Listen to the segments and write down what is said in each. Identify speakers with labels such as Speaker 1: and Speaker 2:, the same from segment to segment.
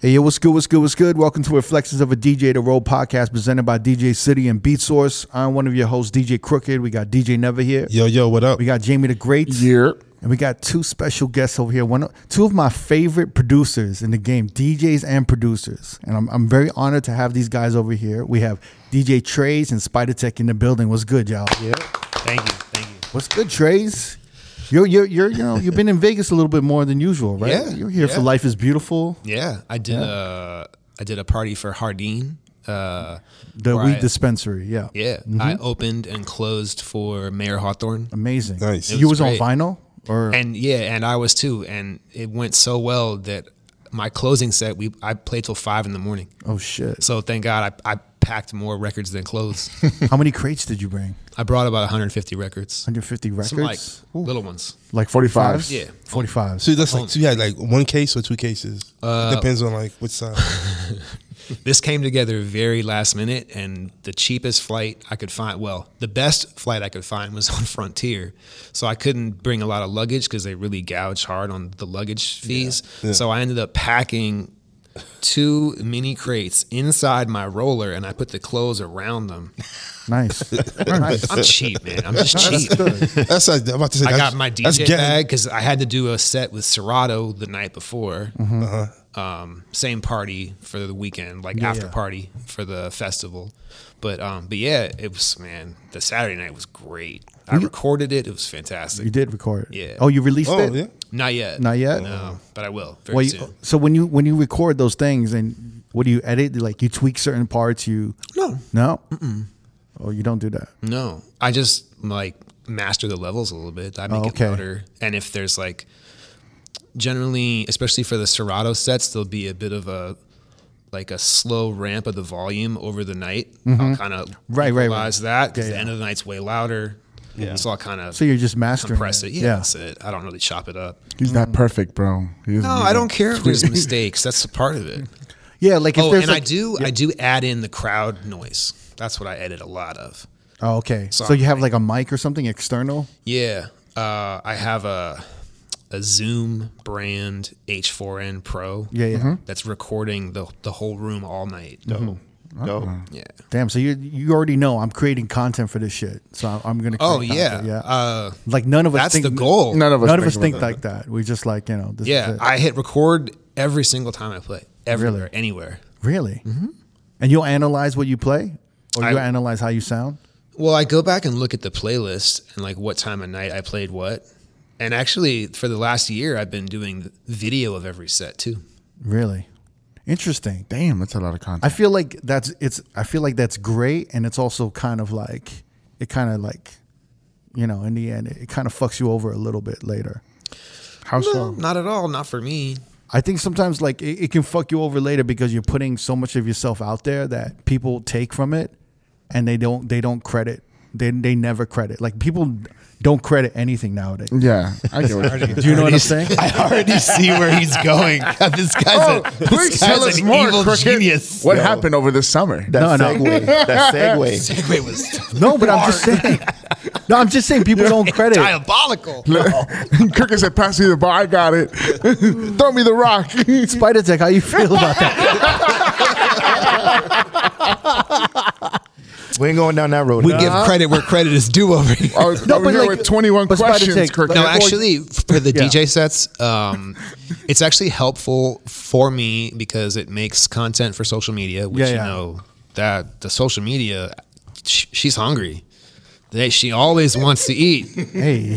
Speaker 1: Hey, yo, what's good? What's good? What's good? Welcome to Reflections of a DJ The Road podcast presented by DJ City and Beat Source. I'm one of your hosts, DJ Crooked. We got DJ Never here.
Speaker 2: Yo, yo, what up?
Speaker 1: We got Jamie the Great.
Speaker 3: year.
Speaker 1: And we got two special guests over here. One, of- two of my favorite producers in the game, DJs and producers. And I'm, I'm very honored to have these guys over here. We have DJ Trays and Spider Tech in the building. What's good, y'all?
Speaker 4: Thank you, thank you.
Speaker 1: What's good, Trays? You're, you're, you're, you know, you've been in Vegas a little bit more than usual, right?
Speaker 2: Yeah,
Speaker 1: You're here for
Speaker 2: yeah.
Speaker 1: Life is Beautiful.
Speaker 2: Yeah.
Speaker 4: I did uh I did a party for Hardeen. Uh,
Speaker 1: The
Speaker 4: where
Speaker 1: weed
Speaker 4: I-
Speaker 1: dispensary, yeah.
Speaker 4: Yeah, I opened and closed for Mayor Hawthorne,
Speaker 1: Amazing.
Speaker 2: Nice. It
Speaker 1: you was
Speaker 4: was great.
Speaker 1: on vinyl or
Speaker 4: and yeah, and I was too, and it went so well that my closing set we I played till five in the morning.
Speaker 1: oh shit.
Speaker 4: So thank God I, I packed more records than clothes.
Speaker 1: How many crates did you bring?
Speaker 4: I brought about 150 records,
Speaker 1: 150 records?
Speaker 4: some like little ones.
Speaker 1: Like
Speaker 3: 45s?
Speaker 4: Yeah.
Speaker 1: 45s.
Speaker 2: So
Speaker 4: Oh.
Speaker 2: that's like, so you had like one case or two cases?
Speaker 4: Uh,
Speaker 2: Depends on like which side.
Speaker 4: This came together very last minute, and the cheapest flight I could find, well, the best flight I could find was on Frontier. So I couldn't bring a lot of luggage because they really gouged hard on the luggage fees. So I ended up packing two mini crates inside my roller, and I put the clothes around them.
Speaker 1: Nice. nice.
Speaker 4: I'm cheap, man. I'm just cheap.
Speaker 2: That's like, I'm about to say.
Speaker 4: I
Speaker 2: that's-
Speaker 4: got my
Speaker 2: that's
Speaker 4: DJ
Speaker 2: getting-
Speaker 4: bag because I had to do a set with Serato the night before. Um, same party for the weekend, like after
Speaker 1: Uh-huh. yeah.
Speaker 4: party for the festival. But um, but yeah, it was man. The Saturday night was great. I recorded it. It was
Speaker 1: You
Speaker 4: fantastic.
Speaker 1: did record it.
Speaker 4: Yeah.
Speaker 1: Oh, you released
Speaker 2: Oh
Speaker 1: it?
Speaker 2: yeah.
Speaker 4: Not yet.
Speaker 1: Not yet?
Speaker 4: No, but I will very
Speaker 1: Well, you-
Speaker 4: soon.
Speaker 1: so when you when you record those things and what do you edit? Like you tweak certain parts, you
Speaker 4: No,
Speaker 1: No? Mm-mm. Oh, you don't do that.
Speaker 4: no. I just like master the levels a little bit. I make
Speaker 1: okay.
Speaker 4: it louder, and if there's like generally, especially for the Serato sets, there'll be a bit of a like a slow ramp of the volume over the night. I'll kind of
Speaker 1: Mm-hmm. Right, right, right.
Speaker 4: equalize that because
Speaker 1: Yeah,
Speaker 4: the
Speaker 1: yeah.
Speaker 4: end of the night's way louder. Yeah. So I'll kind of
Speaker 1: So you're just mastering
Speaker 4: compress it.
Speaker 1: it.
Speaker 4: Yeah,
Speaker 1: Yeah. Mm.
Speaker 4: that's it. I don't really chop it up.
Speaker 3: He's not perfect, bro.
Speaker 4: No, I don't care if there's mistakes. That's a part of it.
Speaker 1: Yeah, like if
Speaker 4: Oh,
Speaker 1: there's
Speaker 4: and I
Speaker 1: like-
Speaker 4: do, I do add in the crowd noise. That's what I edit a lot of.
Speaker 1: Oh, okay. So
Speaker 4: Sorry.
Speaker 1: you have like a mic or something external?
Speaker 4: Yeah, uh, I have a a Zoom brand H4n Pro.
Speaker 1: Yeah, yeah.
Speaker 4: that's recording the the whole room all night.
Speaker 1: Oh.
Speaker 4: Yeah.
Speaker 1: Damn. So you you already know I'm creating content for this shit. So I'm, I'm gonna.
Speaker 4: Oh
Speaker 1: create
Speaker 4: yeah.
Speaker 1: content, yeah.
Speaker 4: Uh,
Speaker 1: like none of us.
Speaker 4: that's
Speaker 1: think
Speaker 4: the goal.
Speaker 3: None of us.
Speaker 1: None of us
Speaker 3: about
Speaker 1: think
Speaker 3: that.
Speaker 1: like that. We just like you know. This Is
Speaker 4: yeah,
Speaker 1: it.
Speaker 4: I hit record every single time I play, everywhere,
Speaker 1: Really?
Speaker 4: anywhere.
Speaker 1: really. Mm-hmm. And you'll analyze what you play, or you
Speaker 4: I-
Speaker 1: analyze how you sound.
Speaker 4: Well, I go back and look at the playlist and like what time of night I played what. And actually, for the last year, I've been doing video of every set too.
Speaker 1: Really, interesting.
Speaker 3: Damn, that's a lot of
Speaker 1: I
Speaker 3: content.
Speaker 1: feel like that's it's. I feel like that's great, and it's also kind of like it kind of like, you know, in the end, it, kind of fucks you over a little bit later.
Speaker 3: How
Speaker 4: No,
Speaker 3: so?
Speaker 4: not at all. Not for me.
Speaker 1: I think sometimes like it, it can fuck you over later because you're putting so much of yourself out there that people take from it, and they don't they don't credit they they never credit like people don't credit anything nowadays.
Speaker 3: Yeah, I get what you're saying.
Speaker 1: Do you know what I'm saying?
Speaker 5: I already see where he's going. God, this guy's, a, this guy's an evil genius.
Speaker 3: What happened over the summer?
Speaker 1: No, no.
Speaker 5: That segue.
Speaker 4: Segue was
Speaker 1: No, but I'm just saying. No, I'm just saying people don't credit. it.
Speaker 4: diabolical.
Speaker 3: Cricket said, "Pass me the ball. I got it. Throw me the rock."
Speaker 1: Spider Tech, how you feel about that?
Speaker 5: We ain't going down that road.
Speaker 4: We give credit where credit is due over here.
Speaker 3: I was
Speaker 1: No,
Speaker 3: over
Speaker 1: but
Speaker 3: here
Speaker 1: like-
Speaker 3: with 21
Speaker 1: but Spider
Speaker 3: questions.
Speaker 1: Tank,
Speaker 3: Cricket.
Speaker 4: No,
Speaker 1: Like, or-
Speaker 4: actually, for the
Speaker 1: Yeah.
Speaker 4: DJ sets, um, it's actually helpful for me because it makes content for social media, which
Speaker 1: Yeah, yeah.
Speaker 4: you know that the social media, sh- she's hungry. They, she always wants to eat.
Speaker 1: Hey,
Speaker 3: Yeah,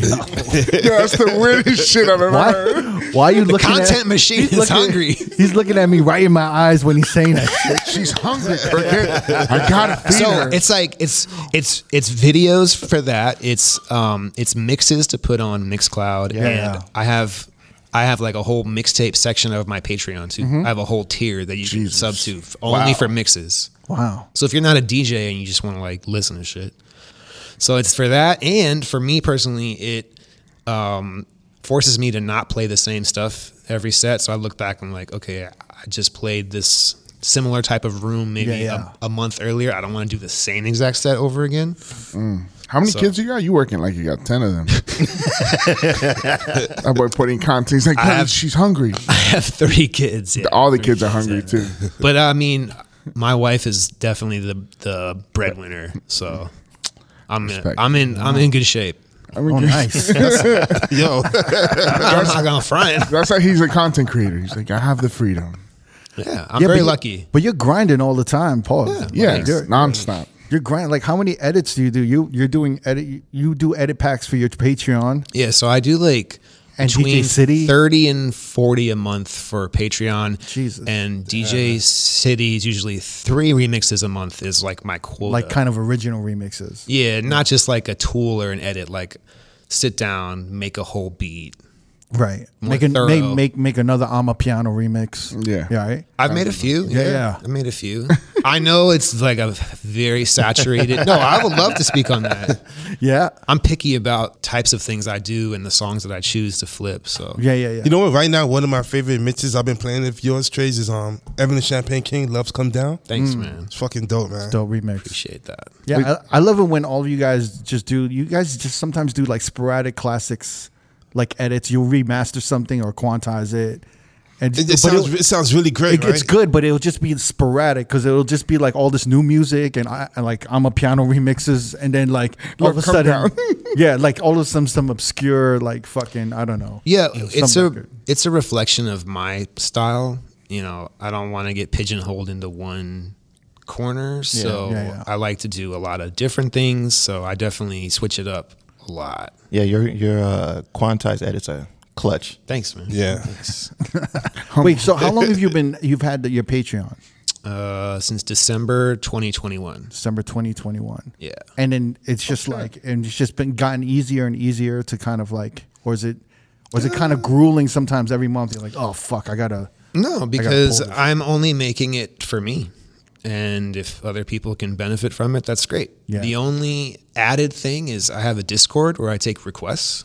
Speaker 3: that's the weirdest shit I've ever heard.
Speaker 1: why, why are you looking at
Speaker 4: Content machine is
Speaker 1: looking at-
Speaker 4: hungry.
Speaker 1: He's looking at me right in my eyes when he's saying that shit.
Speaker 3: She's hungry. Cricket. I gotta feed
Speaker 4: So
Speaker 3: her.
Speaker 4: it's like it's it's it's videos for that. It's um it's mixes to put on Mixcloud, and
Speaker 1: Yeah.
Speaker 4: I have I have like a whole mixtape section of my Patreon too. I have a whole tier that you can sub to f- only for mixes.
Speaker 1: Wow.
Speaker 4: So if you're not a DJ and you just want to like listen to shit, so it's for that. And for me personally, it um, forces me to not play the same stuff every set. So I look back and I'm like, okay, I just played this similar type of room maybe
Speaker 1: Yeah, yeah.
Speaker 4: A, a month earlier. I don't want to do the same exact set over again.
Speaker 3: How many
Speaker 4: So-
Speaker 3: kids you got? You working like you got ten of them. that boy putting context like
Speaker 4: have-
Speaker 3: she's hungry.
Speaker 4: I have three kids. Yeah.
Speaker 3: All the kids are hungry too.
Speaker 4: But I mean, my wife is definitely the the breadwinner, so I'm in,
Speaker 3: Respect.
Speaker 4: I'm in I'm in good shape.
Speaker 3: I mean,
Speaker 1: Oh, nice.
Speaker 2: Yo,
Speaker 4: I'm not gonna front.
Speaker 3: that's how he's a content creator. He's like, I have the freedom.
Speaker 4: Yeah, I'm
Speaker 1: Yeah,
Speaker 4: very
Speaker 1: but you-
Speaker 4: lucky.
Speaker 1: But you're grinding all the time, Paul. Yeah,
Speaker 3: Yeah, nonstop.
Speaker 1: You're grinding. Like, how many edits do you do? You you're doing edit. You do edit packs for your Patreon.
Speaker 4: Yeah, so I do like
Speaker 1: And DJ
Speaker 4: between
Speaker 1: City?
Speaker 4: thirty and forty a month for Patreon.
Speaker 1: Jesus.
Speaker 4: And DJ City is usually three remixes a month is like my quota.
Speaker 1: Like, kind of original remixes.
Speaker 4: yeah, not just like a tool or an edit. Like sit down, make a whole beat.
Speaker 1: Right.
Speaker 4: More
Speaker 1: Make, an, make
Speaker 4: thorough.
Speaker 1: make make another Ama Piano remix.
Speaker 3: Yeah.
Speaker 1: Yeah. Right.
Speaker 4: I've made a few. Yeah,
Speaker 1: yeah.
Speaker 4: I made a few. I know it's like a very saturated. No, I would love to speak on that.
Speaker 1: Yeah.
Speaker 4: I'm picky about types of things I do and the songs that I choose to flip. So
Speaker 1: Yeah. Yeah. Yeah.
Speaker 2: you know what? Right now, one of my favorite mixes I've been playing of yours, Trays, is um Evan the Champagne King. Loves come down.
Speaker 4: thanks,
Speaker 1: Mm.
Speaker 4: man.
Speaker 2: It's fucking dope, man.
Speaker 1: Dope remix.
Speaker 4: Appreciate that.
Speaker 1: Yeah, I, I love it when all of you guys just do. You guys just sometimes do like sporadic classics, like edits. You'll remaster something or quantize it, and
Speaker 2: It, it
Speaker 1: but
Speaker 2: sounds it sounds really great,
Speaker 1: it-
Speaker 2: right?
Speaker 1: it's good, but it'll just be sporadic because it'll just be like all this new music and I and, like I'm a piano remixes, and then like all of a
Speaker 3: Or come
Speaker 1: sudden,
Speaker 3: down.
Speaker 1: yeah, like all of some some obscure like fucking I don't know.
Speaker 4: Yeah,
Speaker 1: you know,
Speaker 4: it's
Speaker 1: some
Speaker 4: a
Speaker 1: record.
Speaker 4: it's a reflection of my style. You know, I don't want to get pigeonholed into one corner, so
Speaker 1: yeah, yeah.
Speaker 4: I like to do a lot of different things. So I definitely switch it up a lot.
Speaker 5: Yeah, your your uh, quantized edits are clutch.
Speaker 4: Thanks, man.
Speaker 2: Yeah.
Speaker 1: Wait, so how long have you been? You've had the, your Patreon
Speaker 4: Uh, since December 2021.
Speaker 1: December 2021.
Speaker 4: Yeah.
Speaker 1: and then it's just like and it's just been gotten easier and easier to kind of like or is it or is it kind of grueling sometimes every month you're like oh fuck i gotta
Speaker 4: No, because
Speaker 1: this.
Speaker 4: I'm only making it for me. And if other people can benefit from it, that's great.
Speaker 1: Yeah.
Speaker 4: The only added thing is I have a Discord where I take requests,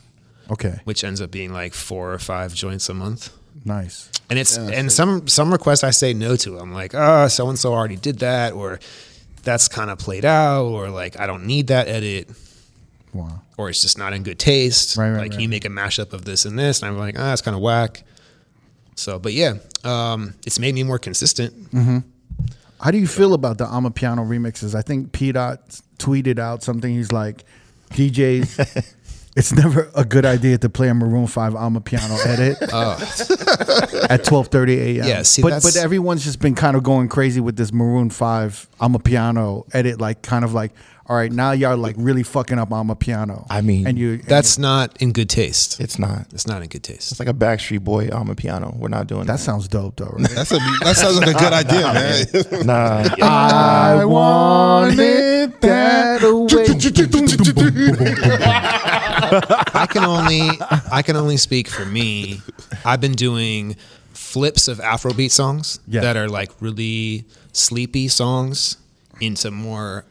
Speaker 1: okay
Speaker 4: which ends up being like four or five joints a month.
Speaker 1: nice
Speaker 4: And it's and some some requests I say no to. I'm like, ah, so and so already did that, or that's kind of played out, or like I don't need that edit,
Speaker 1: wow
Speaker 4: or it's just not in good taste.
Speaker 1: Right, right,
Speaker 4: like
Speaker 1: right.
Speaker 4: you make a mashup of this and this, and I'm like, ah, it's kind of whack. So, but yeah, um, it's made me more consistent.
Speaker 1: how do you feel about the i'm a piano remixes i think p dot tweeted out something he's like djs It's never a good idea to play a Maroon Five "I'm a Piano" edit at 12:30 a.m.
Speaker 4: Yeah, see,
Speaker 1: but
Speaker 4: that's-
Speaker 1: but everyone's just been kind of going crazy with this Maroon Five "I'm a Piano" edit, like kind of like, all right, now y'all like really fucking up "I'm a Piano."
Speaker 5: I mean,
Speaker 1: and you and
Speaker 4: That's not in good taste.
Speaker 5: It's not.
Speaker 4: It's not in good taste.
Speaker 5: It's like a Backstreet Boy on a piano. We're not doing
Speaker 1: you- that sounds dope though. Right?
Speaker 2: That's a, that sounds like a good idea, man.
Speaker 5: that. Nah.
Speaker 1: I want it that
Speaker 4: I can only I can only speak for me. I've been doing flips of Afrobeat songs
Speaker 1: Yeah.
Speaker 4: that are like really sleepy songs into more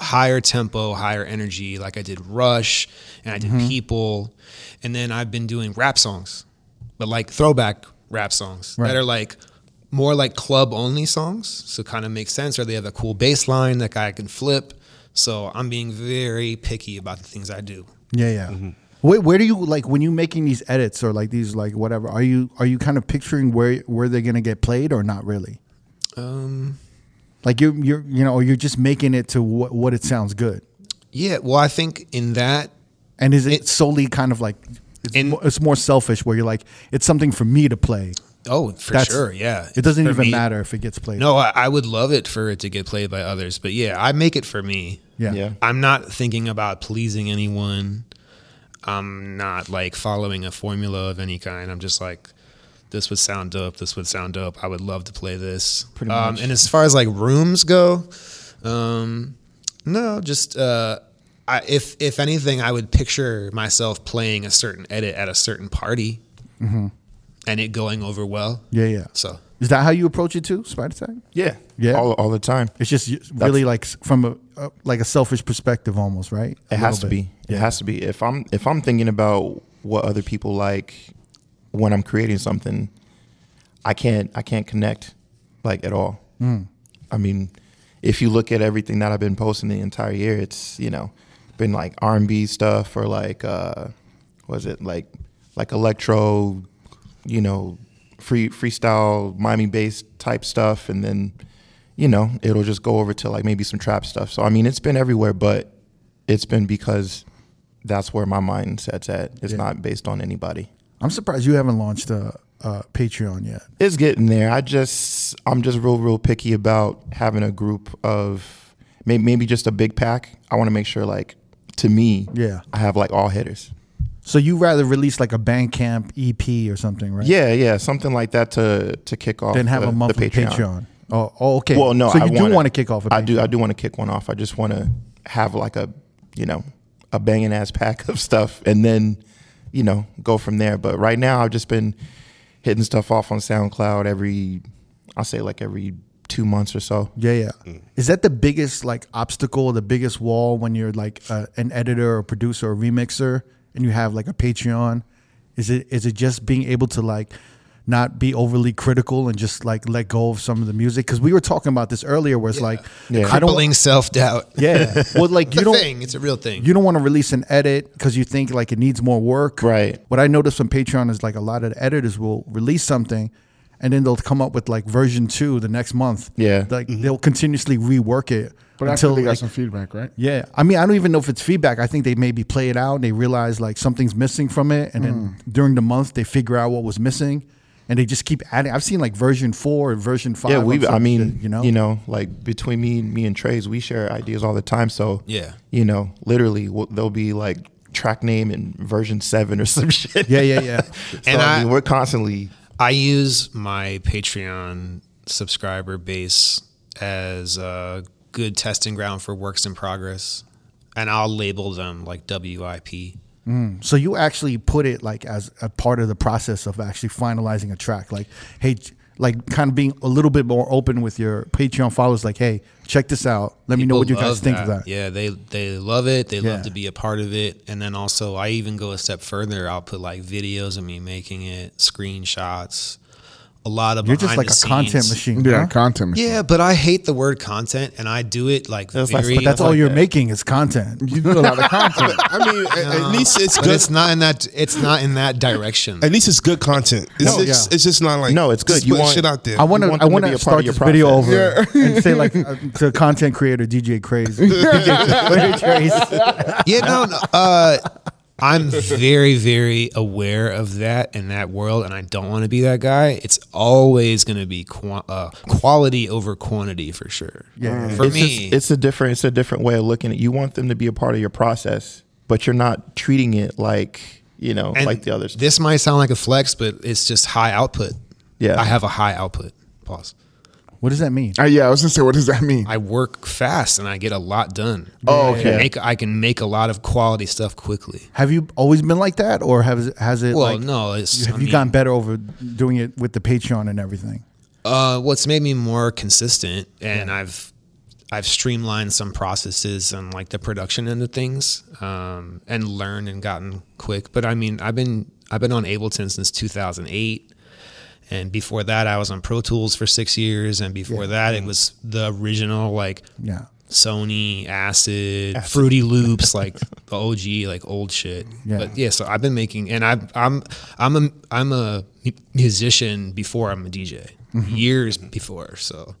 Speaker 4: higher tempo, higher energy. Like I did Rush and I did
Speaker 1: Mm-hmm.
Speaker 4: People, and then I've been doing rap songs, but like throwback rap songs
Speaker 1: Right.
Speaker 4: that are like more like club only songs. So kind of makes sense, or they have a cool bass line that I can flip. So I'm being very picky about the things I do.
Speaker 1: Yeah, yeah.
Speaker 4: Mm-hmm.
Speaker 1: Where, where do you like when you making these edits or like these like whatever? Are you are you kind of picturing where where they're gonna get played or not really?
Speaker 4: Um,
Speaker 1: Like you're you're you know, or you're just making it to what what it sounds good.
Speaker 4: yeah, well, I think in that,
Speaker 1: And is it,
Speaker 4: It-
Speaker 1: solely kind of like it's,
Speaker 4: In-
Speaker 1: mo- it's more selfish where you're like it's something for me to play.
Speaker 4: oh, for
Speaker 1: That's-
Speaker 4: sure, yeah.
Speaker 1: It doesn't
Speaker 4: For
Speaker 1: even
Speaker 4: me-
Speaker 1: matter if it gets played.
Speaker 4: No, I, I would love it for it to get played by others, but yeah, I make it for me.
Speaker 1: Yeah.
Speaker 5: Yeah.
Speaker 4: I'm not thinking about pleasing anyone. I'm not like following a formula of any kind. I'm just like, this would sound dope. This would sound dope. I would love to play this.
Speaker 5: Pretty
Speaker 4: Um,
Speaker 5: much.
Speaker 4: and as far as like rooms go, um, no, just uh, I, if if anything, I would picture myself playing a certain edit at a certain party, and it going over well.
Speaker 1: Mm-hmm. Yeah, yeah.
Speaker 4: So
Speaker 1: Is that how you approach it too, Spider Tag?
Speaker 5: yeah.
Speaker 1: Yeah.
Speaker 5: All, all the time.
Speaker 1: It's just y- really like s- from a uh, like a selfish perspective almost, right? A
Speaker 5: It has to
Speaker 1: little bit.
Speaker 5: be. It has to be. If I'm if I'm thinking about what other people like when I'm creating something, I can't I can't connect like at all.
Speaker 1: Hmm.
Speaker 5: I mean, if you look at everything that I've been posting the entire year, it's you know been like R and B stuff or like uh was it like like electro, you know, free freestyle Miami based type stuff and then you know, it'll just go over to like maybe some trap stuff. So I mean it's been everywhere, but it's been because that's where my mindset's at. It's not based on anybody.
Speaker 1: I'm surprised you haven't launched a, a Patreon yet.
Speaker 5: It's getting there. I just I'm just real real picky about having a group of maybe maybe just a big pack. I want to make sure like to me,
Speaker 1: Yeah.
Speaker 5: I have like all hitters.
Speaker 1: So you rather release like a Bandcamp EP or something, right?
Speaker 5: Yeah, yeah, something like that to to kick off.
Speaker 1: Then have
Speaker 5: the,
Speaker 1: a
Speaker 5: the
Speaker 1: monthly
Speaker 5: Patreon.
Speaker 1: Patreon. Oh, oh, okay.
Speaker 5: Well, no,
Speaker 1: So
Speaker 5: I
Speaker 1: you do
Speaker 5: wanna-
Speaker 1: want to kick off a Patreon.
Speaker 5: I do. I do want to kick one off. I just want to have like a you know a banging ass pack of stuff, and then you know go from there. But right now, I've just been hitting stuff off on SoundCloud every I'll say like every two months or so.
Speaker 1: Yeah, yeah.
Speaker 5: Mm.
Speaker 1: Is that the biggest like obstacle, the biggest wall when you're like uh, an editor or producer or remixer and you have like a Patreon? Is it is it just being able to like not be overly critical and just like let go of some of the music? Because we were talking about this earlier, where it's like
Speaker 5: Yeah.
Speaker 1: I don't.
Speaker 4: Crippling self doubt.
Speaker 1: Yeah. Well, like
Speaker 4: It's
Speaker 1: you
Speaker 4: a
Speaker 1: don't.
Speaker 4: thing. It's a real thing.
Speaker 1: You don't want to release an edit because you think like it needs more work.
Speaker 5: Right.
Speaker 1: What I noticed from Patreon is like a lot of the editors will release something and then they'll come up with like version two the next month.
Speaker 5: Yeah.
Speaker 1: Like they'll continuously rework it
Speaker 3: Mm-hmm. But
Speaker 1: until
Speaker 3: after they got
Speaker 1: like,
Speaker 3: some feedback, right?
Speaker 1: yeah. I mean, I don't even know if it's feedback. I think they maybe play it out and they realize like something's missing from it. And then
Speaker 3: Mm.
Speaker 1: during the month, they figure out what was missing and they just keep adding. I've seen like version four and version five.
Speaker 5: yeah,
Speaker 1: on
Speaker 5: we. I
Speaker 1: some
Speaker 5: mean,
Speaker 1: shit,
Speaker 5: you know, like between me, and me and Trey's, we share ideas all the time. So
Speaker 4: Yeah.
Speaker 5: you know, literally, we'll, there'll be like track name and version seven or some shit.
Speaker 1: Yeah, yeah, yeah.
Speaker 5: So,
Speaker 4: And
Speaker 5: I,
Speaker 4: I-
Speaker 5: mean, we're constantly
Speaker 4: I use my Patreon subscriber base as a good testing ground for works in progress, and I'll label them like WIP.
Speaker 1: So you actually put it like as a part of the process of actually finalizing a track, like hey, ch- like kind of being a little bit more open with your Patreon followers, like hey, check this out. Let me know what you
Speaker 4: People
Speaker 1: guys
Speaker 4: love
Speaker 1: think of that.
Speaker 4: Yeah, they they love it. They
Speaker 1: Yeah.
Speaker 4: love to be a part of it. And then also, I even go a step further. I'll put like videos of me making it, screenshots, a lot of
Speaker 1: You're just
Speaker 4: behind
Speaker 1: like a
Speaker 4: the
Speaker 1: content
Speaker 4: scenes.
Speaker 1: machine.
Speaker 3: Yeah,
Speaker 1: huh?
Speaker 3: content. machine.
Speaker 4: Yeah, but I hate the word content, and I do it like
Speaker 5: That's like-
Speaker 4: very.
Speaker 5: but
Speaker 1: That's
Speaker 5: Yeah,
Speaker 1: all
Speaker 5: like
Speaker 1: you're
Speaker 5: that.
Speaker 1: making is content.
Speaker 3: You do a lot of content.
Speaker 2: I mean, at, at least it's
Speaker 4: but
Speaker 2: good.
Speaker 4: it's not in that. It's not in that direction.
Speaker 2: at least it's good content. It's,
Speaker 1: No,
Speaker 2: it's,
Speaker 1: yeah.
Speaker 2: it's just not like
Speaker 5: No, it's good.
Speaker 2: just
Speaker 5: You
Speaker 2: putting
Speaker 5: want-
Speaker 2: shit out there.
Speaker 1: I want to.
Speaker 5: want
Speaker 1: I
Speaker 5: them to
Speaker 1: want
Speaker 5: be
Speaker 1: to
Speaker 5: a part
Speaker 1: start
Speaker 5: of your
Speaker 1: this video over
Speaker 3: process.
Speaker 1: and say like uh, to content creator DJ Craze. DJ Craze.
Speaker 4: yeah, no, no, uh, I'm very, very aware of that in that world, and I don't want to be that guy. It's always going to be qu- uh, quality over quantity for sure.
Speaker 1: Yeah.
Speaker 4: for
Speaker 5: it's
Speaker 4: me,
Speaker 5: just- it's a different it's a different way of looking at it. You want them to be a part of your process, but you're not treating it like you know
Speaker 4: and
Speaker 5: like the others.
Speaker 4: This might sound like a flex, but it's just high output.
Speaker 5: Yeah.
Speaker 4: I have a high output. Pause.
Speaker 1: What does that mean?
Speaker 3: Uh, yeah, I was gonna say, what does that mean?
Speaker 4: I work fast and I get a lot done.
Speaker 5: Oh,
Speaker 4: I can
Speaker 5: okay.
Speaker 4: make, I can make a lot of quality stuff quickly.
Speaker 1: Have you always been like that, or has has it?
Speaker 4: Well,
Speaker 1: like,
Speaker 4: no, it's
Speaker 1: have
Speaker 4: I
Speaker 1: you
Speaker 4: mean,
Speaker 1: gotten better over doing it with the Patreon and everything?
Speaker 4: Uh, what's made me more consistent, and I've I've streamlined some processes and like the production end of things, um, and learned and gotten quick. But I mean, I've been I've been on Ableton since 2008, and before that, I was on Pro Tools for six years, and before that, it was the original like
Speaker 1: Yeah.
Speaker 4: Sony Acid, Fruity Loops, like the OG, like old shit.
Speaker 1: Yeah.
Speaker 4: But yeah, so I've been making, and I, I'm I'm a I'm a musician before I'm a DJ, years before. So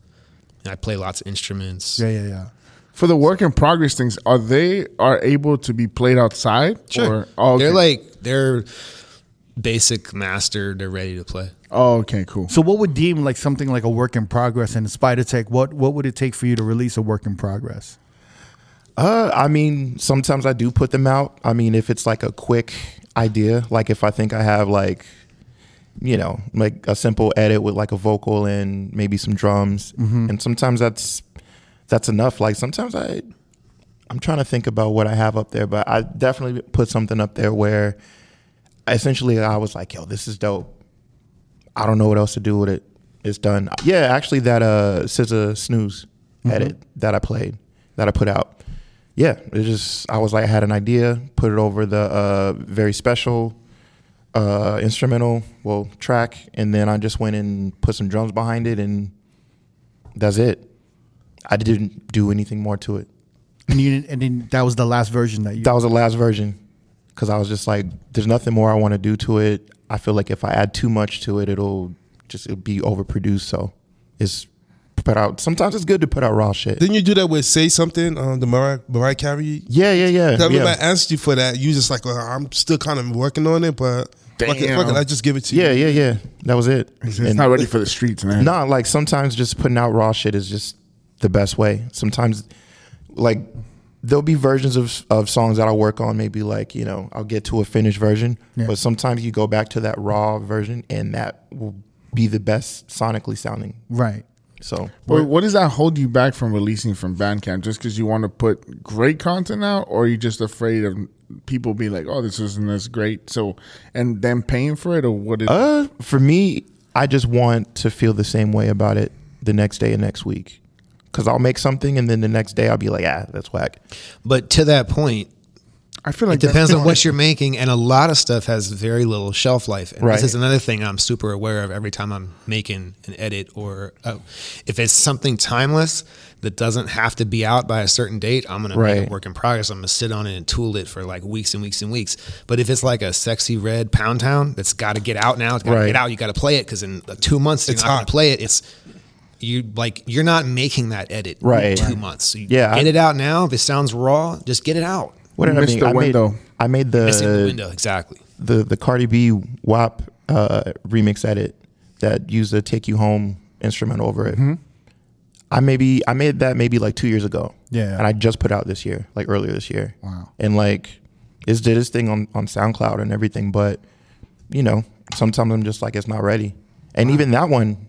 Speaker 4: and I play lots of instruments.
Speaker 1: Yeah, yeah, yeah.
Speaker 3: For the work in progress things, are they are able to be played outside? Or, oh, okay.
Speaker 4: They're like they're basic master. They're ready to play.
Speaker 3: oh, okay, cool.
Speaker 1: So, what would deem like something like a work in progress and Spider Tech? What what would it take for you to release a work in progress?
Speaker 5: Uh, I mean, sometimes I do put them out. I mean, if it's like a quick idea, like if I think I have like, you know, like a simple edit with like a vocal and maybe some drums, and sometimes that's that's enough. Like sometimes I, I'm trying to think about what I have up there, but I definitely put something up there where, essentially, I was like, yo, this is dope. I don't know what else to do with it. It's done. Yeah, actually, that uh, SZA snooze edit that I played, that I put out. Yeah, it just I was like I had an idea, put it over the uh, very special uh, instrumental, well track, and then I just went and put some drums behind it, and that's it. I didn't do anything more to it.
Speaker 1: And you didn't- and then that was the last version that you.
Speaker 5: That was the last version because I was just like, there's nothing more I want to do to it. I feel like if I add too much to it, it'll just it'll be overproduced. So it's put out. Sometimes it's good to put out raw shit.
Speaker 2: Didn't you do that with say something? Um, the Mariah, Mariah Carey.
Speaker 5: Yeah, yeah, yeah.
Speaker 2: I remember
Speaker 5: yeah.
Speaker 2: I asked you for that. You just like well, I'm still kind of working on it, but fuck it,
Speaker 3: Damn.
Speaker 2: fuck it, I just give it to
Speaker 5: Yeah,
Speaker 2: you.
Speaker 5: yeah, yeah. That was it.
Speaker 3: It's
Speaker 5: And-
Speaker 3: not ready for the streets, man.
Speaker 5: nah, like sometimes just putting out raw shit is just the best way. Sometimes, like, there'll be versions of of songs that I work on. Maybe like you know I'll get to a finished version, but sometimes you go back to that raw version, and that will be the best sonically sounding.
Speaker 1: right.
Speaker 5: So
Speaker 3: Wait, what does that hold you back from releasing from Bandcamp? Just because you want to put great content out, or are you just afraid of people being like, "Oh, this isn't as great," so and them paying for it, or what? Is,
Speaker 5: Uh, for me, I just want to feel the same way about it the next day and next week. Cause I'll make something and then the next day I'll be like, ah, that's whack.
Speaker 4: But to that point,
Speaker 3: I feel like
Speaker 4: it depends
Speaker 3: that's-
Speaker 4: on what you're making, and a lot of stuff has very little shelf life. And
Speaker 5: Right.
Speaker 4: this is another thing I'm super aware of every time I'm making an edit or uh, if it's something timeless that doesn't have to be out by a certain date, I'm gonna make
Speaker 5: Right.
Speaker 4: it work in progress. I'm gonna sit on it and tool it for like weeks and weeks and weeks. But if it's like a sexy red pound town that's got to get out now, it's got to
Speaker 5: Right.
Speaker 4: get out. You got to play it because in uh, two months you're
Speaker 2: It's
Speaker 4: not
Speaker 2: hot.
Speaker 4: gonna play it. It's you like you're not making that edit in
Speaker 5: Right.
Speaker 4: two months. So you
Speaker 5: Yeah,
Speaker 4: get
Speaker 5: I-
Speaker 4: it out now. If it sounds raw, just get it out.
Speaker 5: What did
Speaker 3: You
Speaker 5: I
Speaker 3: missed
Speaker 5: make?
Speaker 3: the
Speaker 5: I
Speaker 3: window.
Speaker 5: Made, I made
Speaker 4: Missing the
Speaker 5: the,
Speaker 4: window exactly.
Speaker 5: the the Cardi B WAP uh, remix edit that used the "Take You Home" instrumental over it.
Speaker 1: Mm-hmm.
Speaker 5: I maybe I made that maybe like two years ago.
Speaker 1: Yeah.
Speaker 5: and I just put out this year, like earlier this year.
Speaker 1: Wow.
Speaker 5: And like, it's did this thing on on SoundCloud and everything, but you know, sometimes I'm just like it's not ready. And even that one,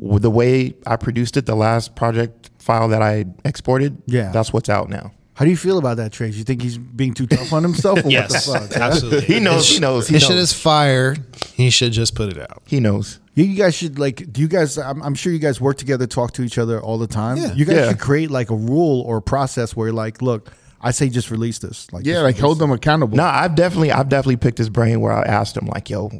Speaker 5: w- the way I produced it, the last project file that I exported,
Speaker 1: Yeah.
Speaker 5: that's what's out now.
Speaker 1: How do you feel about that, Trace? You think he's being too tough on himself? Or What the fuck?
Speaker 4: absolutely.
Speaker 5: He knows, he knows, he
Speaker 4: His shit is
Speaker 5: knows.
Speaker 4: fire. He should just put it out.
Speaker 5: He knows.
Speaker 1: You, you guys should like. Do you guys? I'm, I'm sure you guys work together, talk to each other all the time.
Speaker 4: Yeah.
Speaker 1: You guys
Speaker 5: Yeah.
Speaker 1: should create like a rule or a process where, like, look, I say just release this. Like,
Speaker 3: yeah,
Speaker 1: just
Speaker 3: like
Speaker 1: release
Speaker 3: hold them accountable.
Speaker 5: No, I've definitely, I've definitely picked his brain where I asked him like, "Yo,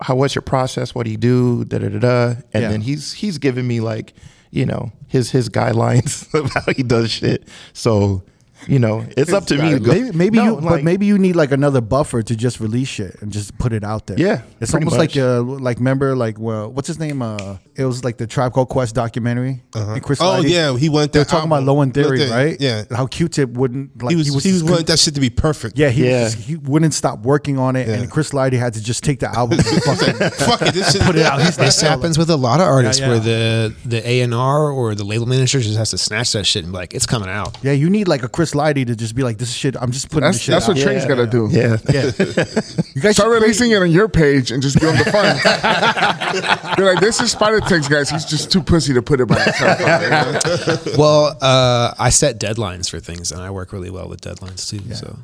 Speaker 5: how what's your process? What do you do?" Da da da da. And
Speaker 1: Yeah.
Speaker 5: then he's he's giving me like, you know, his his guidelines of how he does shit. So, you know, it's up to me. To
Speaker 1: it.
Speaker 5: go.
Speaker 1: Maybe, maybe
Speaker 5: No,
Speaker 1: you,
Speaker 5: like-
Speaker 1: but maybe you need like another buffer to just release shit and just put it out there.
Speaker 5: Yeah,
Speaker 1: it's
Speaker 5: pretty
Speaker 1: almost like
Speaker 5: much.
Speaker 1: uh, like remember like well, what's his name? Uh, it was like the Tribe Called Quest documentary. And Chris
Speaker 2: Oh
Speaker 1: Lighty-
Speaker 2: yeah, he went.
Speaker 1: they were talking about Low in Theory, right?
Speaker 2: Yeah,
Speaker 1: how Q-Tip wouldn't like
Speaker 2: he was. He was,
Speaker 1: just con-
Speaker 2: wanting that shit to be perfect.
Speaker 1: yeah, he,
Speaker 5: Yeah.
Speaker 1: Was just, he wouldn't stop working on it, and Chris Lighty had to just take the album. and fucking
Speaker 2: fuck it, this shit.
Speaker 1: Put it out. He's
Speaker 4: This
Speaker 1: like,
Speaker 4: happens with a lot of artists
Speaker 1: Yeah, yeah.
Speaker 4: where the the A and R or the label manager just has to snatch that shit and be like, it's coming out.
Speaker 1: Yeah, you need like a Chris Lighty to just be like, this shit. I'm just putting this
Speaker 3: that's
Speaker 1: shit.
Speaker 3: that's
Speaker 1: out.
Speaker 3: what Trey's got to do.
Speaker 5: yeah,
Speaker 1: you guys
Speaker 3: Start
Speaker 1: should
Speaker 3: releasing it on your page and just be on the fun. You're like, this is Spider Text, guys. He's just too pussy to put it by himself. out there.
Speaker 4: well, uh, I set deadlines for things, and I work really well with deadlines too. So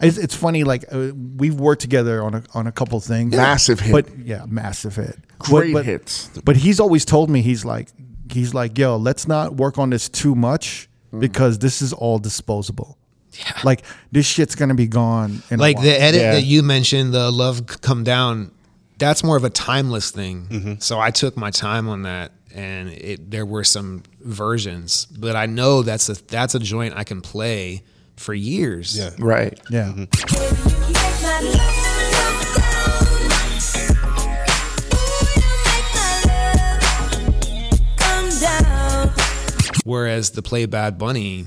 Speaker 1: It's, it's funny, like uh, we've worked together on a, on a couple things,
Speaker 3: Massive hit.
Speaker 1: but yeah, massive hit, But-
Speaker 3: Great
Speaker 1: but,
Speaker 3: hits.
Speaker 1: But he's always told me he's like, he's like, yo, let's not work on this too much
Speaker 3: Mm.
Speaker 1: because this is all disposable. Yeah. Like this shit's gonna be gone. In a
Speaker 4: like
Speaker 1: while.
Speaker 4: the edit
Speaker 5: Yeah.
Speaker 4: that you mentioned, the love C- come down, that's more of a timeless thing.
Speaker 5: Mm-hmm.
Speaker 4: So I took my time on that, and it, there were some versions, but I know that's a that's a joint I can play for years.
Speaker 2: Yeah.
Speaker 5: right.
Speaker 1: yeah.
Speaker 4: Mm-hmm. Whereas the play Bad Bunny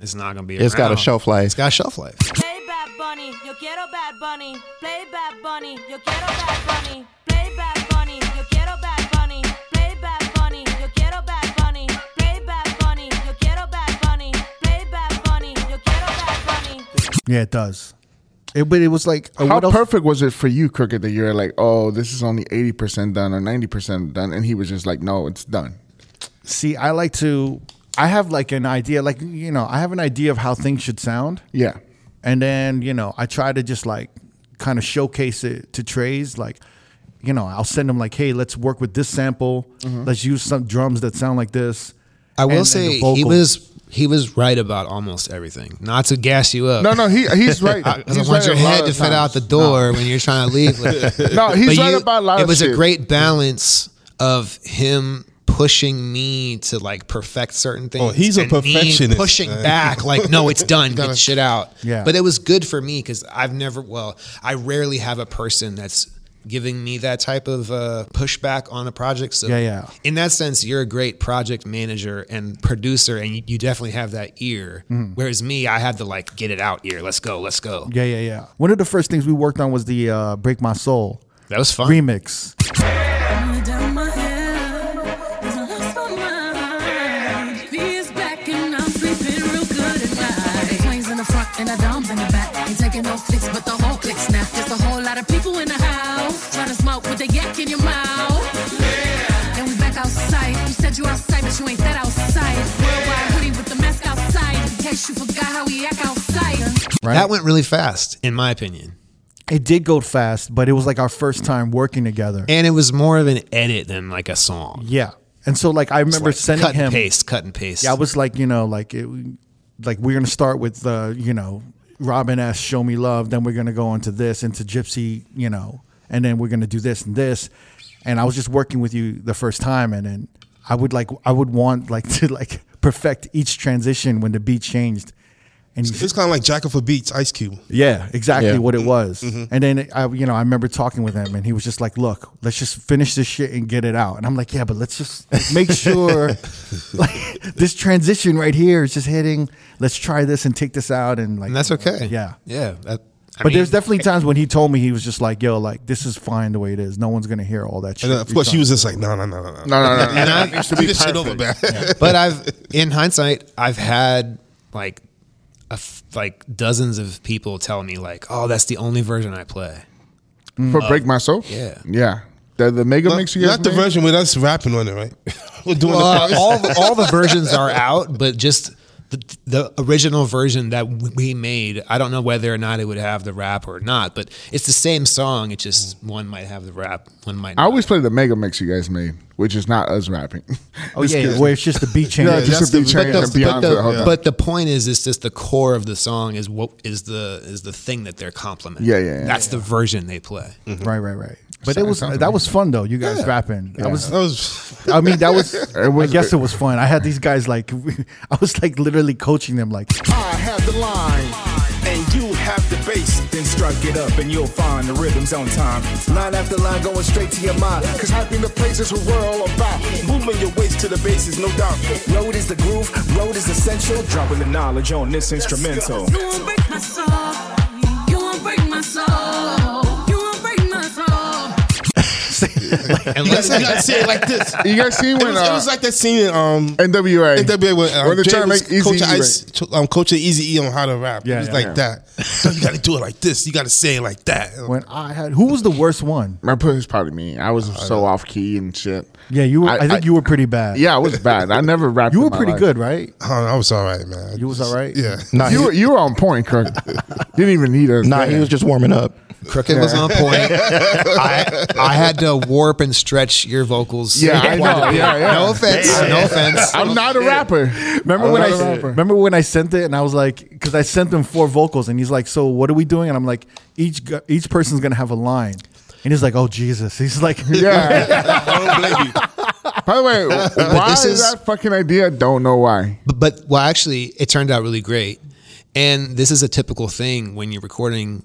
Speaker 4: is not gonna be.
Speaker 5: It's got a
Speaker 4: around.
Speaker 5: shelf life.
Speaker 4: It's got a shelf life.
Speaker 6: Play Bad Bunny, yo quiero Bad Bunny. Play Bad Bunny, yo quiero Bad Bunny. Play Bad Bunny, yo quiero Bad Bunny. Play Bad Bunny, yo quiero Bad Bunny. Play Bad Bunny, yo quiero Bad Bunny. Play Bad Bunny, yo quiero Bad Bunny.
Speaker 1: yeah, it does. It, but it was like, uh,
Speaker 3: How
Speaker 1: what else?
Speaker 3: perfect was it for you, Crooked, that you're like, oh, this is only 80% done or 90% done? And he was just like, no, it's done.
Speaker 1: See, I like to, I have like an idea, like you know, I have an idea of how things should sound.
Speaker 3: Yeah.
Speaker 1: And then, you know, I try to just like kind of showcase it to Trey's. Like, you know, I'll send him like, hey, let's work with this sample. Let's use some drums that sound like this.
Speaker 4: Mm-hmm. I will
Speaker 1: And- and the
Speaker 4: say he
Speaker 1: vocal.
Speaker 4: was he was right about almost everything. Not to gas you up.
Speaker 3: No, no, he he's right.
Speaker 4: Because I
Speaker 3: He's
Speaker 4: want
Speaker 3: right
Speaker 4: your
Speaker 3: a lot
Speaker 4: head
Speaker 3: of
Speaker 4: to fit
Speaker 3: times.
Speaker 4: out the door when you're trying to leave.
Speaker 3: No, he's
Speaker 4: But
Speaker 3: right
Speaker 4: you-
Speaker 3: about a lot
Speaker 4: It
Speaker 3: of
Speaker 4: was a
Speaker 3: shit.
Speaker 4: great balance of him pushing me to like perfect certain things.
Speaker 2: Oh, he's a
Speaker 4: and me
Speaker 2: perfectionist,
Speaker 4: Pushing
Speaker 2: man.
Speaker 4: back, like, no, it's done. Get shit out.
Speaker 1: Yeah.
Speaker 4: But it was good for me because I've never, well, I rarely have a person that's giving me that type of uh, pushback on a project. So
Speaker 1: Yeah, yeah.
Speaker 4: in that sense, you're a great project manager and producer, and you, you definitely have that ear. Whereas me, I have the like get it out ear. Let's go, let's go.
Speaker 1: Mm-hmm. Yeah, yeah, yeah. One of the first things we worked on was the uh, "Break My Soul"
Speaker 4: That was fun.
Speaker 1: remix.
Speaker 7: Down my head, 'cause I lost my mind. Fear's back and I'm sleeping real good at night. Planes in the front and a dom in the back. Ain't taking no flicks, but the whole click snap. There's a whole lot of people in the house trying to smoke with a yak in your mouth. Then we back outside. You said you outside, but you ain't that outside. Worldwide hoodie with the mask outside. In case you forgot how we act outside.
Speaker 1: Right?
Speaker 4: That went really fast, in my opinion.
Speaker 1: it did go fast, but it was like our first time working together.
Speaker 4: And it was more of an edit than like a song.
Speaker 1: yeah, and so like I remember
Speaker 4: Like,
Speaker 1: sending
Speaker 4: cut
Speaker 1: him.
Speaker 4: and paste, cut and paste.
Speaker 1: Yeah, I was like, you know, like it, like we're gonna start with uh, you know, Robin S. Show Me Love, then we're gonna go into this, into Gypsy, you know, and then we're gonna do this and this. And I was just working with you the first time, and then I would like, I would want like to like perfect each transition when the beat changed. And you
Speaker 2: It's kind of like Jack of a Beats, Ice Cube.
Speaker 1: yeah, exactly
Speaker 3: Yeah.
Speaker 1: what it was. And then I, you know, I remember talking with him, and he was just like, "Look, let's just finish this shit and get it out." And I'm like, "Yeah, but let's just make sure like, this transition right here is just hitting. Let's try this and take this out, and like
Speaker 4: and that's okay.
Speaker 1: Yeah,
Speaker 4: yeah. That, I
Speaker 1: but there's
Speaker 4: mean,
Speaker 1: definitely times when he told me he was just like, "Yo, like this is fine the way it is. No one's gonna hear all that shit."
Speaker 2: And then, of
Speaker 1: you're
Speaker 2: course, she
Speaker 1: talking
Speaker 2: was just like, no, no, no, no, no.
Speaker 3: No, no, no.
Speaker 4: And I-
Speaker 3: It needs to
Speaker 2: Do
Speaker 3: be
Speaker 2: this shit
Speaker 3: perfect.
Speaker 2: over, man.
Speaker 4: but I've in hindsight, I've had like a f- like dozens of people tell me like, "Oh, that's the only version I play."
Speaker 3: For break myself.
Speaker 4: yeah.
Speaker 3: Yeah. The the mega mix you guys
Speaker 2: Not the
Speaker 3: made?
Speaker 2: version with us rapping on it, right? We're doing
Speaker 4: Well,
Speaker 2: the
Speaker 4: all the, all the versions are out, but just the, the original version that we made. I don't know whether or not it would have the rap or not, but it's the same song. It just one might have the rap, one might. Not.
Speaker 3: I always play the mega mix you guys made, which is not us rapping.
Speaker 1: about. Oh yeah, where it's just the beat change.
Speaker 3: Yeah, just
Speaker 2: that's
Speaker 3: to be
Speaker 2: the-
Speaker 3: changed
Speaker 2: but
Speaker 3: and
Speaker 2: the-
Speaker 3: beyond
Speaker 4: but,
Speaker 3: the whole
Speaker 4: the,
Speaker 3: time.
Speaker 4: but the point is, it's just the core of the song is what is the is the thing that they're complimenting.
Speaker 3: Yeah, yeah, Mm-hmm. yeah.
Speaker 4: That's the version they play.
Speaker 1: right, right, right. But it
Speaker 3: Sounds-
Speaker 1: was
Speaker 3: sounds
Speaker 1: that was fun though. You guys rapping. That was
Speaker 2: That was
Speaker 1: I mean, that was.
Speaker 3: was
Speaker 1: I guess
Speaker 3: good.
Speaker 1: it was fun. I had these guys like, I was like literally coaching them. Like,
Speaker 8: I have the line, and you have the bass. Then strike it up, and you'll find the rhythms on time. Line after line going straight to your mind. Cause hyping the places where we're all about. Moving your waist to the bass is no doubt. Road is the groove, road is essential. Dropping the knowledge on this instrumental.
Speaker 7: You won't break my soul. You won't break my soul. You won't break my soul.
Speaker 4: Unless
Speaker 2: you gotta say it like this. It
Speaker 3: you guys see when
Speaker 2: was,
Speaker 3: uh,
Speaker 2: it was like that scene in um,
Speaker 3: NWA.
Speaker 2: NWA when, um,
Speaker 3: When they're
Speaker 2: Jay
Speaker 3: trying to
Speaker 2: was
Speaker 3: make Eazy-E
Speaker 2: coaching
Speaker 3: rap.
Speaker 2: Ice, um, coaching Easy E on how to rap.
Speaker 1: Yeah,
Speaker 2: it was
Speaker 1: yeah,
Speaker 2: like
Speaker 1: yeah.
Speaker 2: that. No, you gotta do it like this. You gotta say it like that.
Speaker 1: when I had, who was the worst one?
Speaker 3: My push is probably me. I was so off key and shit.
Speaker 1: Yeah, you. Were, I, think you were pretty bad.
Speaker 3: Yeah, I was bad. I never rapped.
Speaker 1: you
Speaker 3: in
Speaker 1: were
Speaker 3: my
Speaker 1: pretty
Speaker 3: life.
Speaker 1: good, right?
Speaker 2: I, don't know, Oh, I was all right, man.
Speaker 1: You was all right?
Speaker 2: Yeah.
Speaker 5: Nah,
Speaker 3: You
Speaker 5: he,
Speaker 3: were, you were on point, Kirk. Didn't even need us.
Speaker 5: nah, he
Speaker 3: there.
Speaker 5: was just warming up.
Speaker 4: Crooked was on point. I, I had to warp and stretch your vocals.
Speaker 3: Yeah, I know. Yeah, yeah.
Speaker 4: No offense. No offense.
Speaker 3: I'm not a rapper.
Speaker 1: Remember
Speaker 3: I'm
Speaker 1: when I
Speaker 3: not a rapper.
Speaker 1: remember when I sent it and I was like, because I sent them four vocals and he's like, so what are we doing? And I'm like, each gu- each person's gonna have a line, and he's like, oh Jesus, he's like,
Speaker 3: Yeah.
Speaker 2: I don't blame you.
Speaker 3: By the way, why
Speaker 4: this
Speaker 3: is,
Speaker 4: is-
Speaker 3: that fucking idea? Don't know why.
Speaker 4: But, but well, actually, it turned out really great. And this is a typical thing when you're recording,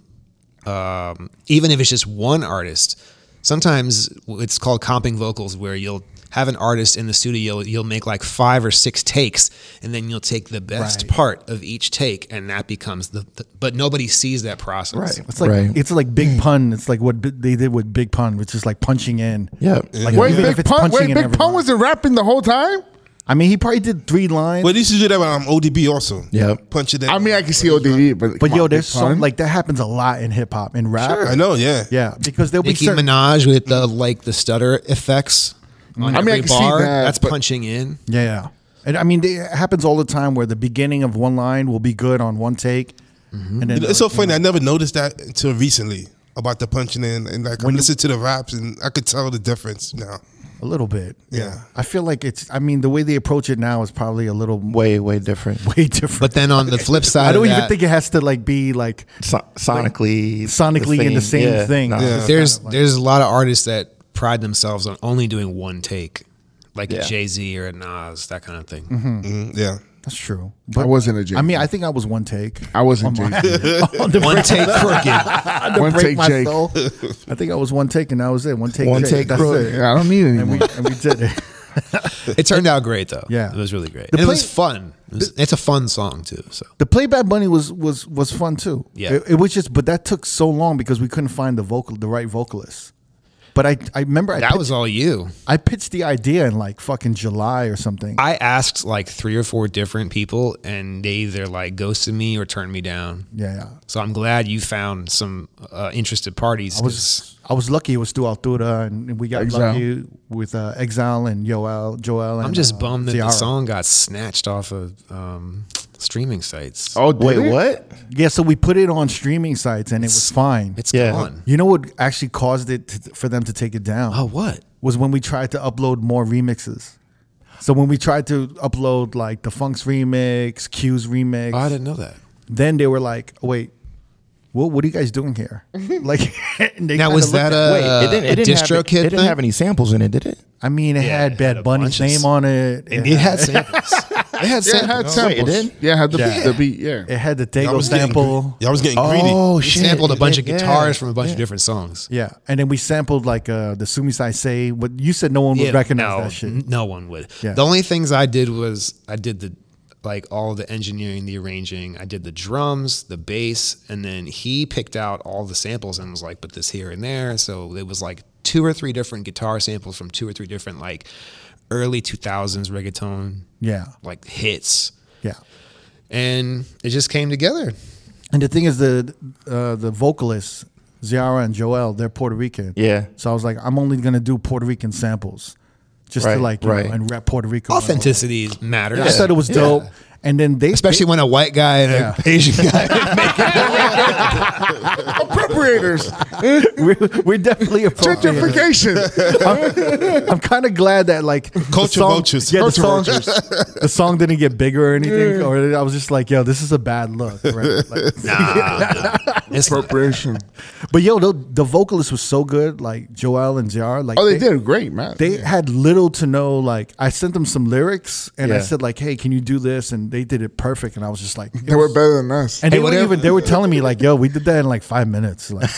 Speaker 4: um, even if it's just one artist. Sometimes it's called comping vocals, where you'll have an artist in the studio, you'll, you'll make like five or six takes, and then you'll take the best part of each take, and that becomes the. the but nobody sees that process.
Speaker 5: Right.
Speaker 1: it's like
Speaker 5: Right.
Speaker 1: it's like Big Pun. It's like what bi- they did with Big Pun, which is like punching in.
Speaker 5: Yeah.
Speaker 1: Like,
Speaker 3: Wait,
Speaker 1: even if
Speaker 3: Big
Speaker 1: it's
Speaker 3: Pun.
Speaker 1: punching
Speaker 3: Wait,
Speaker 1: in
Speaker 3: Big Pun
Speaker 1: everyone.
Speaker 3: wasn't rapping the whole time.
Speaker 1: I mean, he probably did three lines.
Speaker 2: But they used to do that with um, ODB also.
Speaker 5: Yeah.
Speaker 2: Punch it in.
Speaker 3: I mean, I can see ODB, but
Speaker 1: But
Speaker 3: come
Speaker 1: yo,
Speaker 3: on, Big
Speaker 1: there's so
Speaker 3: Pun.
Speaker 1: like that happens a lot in hip hop in rap.
Speaker 2: I know, yeah.
Speaker 1: Yeah, because there'll be
Speaker 4: Nicki
Speaker 1: certain.
Speaker 4: Minaj with the like the stutter effects on
Speaker 3: I mean, I
Speaker 4: every
Speaker 3: can see
Speaker 4: bar.
Speaker 3: that,
Speaker 4: That's
Speaker 3: but-
Speaker 4: punching in.
Speaker 1: yeah, yeah. And I mean, it happens all the time where the beginning of one line will be good on one take, and then
Speaker 2: It's so funny. I never noticed that until recently about the punching in and like I listened to the raps and I could tell the difference now.
Speaker 1: a little bit.
Speaker 2: Yeah.
Speaker 1: I feel like it's. I mean, the way they approach it now is probably a little way
Speaker 5: Way, way different.
Speaker 1: different.
Speaker 4: But then on the flip side,
Speaker 1: I don't
Speaker 4: of
Speaker 1: even
Speaker 4: that-
Speaker 1: think it has to like be like
Speaker 5: So- sonically.
Speaker 1: sonically in the same
Speaker 5: Yeah,
Speaker 1: thing.
Speaker 5: nah.
Speaker 2: Yeah.
Speaker 4: there's there's a lot of artists that pride themselves on only doing one take. like
Speaker 5: Yeah.
Speaker 4: a Jay Z or a Nas, that kind of thing.
Speaker 2: Mhm, yeah.
Speaker 1: That's true.
Speaker 3: I wasn't a Jay.
Speaker 1: I mean, I think I was one take.
Speaker 3: I wasn't Jay.
Speaker 1: On the
Speaker 4: One
Speaker 1: break-
Speaker 4: take crooked.
Speaker 1: on the
Speaker 3: One
Speaker 1: break
Speaker 3: take
Speaker 1: my
Speaker 3: Jake.
Speaker 1: soul. I think I was one take, and that was it. One take.
Speaker 5: One
Speaker 1: Jake.
Speaker 5: take
Speaker 1: That's
Speaker 5: crook.
Speaker 1: it.
Speaker 3: I don't need
Speaker 1: And we
Speaker 3: anymore.
Speaker 1: and we did it.
Speaker 4: It turned out great though.
Speaker 1: Yeah.
Speaker 4: it was really great.
Speaker 1: The
Speaker 4: And it was
Speaker 1: play-
Speaker 4: fun. It was- it's a fun song too. So
Speaker 1: The playback bunny was was was fun too.
Speaker 4: Yeah.
Speaker 1: It, it was just, but that took so long because we couldn't find the vocal, the right vocalist. But I I remember I
Speaker 4: that
Speaker 1: pitched,
Speaker 4: was all you.
Speaker 1: I pitched the idea in like fucking July or something.
Speaker 4: I asked like three or four different people, and they either like ghosted me or turned me down.
Speaker 1: yeah, yeah.
Speaker 4: So I'm glad you found some uh, interested parties.
Speaker 1: I was I was lucky it was through Altura and we got
Speaker 3: Exile.
Speaker 1: lucky with uh, Exile and Yoel, Joel. And,
Speaker 4: I'm just
Speaker 1: uh,
Speaker 4: bummed that the
Speaker 1: Ciara.
Speaker 4: song got snatched off of um, streaming sites.
Speaker 3: Oh, did
Speaker 5: Wait,
Speaker 3: it?
Speaker 5: what?
Speaker 1: Yeah, so we put it on streaming sites and it was fine.
Speaker 4: It's
Speaker 5: Yeah.
Speaker 4: gone.
Speaker 1: you know what actually caused it to, for them to take it down?
Speaker 4: Oh, what?
Speaker 1: was when we tried to upload more remixes. So when we tried to upload like the Funk's remix, Q's remix,
Speaker 4: Oh, I didn't know that.
Speaker 1: then they were like, "Wait, what? What are you guys doing here?" like, and they
Speaker 4: Now
Speaker 1: kinda
Speaker 4: was
Speaker 1: looked
Speaker 4: that
Speaker 1: at-
Speaker 4: a,
Speaker 5: Wait, it didn't, it
Speaker 4: a
Speaker 5: didn't
Speaker 4: distro
Speaker 5: have,
Speaker 4: kid
Speaker 5: It didn't
Speaker 4: thing?
Speaker 5: have any samples in it, did it?
Speaker 1: I mean, it
Speaker 4: it
Speaker 1: had
Speaker 4: had
Speaker 1: Bad
Speaker 4: a
Speaker 1: Bunny's
Speaker 4: bunch of s-
Speaker 1: name on it.
Speaker 4: And it had samples. it had
Speaker 3: Yeah, it had
Speaker 4: samples.
Speaker 3: samples.
Speaker 5: didn't?
Speaker 3: Yeah, it had the,
Speaker 1: Yeah.
Speaker 3: the beat. Yeah.
Speaker 1: it had the
Speaker 2: Y'all
Speaker 1: Dago
Speaker 2: was getting,
Speaker 1: sample.
Speaker 2: y'all was getting
Speaker 5: Oh,
Speaker 2: greedy.
Speaker 4: It
Speaker 5: shit.
Speaker 4: sampled a bunch
Speaker 5: it
Speaker 4: of
Speaker 5: did,
Speaker 4: guitars
Speaker 5: yeah.
Speaker 4: from a bunch of different songs.
Speaker 1: Yeah, and then we sampled like uh, the Sumisai Say. What you said, no one would recognize
Speaker 4: no,
Speaker 1: that shit.
Speaker 4: n- No one would.
Speaker 1: Yeah.
Speaker 4: The only things I did was I did the like all the engineering, the arranging. I did the drums, the bass, and then he picked out all the samples and was like, put this here and there. So it was like two or three different guitar samples from two or three different like early two thousands reggaeton
Speaker 1: Yeah,
Speaker 4: like hits.
Speaker 1: yeah.
Speaker 4: And it just came together.
Speaker 1: And the thing is, the uh, the vocalists Ziara and Joel, they're Puerto Rican.
Speaker 5: Yeah.
Speaker 1: So I was like, I'm only gonna do Puerto Rican samples, just
Speaker 5: Right,
Speaker 1: to like you
Speaker 5: right.
Speaker 1: know, and rep Puerto Rico.
Speaker 4: Authenticity matters.
Speaker 1: I thought it was dope. And then they
Speaker 4: Especially when a white guy and an Asian guy make
Speaker 3: Appropriators.
Speaker 1: we're, we're definitely appropriate.
Speaker 3: Gentrification.
Speaker 1: I'm, kind of glad that like the
Speaker 2: Culture
Speaker 1: song-
Speaker 2: vultures.
Speaker 1: Yeah, the
Speaker 2: Culture
Speaker 1: song, the song didn't get bigger or anything. Or I was just like, yo, this is a bad look. Right? Like,
Speaker 4: It's not-
Speaker 3: Appropriation.
Speaker 1: But yo, the, the vocalist was so good, like Joel and Jar. Like
Speaker 3: Oh, they did great, man.
Speaker 1: They had little to no. Like I sent them some lyrics, and I
Speaker 5: Yeah.
Speaker 1: said like, "Hey, can you do this?" And they did it perfect, and I was just like,
Speaker 3: They were better than us.
Speaker 1: And
Speaker 4: Hey,
Speaker 1: they were
Speaker 4: whatever-
Speaker 1: even they were telling me like, "Yo, we did that in like five minutes." Like,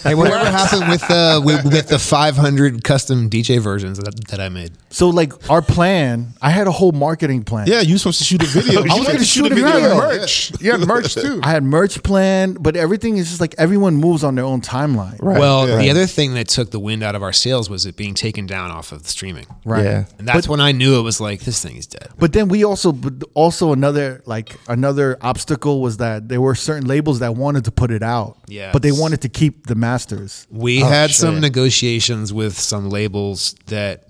Speaker 4: Hey, whatever happened with the with, with the 500 custom DJ versions that, that I made?
Speaker 1: so like our plan, I had a whole marketing plan.
Speaker 2: Yeah, you were supposed to shoot a video.
Speaker 1: I was gonna shoot a
Speaker 3: You had
Speaker 1: video.
Speaker 3: merch. You had merch too.
Speaker 1: I had merch planned, but everything is just like everyone moves on their own timeline. Right.
Speaker 4: well,
Speaker 2: yeah.
Speaker 4: the other thing that took the wind out of our sails was it being taken down off of the streaming,
Speaker 1: Right.
Speaker 5: Yeah.
Speaker 4: and that's when I knew it was like this thing is dead.
Speaker 1: But then we also, but also another like another obstacle was that there were certain labels that wanted to put it out,
Speaker 4: Yes.
Speaker 1: but they wanted to keep the masters.
Speaker 4: We had some negotiations with some labels that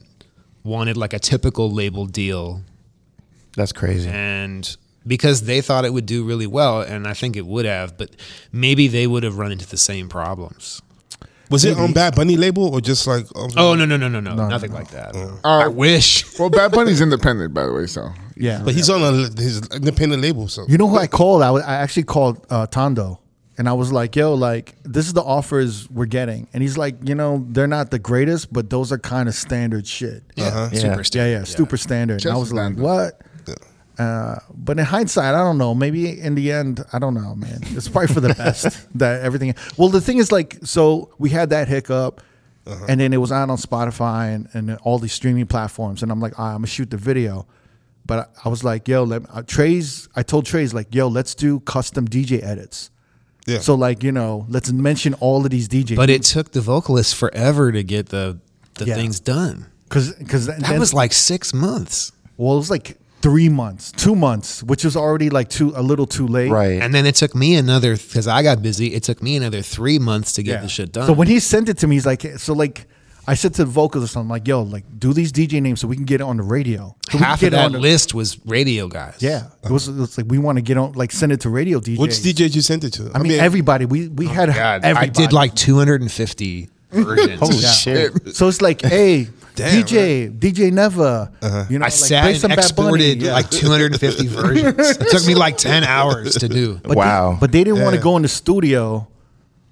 Speaker 4: wanted like a typical label deal,
Speaker 5: That's crazy.
Speaker 4: and because they thought it would do really well, and I think it would have, but maybe they would have run into the same problems.
Speaker 2: Was it on Bad Bunny label or just like? um,
Speaker 4: Oh no no no no no, nothing like that. I
Speaker 3: Uh,
Speaker 4: wish.
Speaker 3: well, Bad Bunny's independent, by the way. So
Speaker 1: Yeah.
Speaker 2: But he's on a, his independent label, so
Speaker 1: You know who I called? I, wa- I actually called uh, Tondo, and I was like, "Yo, like this is the offers we're getting," and he's like, "You know, they're not the greatest, but those are kind of standard shit."
Speaker 4: Yeah,
Speaker 5: Yeah.
Speaker 4: super
Speaker 5: Yeah,
Speaker 1: Yeah,
Speaker 4: standard.
Speaker 1: yeah, super standard. and I was
Speaker 3: Just
Speaker 1: like,
Speaker 3: standard.
Speaker 1: "What?" Uh, but in hindsight, I don't know. Maybe in the end, I don't know, man. It's probably for the best that everything. Well, the thing is, like, so we had that hiccup, and then it was out on Spotify and, and all these streaming platforms. And I'm like, "All right, I'm gonna shoot the video, but I, I was like, yo, let uh, Trey's. I told Trey's like, yo, let's do custom DJ edits.
Speaker 2: yeah.
Speaker 1: So like, you know, let's mention all of these DJs.
Speaker 4: But it took the vocalist forever to get the the
Speaker 1: Yeah.
Speaker 4: things done.
Speaker 1: because because
Speaker 4: That was like six months.
Speaker 1: Well, it was like three months, two months, which was already like too a little too late.
Speaker 5: Right.
Speaker 4: And then it took me another because I got busy. It took me another three months to get the shit done.
Speaker 1: So when he sent it to me, he's like, so like. I said to the vocalist, I'm like, yo, like, do these DJ names so we can get it on the radio. So we can
Speaker 4: half
Speaker 1: get
Speaker 4: of
Speaker 1: it
Speaker 4: that
Speaker 1: on the-
Speaker 4: list was radio guys.
Speaker 1: Yeah. It was, it was like, we want to get on, like, send it to radio DJs.
Speaker 2: which DJ you sent it to?
Speaker 1: I mean, everybody. We we had
Speaker 4: oh God,
Speaker 1: everybody.
Speaker 4: I did like 250 versions.
Speaker 1: Holy
Speaker 4: Yeah.
Speaker 1: shit. So it's like, hey, DJ, DJ Never. You know,
Speaker 4: Uh-huh. I
Speaker 1: like,
Speaker 4: sat
Speaker 1: play
Speaker 4: and
Speaker 1: some Bad Bunny.
Speaker 4: exported
Speaker 1: Yeah.
Speaker 4: like 250 versions. It took me like 10 hours to do.
Speaker 1: But they-
Speaker 5: Wow.
Speaker 1: but they didn't want to go in the studio.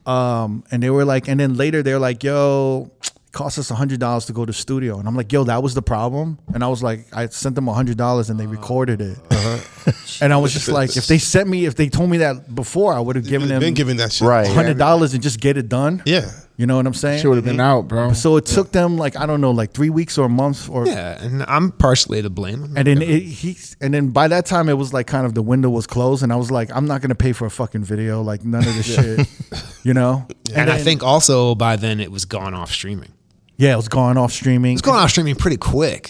Speaker 1: Um, and they were like, and then later they're like, yo, cost us hundred dollars to go to studio, and I'm like, yo, that was the problem. And I was like, I sent them hundred dollars, and they recorded it.
Speaker 2: Uh-huh.
Speaker 1: and I was just like, if they sent me, if they told me that before, I would have given
Speaker 2: Been,
Speaker 1: them
Speaker 2: been giving that shit.
Speaker 5: Right.
Speaker 1: hundred dollars and just get it done.
Speaker 2: Yeah.
Speaker 1: you know what I'm saying.
Speaker 3: Shit would have been out, bro.
Speaker 1: So it took them like I don't know, like three weeks or a month or
Speaker 4: Yeah, and I'm partially to blame.
Speaker 1: and then it, he and then by that time it was like kind of the window was closed and I was like I'm not gonna pay for a fucking video like none of this shit you know
Speaker 4: and I
Speaker 1: then-
Speaker 4: think also by then it was gone off streaming.
Speaker 1: yeah it was going off streaming
Speaker 4: It's gone off streaming pretty quick.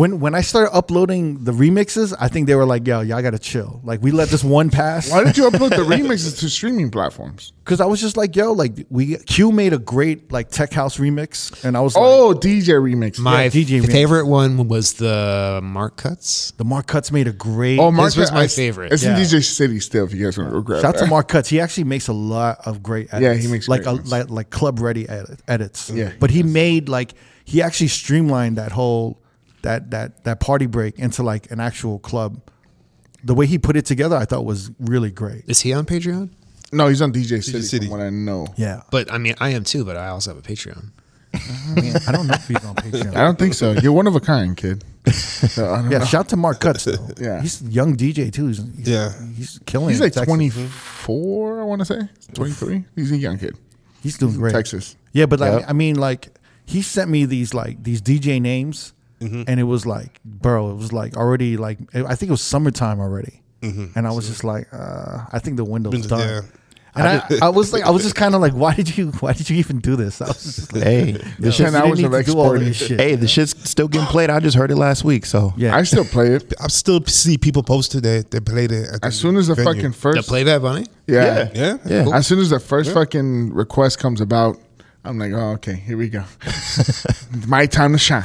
Speaker 1: when when I started uploading the remixes I think they were like yo y'all gotta chill like we let this one pass
Speaker 3: Why did you upload the remixes to streaming platforms?
Speaker 1: because I was just like yo like we Q made a great like tech house remix and I was like
Speaker 3: Oh, DJ remix.
Speaker 4: My
Speaker 1: Yeah, DJ remix.
Speaker 4: favorite one was the Mark Cuts.
Speaker 1: the Mark Cuts made a great
Speaker 3: oh, Mark
Speaker 4: This was my
Speaker 3: it's-
Speaker 4: favorite.
Speaker 3: It's in
Speaker 1: Yeah.
Speaker 3: DJ City still. If you guys want to go grab
Speaker 1: Shout out to
Speaker 3: that.
Speaker 1: Mark Cuts. He actually makes a lot of great edits.
Speaker 3: Yeah, he makes
Speaker 1: like
Speaker 3: great
Speaker 1: a,
Speaker 3: ones.
Speaker 1: like like club ready edit, edits.
Speaker 3: Yeah.
Speaker 1: but he made like he actually streamlined that whole that that that party break into like an actual club. The way he put it together, I thought was really great.
Speaker 4: Is he on Patreon?
Speaker 3: No, he's on DJ City.
Speaker 2: City.
Speaker 3: From what I know.
Speaker 1: Yeah,
Speaker 4: But I mean, I am too. But I also have a Patreon.
Speaker 1: I mean, I don't know if he's on
Speaker 3: I
Speaker 1: Patreon.
Speaker 3: don't think so. You're one of a kind, kid. So, I don't
Speaker 1: Yeah,
Speaker 3: know.
Speaker 1: shout to Mark Cuts. Though.
Speaker 3: Yeah.
Speaker 1: he's a young DJ too. He's, he's-
Speaker 2: Yeah.
Speaker 1: he's killing.
Speaker 3: He's
Speaker 1: it in
Speaker 3: like
Speaker 1: Texas.
Speaker 3: 24, I want to say. 23. He's a young kid.
Speaker 1: He's doing great.
Speaker 3: Texas.
Speaker 1: Yeah, but like I mean, like he sent me these like these DJ names, and it was like, bro, it was like already like I think it was summertime already, and I was just like, uh, I think the window's
Speaker 2: Been-
Speaker 1: done.
Speaker 2: yeah.
Speaker 1: And I, I was like, I was just kind of like, why did you, why did you even do this? I was just like,
Speaker 5: Hey,
Speaker 1: you
Speaker 5: the shit,
Speaker 3: Ten hours
Speaker 1: didn't
Speaker 3: of
Speaker 1: need to do all of
Speaker 3: exporting.
Speaker 1: this shit.
Speaker 5: hey, the shit's still getting played. I just heard it last week, so
Speaker 1: yeah,
Speaker 3: I still play it.
Speaker 2: I still see people post today. They played it at
Speaker 3: As soon as the
Speaker 2: venue.
Speaker 3: fucking
Speaker 4: The
Speaker 3: first.
Speaker 4: Playback Bunny.
Speaker 3: yeah.
Speaker 2: Yeah.
Speaker 5: yeah.
Speaker 3: As soon as the first fucking request comes about, I'm like, oh, okay, here we go. My time to shine.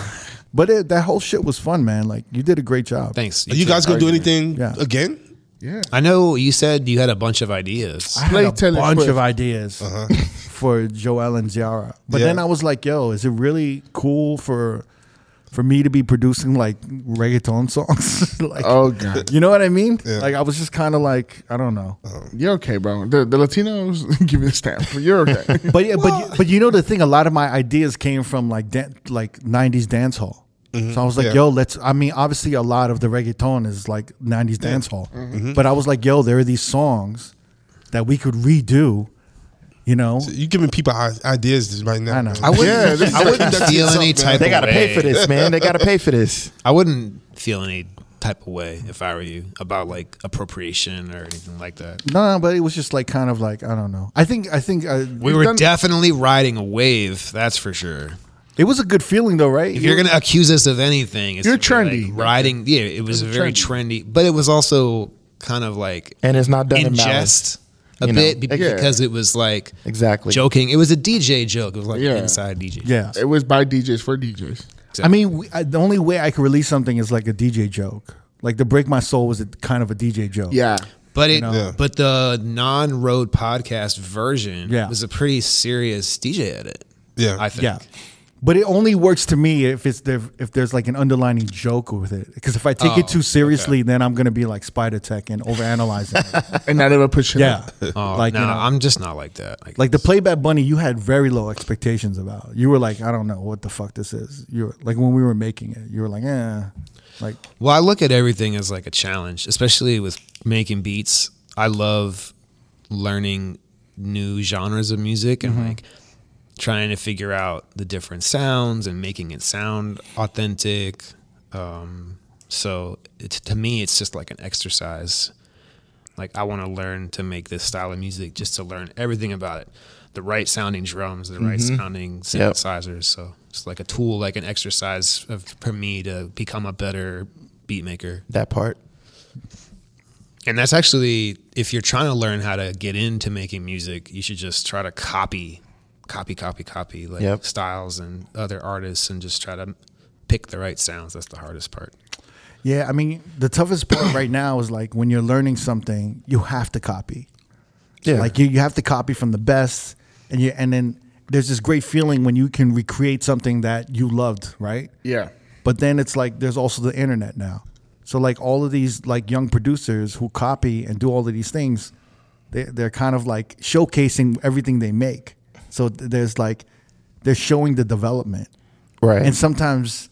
Speaker 1: but it, that whole shit was fun, man. Like you did a great job.
Speaker 4: Thanks.
Speaker 2: Are you
Speaker 4: too.
Speaker 2: guys gonna do anything
Speaker 1: Yeah.
Speaker 2: again?
Speaker 3: Yeah.
Speaker 4: I know you said you had a bunch of ideas.
Speaker 1: I had
Speaker 3: Play
Speaker 1: a
Speaker 3: Taylor
Speaker 1: bunch
Speaker 3: Swift. Uh-huh.
Speaker 1: of ideas for Joel and Ziara, but then
Speaker 2: Yeah.
Speaker 1: I was like, "Yo, is it really cool for for me to be producing like reggaeton songs? like,
Speaker 3: Oh, God. Uh-huh.
Speaker 1: you know what I mean? Like, I was just kind of like, I don't know.
Speaker 3: You're okay, bro. The, the Latinos give you a stamp. You're okay.
Speaker 1: But yeah, but but you know the thing, a lot of my ideas came from like dan- like '90s dance hall.
Speaker 3: Mm-hmm.
Speaker 1: So I was like,
Speaker 2: Yeah.
Speaker 1: yo, let's. I mean, obviously, a lot of the reggaeton is like '90s dance hall,
Speaker 3: Mm-hmm.
Speaker 1: but I was like, yo, there are these songs that we could redo. You know,
Speaker 2: You giving people i- ideas right now?
Speaker 1: I know.
Speaker 2: man.
Speaker 1: I
Speaker 3: wouldn't- Yeah, this is-
Speaker 4: I wouldn't feel any
Speaker 2: tough, man.
Speaker 4: type.
Speaker 5: they
Speaker 4: of
Speaker 5: gotta pay for
Speaker 4: way.
Speaker 5: this, man. They gotta pay for this.
Speaker 4: I wouldn't feel any type of way if I were you about like appropriation or anything like that.
Speaker 1: No, no, but it was just like kind of like I don't know. I think I think uh,
Speaker 4: We were definitely riding a wave, that's for sure.
Speaker 1: it was a good feeling though, right?
Speaker 4: If you're gonna accuse us of anything, it's
Speaker 3: You're
Speaker 4: gonna be,
Speaker 3: trendy.
Speaker 4: Like riding, yeah, it was very trendy. but it was also kind of like
Speaker 5: And it's not done
Speaker 4: in
Speaker 5: in malice.
Speaker 4: jest a
Speaker 5: You know?
Speaker 4: bit be-
Speaker 3: Yeah.
Speaker 4: because it was like
Speaker 5: Exactly.
Speaker 4: joking. It was a DJ joke. It was like
Speaker 3: Yeah.
Speaker 4: inside DJ.
Speaker 1: yeah.
Speaker 3: it was by DJs for DJs.
Speaker 1: I mean, we, I, the only way I could release something is like a DJ joke. Like the break my soul was a, kind of a DJ joke.
Speaker 3: Yeah.
Speaker 4: But it,
Speaker 2: Yeah.
Speaker 4: but the non-road podcast version
Speaker 1: Yeah.
Speaker 4: was a pretty serious DJ edit.
Speaker 2: Yeah.
Speaker 4: I think.
Speaker 1: yeah. But it only works to me if it's there, if there's like an underlining joke with it. Because if I take
Speaker 4: Oh,
Speaker 1: it too seriously, then I'm gonna be like Spider Tech and overanalyzing. it.
Speaker 3: And that ever push it
Speaker 1: yeah,
Speaker 3: up.
Speaker 4: Oh,
Speaker 1: like
Speaker 4: no,
Speaker 1: you know,
Speaker 4: I'm just not like that. Like,
Speaker 1: like the playback bunny. You had very low expectations about. You were like, I don't know what the fuck this is. You were like when we were making it, you were like, eh, like
Speaker 4: well, I look at everything as like a challenge, especially with making beats. I love learning new genres of music and like trying to figure out the different sounds and making it sound authentic. Um, so it, to me, it's just like an exercise. Like I want to learn to make this style of music just to learn everything about it. The right sounding drums, the right sounding synthesizers. So it's like a tool, like an exercise of, for me to become a better beat maker.
Speaker 5: that part.
Speaker 4: And that's actually, if you're trying to learn how to get into making music, you should just try to copy, copy, copy, copy, like
Speaker 5: Yep.
Speaker 4: styles and other artists, and just try to pick the right sounds. That's the hardest part.
Speaker 1: Yeah, I mean, the toughest part right now is like when you're learning something, you have to copy.
Speaker 5: Yeah.
Speaker 1: Like you, you have to copy from the best, and you and then there's this great feeling when you can recreate something that you loved, right?
Speaker 3: Yeah.
Speaker 1: But then it's like there's also the internet now, so like all of these like young producers who copy and do all of these things, they they're kind of like showcasing everything they make. So th- there's like. they're showing the development.
Speaker 5: Right.
Speaker 1: And sometimes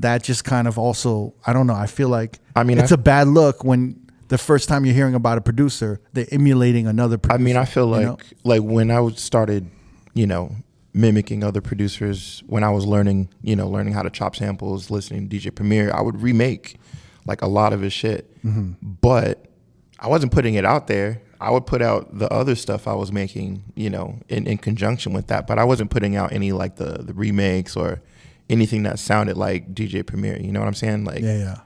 Speaker 1: that just kind of also, I don't know, I feel like
Speaker 5: I mean,
Speaker 1: it's
Speaker 5: I-
Speaker 1: a bad look when the first time you're hearing about a producer, they're emulating another
Speaker 5: I
Speaker 1: producer.
Speaker 5: mean, I feel
Speaker 1: you
Speaker 5: like
Speaker 1: know?
Speaker 5: like when I was- started, you know, mimicking other producers when I was learning, you know, learning how to chop samples, listening to DJ Premier, I would remake like a lot of his shit.
Speaker 1: Mm-hmm.
Speaker 5: But I wasn't putting it out there. I would put out the other stuff I was making, you know, in, in conjunction with that. But I wasn't putting out any like the, the remakes or anything that sounded like DJ Premier. You know what I'm saying? Like
Speaker 1: yeah, yeah.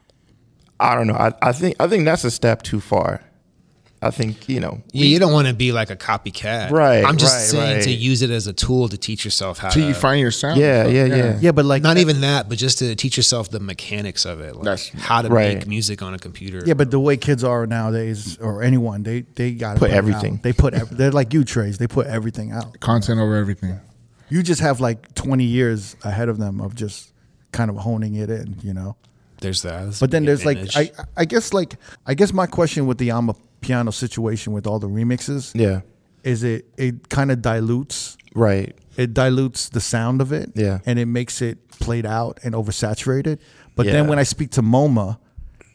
Speaker 5: I don't know. I, I think I think that's a step too far. I think, you know,
Speaker 4: Yeah, you don't want to be like a copycat.
Speaker 5: Right,
Speaker 4: I'm just
Speaker 5: right,
Speaker 4: saying to
Speaker 5: right.
Speaker 4: use it as a tool to teach yourself how
Speaker 3: Till
Speaker 4: to
Speaker 3: you find your sound.
Speaker 5: yeah, yeah, yeah.
Speaker 1: Yeah, but like
Speaker 4: not even that, but just to teach yourself the mechanics of it, like
Speaker 3: That's-
Speaker 4: how to
Speaker 5: right.
Speaker 4: make music on a computer.
Speaker 1: Yeah, but the way kids are nowadays, or anyone, they they got
Speaker 5: Put everything.
Speaker 1: They put ev- they're like you, Trace. They put everything out.
Speaker 3: Content over everything.
Speaker 1: You just have like twenty years ahead of them of just kind of honing it in, you know.
Speaker 4: there's that. That's
Speaker 1: But then
Speaker 4: the
Speaker 1: there's like
Speaker 4: advantage.
Speaker 1: I I guess like I guess my question with the Yama piano situation with all the remixes
Speaker 5: Yeah.
Speaker 1: is it it kind of dilutes
Speaker 5: Right.
Speaker 1: it dilutes the sound of it
Speaker 5: Yeah.
Speaker 1: and it makes it played out and oversaturated. But then
Speaker 5: Yeah.
Speaker 1: when I speak to MoMA,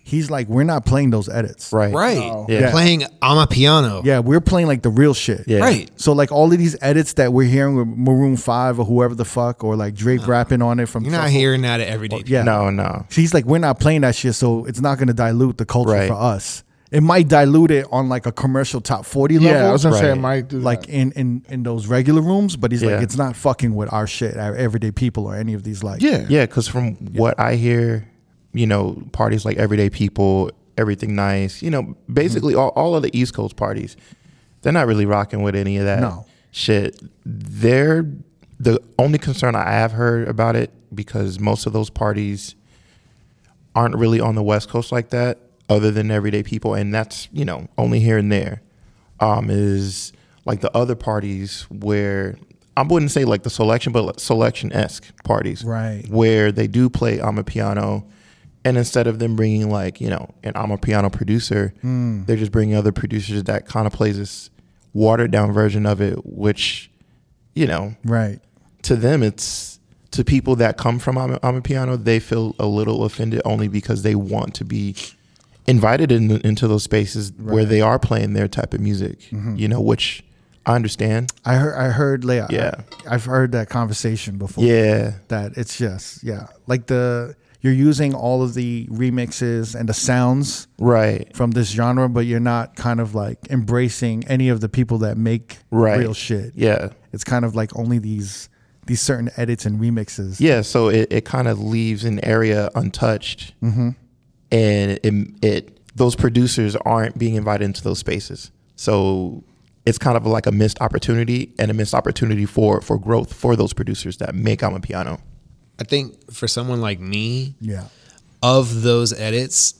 Speaker 1: he's like, we're not playing those edits.
Speaker 5: Right.
Speaker 4: right.
Speaker 5: Yeah.
Speaker 4: Playing I'm a piano.
Speaker 1: Yeah, we're playing like the real shit.
Speaker 5: Yeah.
Speaker 4: Right.
Speaker 1: So like all of these edits that we're hearing with Maroon Five or whoever the fuck or like Drake rapping on it from
Speaker 4: You're not hearing that at everyday.
Speaker 1: yeah.
Speaker 5: No, no.
Speaker 1: She's like, we're not playing that shit, so it's not gonna dilute the culture
Speaker 5: Right.
Speaker 1: for us. It might dilute it on like a commercial top forty level.
Speaker 3: Yeah, I was gonna say I
Speaker 5: Right.
Speaker 3: might do
Speaker 1: like
Speaker 3: that.
Speaker 1: in, in in those regular rooms, but he's
Speaker 5: Yeah.
Speaker 1: like, it's not fucking with our shit, our everyday people or any of these like
Speaker 3: yeah,
Speaker 5: Yeah, because from what I hear, you know, parties like Everyday People, Everything Nice, you know, basically all, all of the East Coast parties, they're not really rocking with any of that
Speaker 1: No.
Speaker 5: shit. They're the only concern I have heard about it because most of those parties aren't really on the West Coast like that, other than Everyday People, and that's you know only here and there. Um, is like the other parties where I wouldn't say like the selection, but selection esque parties,
Speaker 1: Right.
Speaker 5: Where they do play I'm a piano, and instead of them bringing like you know an I'm a piano producer, they're just bringing other producers that kind of plays this watered down version of it, which you know
Speaker 1: right.
Speaker 5: to them it's to people that come from I'm, I'm a piano they feel a little offended only because they want to be invited in, into those spaces where they are playing their type of music
Speaker 1: Mm-hmm.
Speaker 5: you know which i understand
Speaker 1: I heard I heard Leah.
Speaker 5: Yeah.
Speaker 1: I've heard that conversation before.
Speaker 5: yeah
Speaker 1: that it's just yeah like the you're using all of the remixes and the sounds
Speaker 5: right
Speaker 1: from this genre but you're not kind of like embracing any of the people that make
Speaker 5: Right.
Speaker 1: real shit
Speaker 5: yeah
Speaker 1: it's kind of like only these these certain edits and remixes
Speaker 5: yeah so it, it kind of leaves an area untouched and it, it those producers aren't being invited into those spaces so it's kind of like a missed opportunity and a missed opportunity for for growth for those producers that make i'm a piano
Speaker 4: I think for someone like me,
Speaker 1: yeah
Speaker 4: of those edits,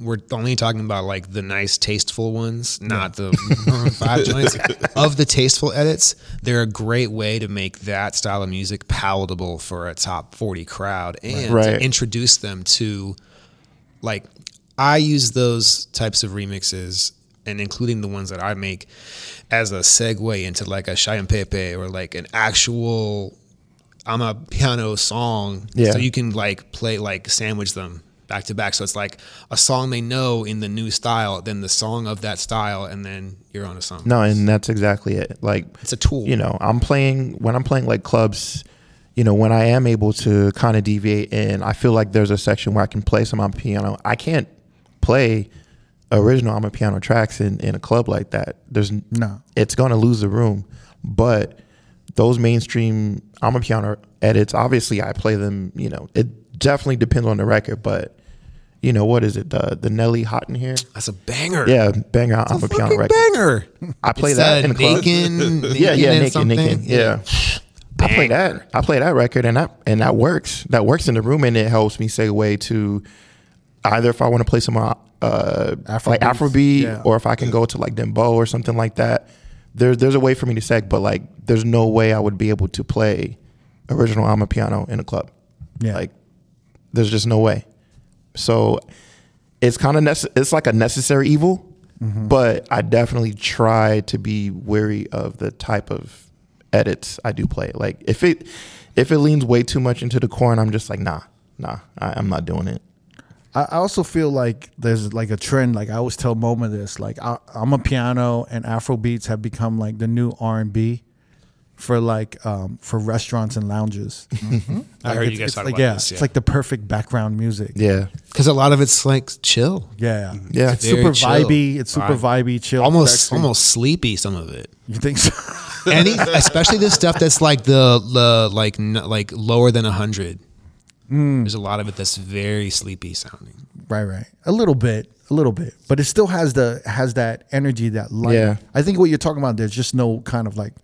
Speaker 4: we're only talking about like the nice, tasteful ones, not the Maroon Five joints. Of the tasteful edits, they're a great way to make that style of music palatable for a top forty crowd and
Speaker 5: Right.
Speaker 4: to introduce them to, like, I use those types of remixes and including the ones that I make as a segue into like a Cheyenne Pepe or like an actual I'm a piano song.
Speaker 5: Yeah.
Speaker 4: So you can like play like sandwich them back to back. So it's like a song they know in the new style, then the song of that style, and then you're on a song.
Speaker 5: No, and that's exactly it. Like
Speaker 4: It's a tool.
Speaker 5: You know, I'm playing when I'm playing like clubs. You know, when I am able to kind of deviate, and I feel like there's a section where I can play some on piano. I can't play original on piano tracks in, in a club like that. There's
Speaker 1: No.
Speaker 5: It's gonna lose the room, but those mainstream I'm piano edits. Obviously, I play them. You know, it definitely depends on the record, but you know what is it? The the Nelly Hot in here.
Speaker 4: That's a banger.
Speaker 5: Yeah, banger on a piano
Speaker 4: Fucking
Speaker 5: record.
Speaker 4: banger.
Speaker 5: I play
Speaker 4: It's
Speaker 5: that
Speaker 4: a
Speaker 5: in the club.
Speaker 4: Nakin-
Speaker 5: yeah,
Speaker 4: Nakin
Speaker 5: yeah,
Speaker 4: and
Speaker 5: naked, naked.
Speaker 4: something.
Speaker 5: Yeah. I play
Speaker 4: Banger.
Speaker 5: that. I play that record, and that and that works. That works in the room, and it helps me segue to either if I want to play some uh,
Speaker 1: Afro
Speaker 5: like
Speaker 1: beats,
Speaker 5: Afrobeat,
Speaker 1: yeah.
Speaker 5: or if I can go to like Dembo or something like that. There's there's a way for me to seg, but like there's no way I would be able to play original i piano in a club.
Speaker 1: Yeah.
Speaker 5: like there's just no way. So it's kind of nece- it's like a necessary Mm-hmm. evil, but I definitely try to be wary of the type of edits, I do play it. Like if it if it leans way too much into the corn, I'm just like nah, nah, I, I'm not doing it.
Speaker 1: I I also feel like there's like a trend. Like I always tell Moma this. Like I, I'm a piano, and Afro beats have become like the new R and B for like um, for restaurants and lounges.
Speaker 4: I
Speaker 1: Like,
Speaker 4: heard
Speaker 1: it's-
Speaker 4: you guys
Speaker 1: it's
Speaker 4: talk
Speaker 1: like,
Speaker 4: about
Speaker 1: yeah,
Speaker 4: this.
Speaker 1: it's like the perfect background music.
Speaker 5: Yeah,
Speaker 4: because a lot of it's like chill,
Speaker 1: yeah,
Speaker 5: Yeah.
Speaker 1: It's
Speaker 4: Very
Speaker 1: super
Speaker 4: chill.
Speaker 1: vibey. It's super
Speaker 4: Vibe.
Speaker 1: vibey, chill,
Speaker 4: almost
Speaker 1: sexy.
Speaker 4: almost sleepy. Some of it.
Speaker 1: You think so?
Speaker 4: any especially the stuff that's like the, the like n- like lower than 100
Speaker 5: Hmm.
Speaker 4: there's a lot of it that's very sleepy sounding
Speaker 1: right, right. A little bit, a little bit, but it still has the has that energy, that light.
Speaker 5: Yeah.
Speaker 1: I think what you're talking about. There's just no kind of like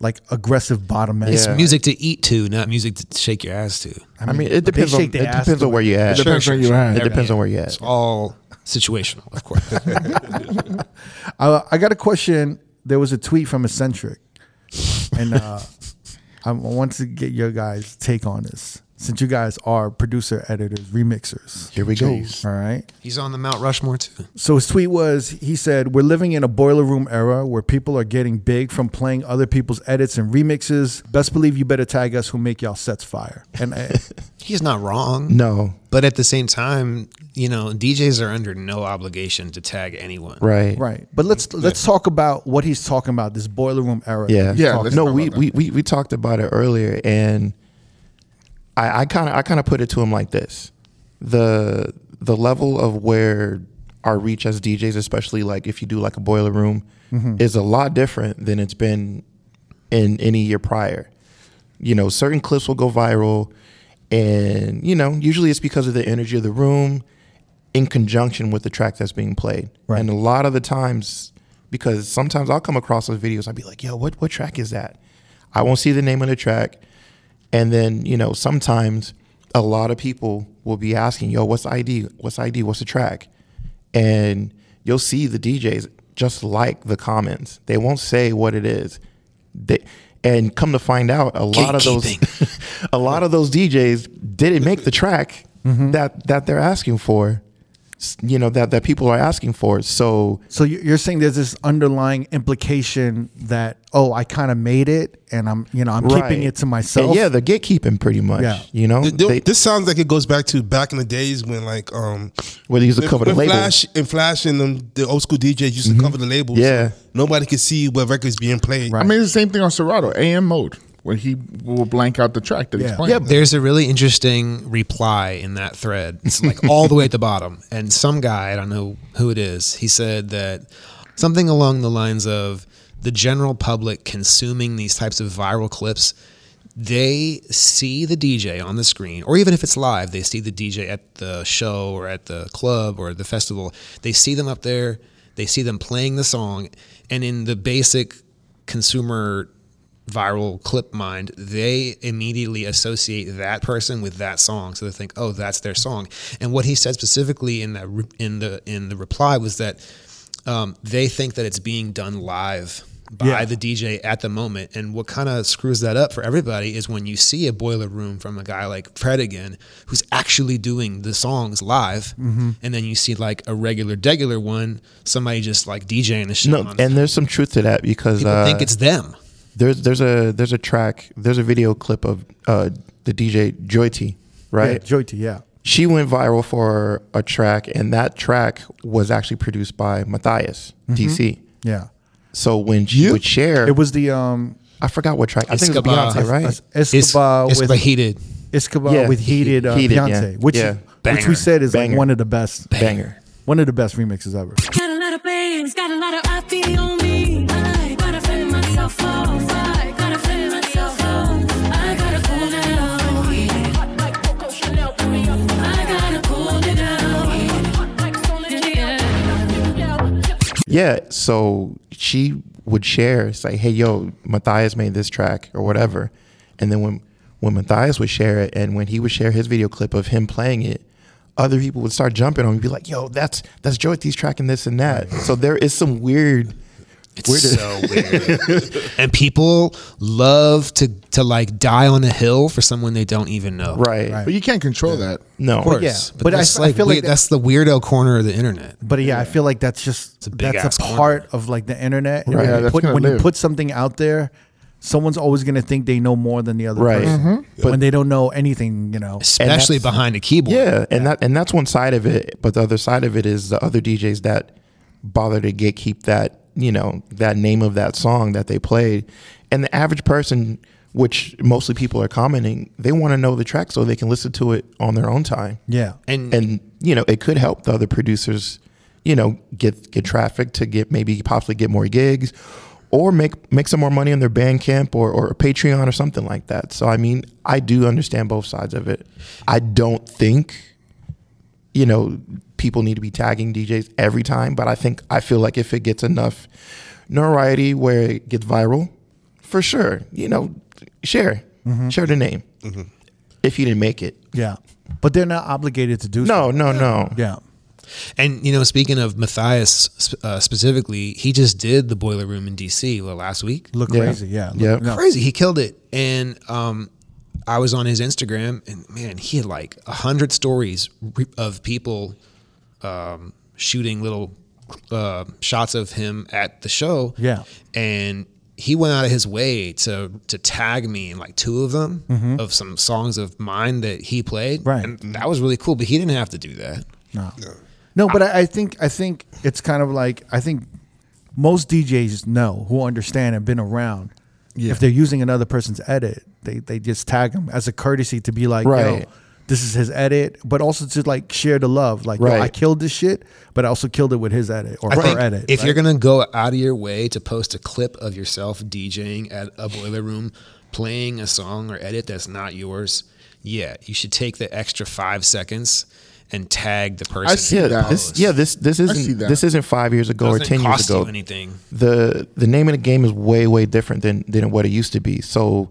Speaker 1: like aggressive bottom end.
Speaker 5: Yeah.
Speaker 4: music to eat to not music to shake your ass to
Speaker 5: I mean, it depends on
Speaker 1: shake
Speaker 5: it
Speaker 1: their ass
Speaker 5: depends
Speaker 1: to
Speaker 5: on where you at.
Speaker 3: Depends on your hand.
Speaker 5: It depends on where you at.
Speaker 4: it's all situational of course
Speaker 1: Uh, I got a question. There was a tweet from Eccentric, and uh, I want to get your guys' take on this, since you guys are producer, editors, remixers.
Speaker 5: Here we go.
Speaker 1: All right.
Speaker 4: he's on the mount rushmore too
Speaker 1: So his tweet was, he said, "We're living in a boiler room era where people are getting big from playing other people's edits and remixes. Best believe you better tag us who make y'all sets fire." And uh, I,
Speaker 4: he's not wrong
Speaker 5: No,
Speaker 4: but at the same time you know djs are under no obligation to tag anyone
Speaker 5: right,
Speaker 1: right, but let's let's talk about what he's talking about. This boiler room era.
Speaker 5: Yeah,
Speaker 1: he's
Speaker 3: Yeah,
Speaker 1: talking
Speaker 3: let's
Speaker 5: No,
Speaker 3: talk
Speaker 5: we,
Speaker 3: about
Speaker 5: we we we talked about it earlier, and I I kind of I kind of put it to him like this: the the level of where our reach as DJs, especially like if you do like a boiler room,
Speaker 3: Mm-hmm.
Speaker 5: is a lot different than it's been in any year prior. You know, certain clips will go viral, and you know, usually it's because of the energy of the room in conjunction with the track that's being played.
Speaker 1: Right.
Speaker 5: And a lot of the times, because sometimes I'll come across those videos, I'll be like, yo, what, what track is that? I won't see the name of the track. And then, you know, sometimes a lot of people will be asking, yo, what's the ID? What's the ID? What's the track? And you'll see the DJs just like the comments. They won't say what it is. They, and come to find out, a lot of those, a lot of those DJs didn't make the track
Speaker 1: Mm-hmm.
Speaker 5: that that they're asking for. s- You know that that people are asking for. So
Speaker 1: So you- you're saying there's this underlying implication that oh, I kind of made it, and I'm you know I'm
Speaker 5: Right.
Speaker 1: keeping it to myself.
Speaker 5: And yeah, the gatekeeping pretty much.
Speaker 1: Yeah.
Speaker 5: You know,
Speaker 2: Th- th-
Speaker 5: they,
Speaker 2: this sounds like it goes back to back in the days when like um
Speaker 5: where they used to
Speaker 2: when-
Speaker 5: cover the
Speaker 2: when
Speaker 5: label.
Speaker 2: Flash and Flash and them the old school DJs used to cover the labels.
Speaker 5: Yeah.
Speaker 2: so nobody could see what records being played.
Speaker 1: Right.
Speaker 3: I mean, it's the same thing on Serato, AM mode, when he will blank out the track that
Speaker 1: Yeah.
Speaker 3: he's playing.
Speaker 1: Yeah,
Speaker 4: There's a really interesting reply in that thread. It's like all the way at the bottom. And some guy, I don't know who it is, he said that something along the lines of the general public consuming these types of viral clips, they see the DJ on the screen, or even if it's live, they see the DJ at the show or at the club or the festival. They see them up there, they see them playing the song, and in the basic consumer viral clip mind, they immediately associate that person with that song. So they think, oh, that's their song. And what he said specifically in that re- in the in the reply was that um, they think that it's being done live by
Speaker 1: Yeah.
Speaker 4: the DJ at the moment. And what kind of screws that up for everybody is when you see a boiler room from a guy like Fred again, who's actually doing the songs live,
Speaker 5: Mm-hmm.
Speaker 4: and then you see like a regular degular one, somebody just like DJing the shit.
Speaker 5: no,
Speaker 4: on.
Speaker 5: and there's some truth to that because
Speaker 4: people
Speaker 5: uh,
Speaker 4: think it's them.
Speaker 5: there's there's a there's a track there's a video clip of uh, the DJ Joyti,
Speaker 1: yeah,
Speaker 5: right?
Speaker 1: Joyti, yeah.
Speaker 5: she went viral for a track, and that track was actually produced by Matthias DC.
Speaker 1: Yeah.
Speaker 5: So when she would share,
Speaker 1: Mm-hmm. It was the um
Speaker 5: I forgot what track. I think it was
Speaker 4: Escobar.
Speaker 5: Beyonce, right?
Speaker 1: Es- Escobar
Speaker 4: it's, it's
Speaker 1: with
Speaker 4: heated.
Speaker 1: Escobar
Speaker 5: Yeah,
Speaker 1: with heated, uh,
Speaker 5: Heated,
Speaker 1: Beyonce,
Speaker 5: yeah.
Speaker 1: which
Speaker 5: Yeah.
Speaker 1: which we
Speaker 4: Banger.
Speaker 1: said is like
Speaker 5: Banger.
Speaker 1: one of the best,
Speaker 5: Banger.
Speaker 1: one of the best remixes ever.
Speaker 7: Got a lot of plans, got a lot of I feel on me. I gotta fend myself off. I gotta fend myself off. I gotta cool down. I gotta cool it down. Yeah.
Speaker 5: Yeah. So she would share, say, "Hey, yo, Matthias made this track or whatever," and then when when Matthias would share it, and when he would share his video clip of him playing it, other people would start jumping on him and be like, "Yo, that's that's Joey's track and this and that." So there is some weird.
Speaker 4: It's so weird. and people love to to like die on a hill for someone they don't even know.
Speaker 5: Right.
Speaker 1: Right.
Speaker 3: But you can't control that.
Speaker 5: No.
Speaker 4: Of course.
Speaker 1: yeah,
Speaker 4: But,
Speaker 1: but I
Speaker 4: that's
Speaker 1: f- I
Speaker 4: like
Speaker 1: feel like
Speaker 4: we-
Speaker 1: that-
Speaker 4: that's the weirdo corner of the internet.
Speaker 1: But yeah, I feel like that's just
Speaker 4: a big
Speaker 1: that's
Speaker 4: ass
Speaker 1: a
Speaker 4: corner.
Speaker 1: part of like the internet. And when
Speaker 3: Yeah,
Speaker 1: you
Speaker 3: that's
Speaker 1: put,
Speaker 3: gonna
Speaker 1: when you
Speaker 3: live.
Speaker 1: put something out there, someone's always going to think they know more than the other
Speaker 5: Right.
Speaker 1: person
Speaker 4: Mm-hmm.
Speaker 1: when they don't know anything. You know,
Speaker 4: especially
Speaker 5: that's-
Speaker 4: behind a keyboard.
Speaker 5: Yeah, and that and that's one side of it. But the other side of it is the other DJs that bother to get keep that you know that name of that song that they played, and the average person, which mostly people are commenting, they want to know the track so they can listen to it on their own time.
Speaker 1: yeah,
Speaker 4: And,
Speaker 5: Mm. and you know it could help the other producers, you know, get get traffic to get maybe possibly get more gigs. Or make make some more money on their Bandcamp or or Patreon or something like that. So I mean, I do understand both sides of it. I don't think you know, people need to be tagging DJs every time, but I think I feel like if it gets enough notoriety where it gets viral, for sure, you know, share, share the name. If you didn't make it,
Speaker 1: yeah, but they're not obligated to do
Speaker 5: no, no, no.
Speaker 1: so. Yeah,
Speaker 4: and you know, speaking of Matthias sp- uh, specifically, he just did the boiler room in DC well, last week.
Speaker 1: look
Speaker 5: Yeah.
Speaker 1: crazy. Yeah, look-
Speaker 5: Yeah.
Speaker 1: no.
Speaker 4: Crazy, he killed it. And um, I was on his Instagram, and man, he had like a hundred stories re- of people um, shooting little uh, shots of him at the show.
Speaker 1: Yeah.
Speaker 4: and he went out of his way to to tag me in like two of them of some songs of mine that he played.
Speaker 1: Mm-hmm. Right.
Speaker 4: and that was really cool. But he didn't have to do that.
Speaker 1: No, but I, I think I think it's kind of like I think most DJs know who understand and been around. If they're using another person's edit, they they just tag them as a courtesy to be like, yo,
Speaker 5: Right.
Speaker 1: this is his edit, but also to like share the love. Like, yo,
Speaker 5: Right.
Speaker 1: I killed this shit, but I also killed it with his edit or
Speaker 4: I
Speaker 1: her
Speaker 4: think
Speaker 1: edit.
Speaker 4: if
Speaker 1: right?
Speaker 4: you're gonna go out of your way to post a clip of yourself DJing at a boiler room, playing a song or edit that's not yours, yeah, you should take the extra five seconds and tag the person.
Speaker 3: see
Speaker 4: who
Speaker 5: Yeah,
Speaker 3: that.
Speaker 5: this,
Speaker 4: posed.
Speaker 5: yeah, this this
Speaker 3: see
Speaker 5: isn't
Speaker 3: that.
Speaker 5: this isn't five years ago or
Speaker 4: doesn't
Speaker 5: ten years
Speaker 4: cost
Speaker 5: ago.
Speaker 4: you anything.
Speaker 5: the the name of the game is way way different than than what it used to be. So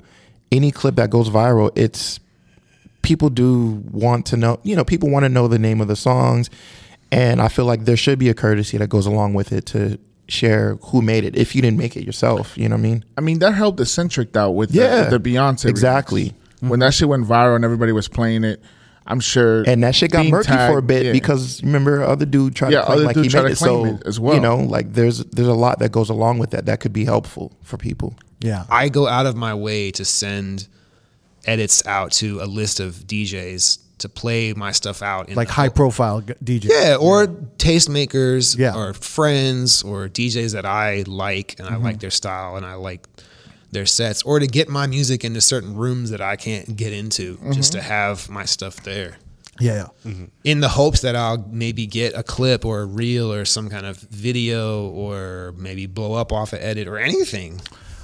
Speaker 5: any clip that goes viral, it's people do want to know. You know, people want to know the name of the songs, and I feel like there should be a courtesy that goes along with it to share who made it if you didn't make it yourself. You know what I mean?
Speaker 3: I mean, that helped Eccentric out with
Speaker 5: Yeah.
Speaker 3: the, the Beyonce. remix.
Speaker 5: Exactly.
Speaker 3: When that shit went viral and everybody was playing it, I'm sure.
Speaker 5: And that shit got
Speaker 3: being
Speaker 5: murky for a
Speaker 3: tagged-
Speaker 5: bit
Speaker 3: yeah.
Speaker 5: because remember other dude tried
Speaker 3: Yeah,
Speaker 5: to claim
Speaker 3: other
Speaker 5: like
Speaker 3: dude
Speaker 5: he
Speaker 3: tried
Speaker 5: made
Speaker 3: to
Speaker 5: it. So
Speaker 3: claim it as well.
Speaker 5: you know, like there's there's a lot that goes along with that that could be helpful for people.
Speaker 1: yeah,
Speaker 4: I go out of my way to send edits out to a list of DJs to play my stuff out in
Speaker 1: like
Speaker 4: the
Speaker 1: high profile g- DJ.
Speaker 4: Yeah, or tastemakers,
Speaker 1: Yeah.
Speaker 4: or friends, or DJs that I like and I like their style and I like their sets, or to get my music into certain rooms that I can't get into, just to have my stuff there,
Speaker 1: yeah,
Speaker 4: in the hopes that I'll maybe get a clip or a reel or some kind of video or maybe blow up off an edit or anything.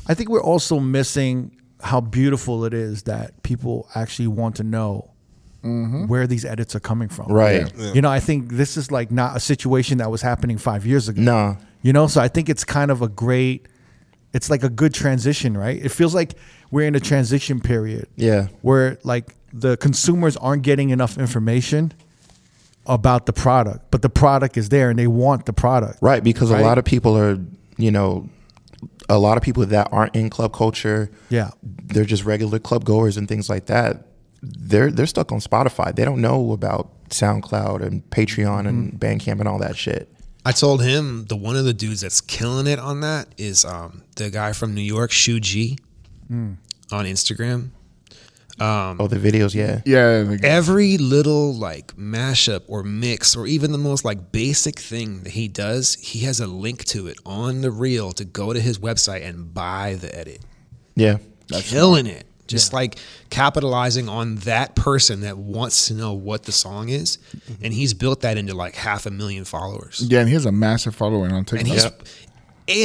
Speaker 1: I think we're also missing how beautiful it is that people actually want to know where these edits are coming from.
Speaker 5: Mm-hmm. Right. Yeah.
Speaker 1: You know, I think this is like not a situation that was happening five years ago.
Speaker 5: Nah.
Speaker 1: You know, so I think it's kind of a great, it's like a good transition, right? It feels like we're in a transition period.
Speaker 5: Yeah.
Speaker 1: Where like the consumers aren't getting enough information about the product, but the product is there and they want the product.
Speaker 5: Right, because
Speaker 1: Right?
Speaker 5: a lot of people are, you know, a lot of people that aren't in club culture,
Speaker 1: Yeah.
Speaker 5: they're just regular club goers and things like that. They're they're stuck on Spotify. They don't know about SoundCloud and Patreon and Bandcamp and all that shit.
Speaker 4: I told him the one of the dudes that's killing it on that is um, the guy from New York, Shuji, on Instagram.
Speaker 5: oh, the videos, yeah.
Speaker 3: Yeah. like-
Speaker 4: every little like mashup or mix or even the most like basic thing that he does, he has a link to it on the reel to go to his website and buy the edit.
Speaker 5: Yeah.
Speaker 4: Killing it. Just like capitalizing on that person that wants to know what the song is.
Speaker 1: Mm-hmm.
Speaker 4: And he's built that into like half a million followers.
Speaker 3: yeah, and he has a massive following on TikTok.
Speaker 4: And he's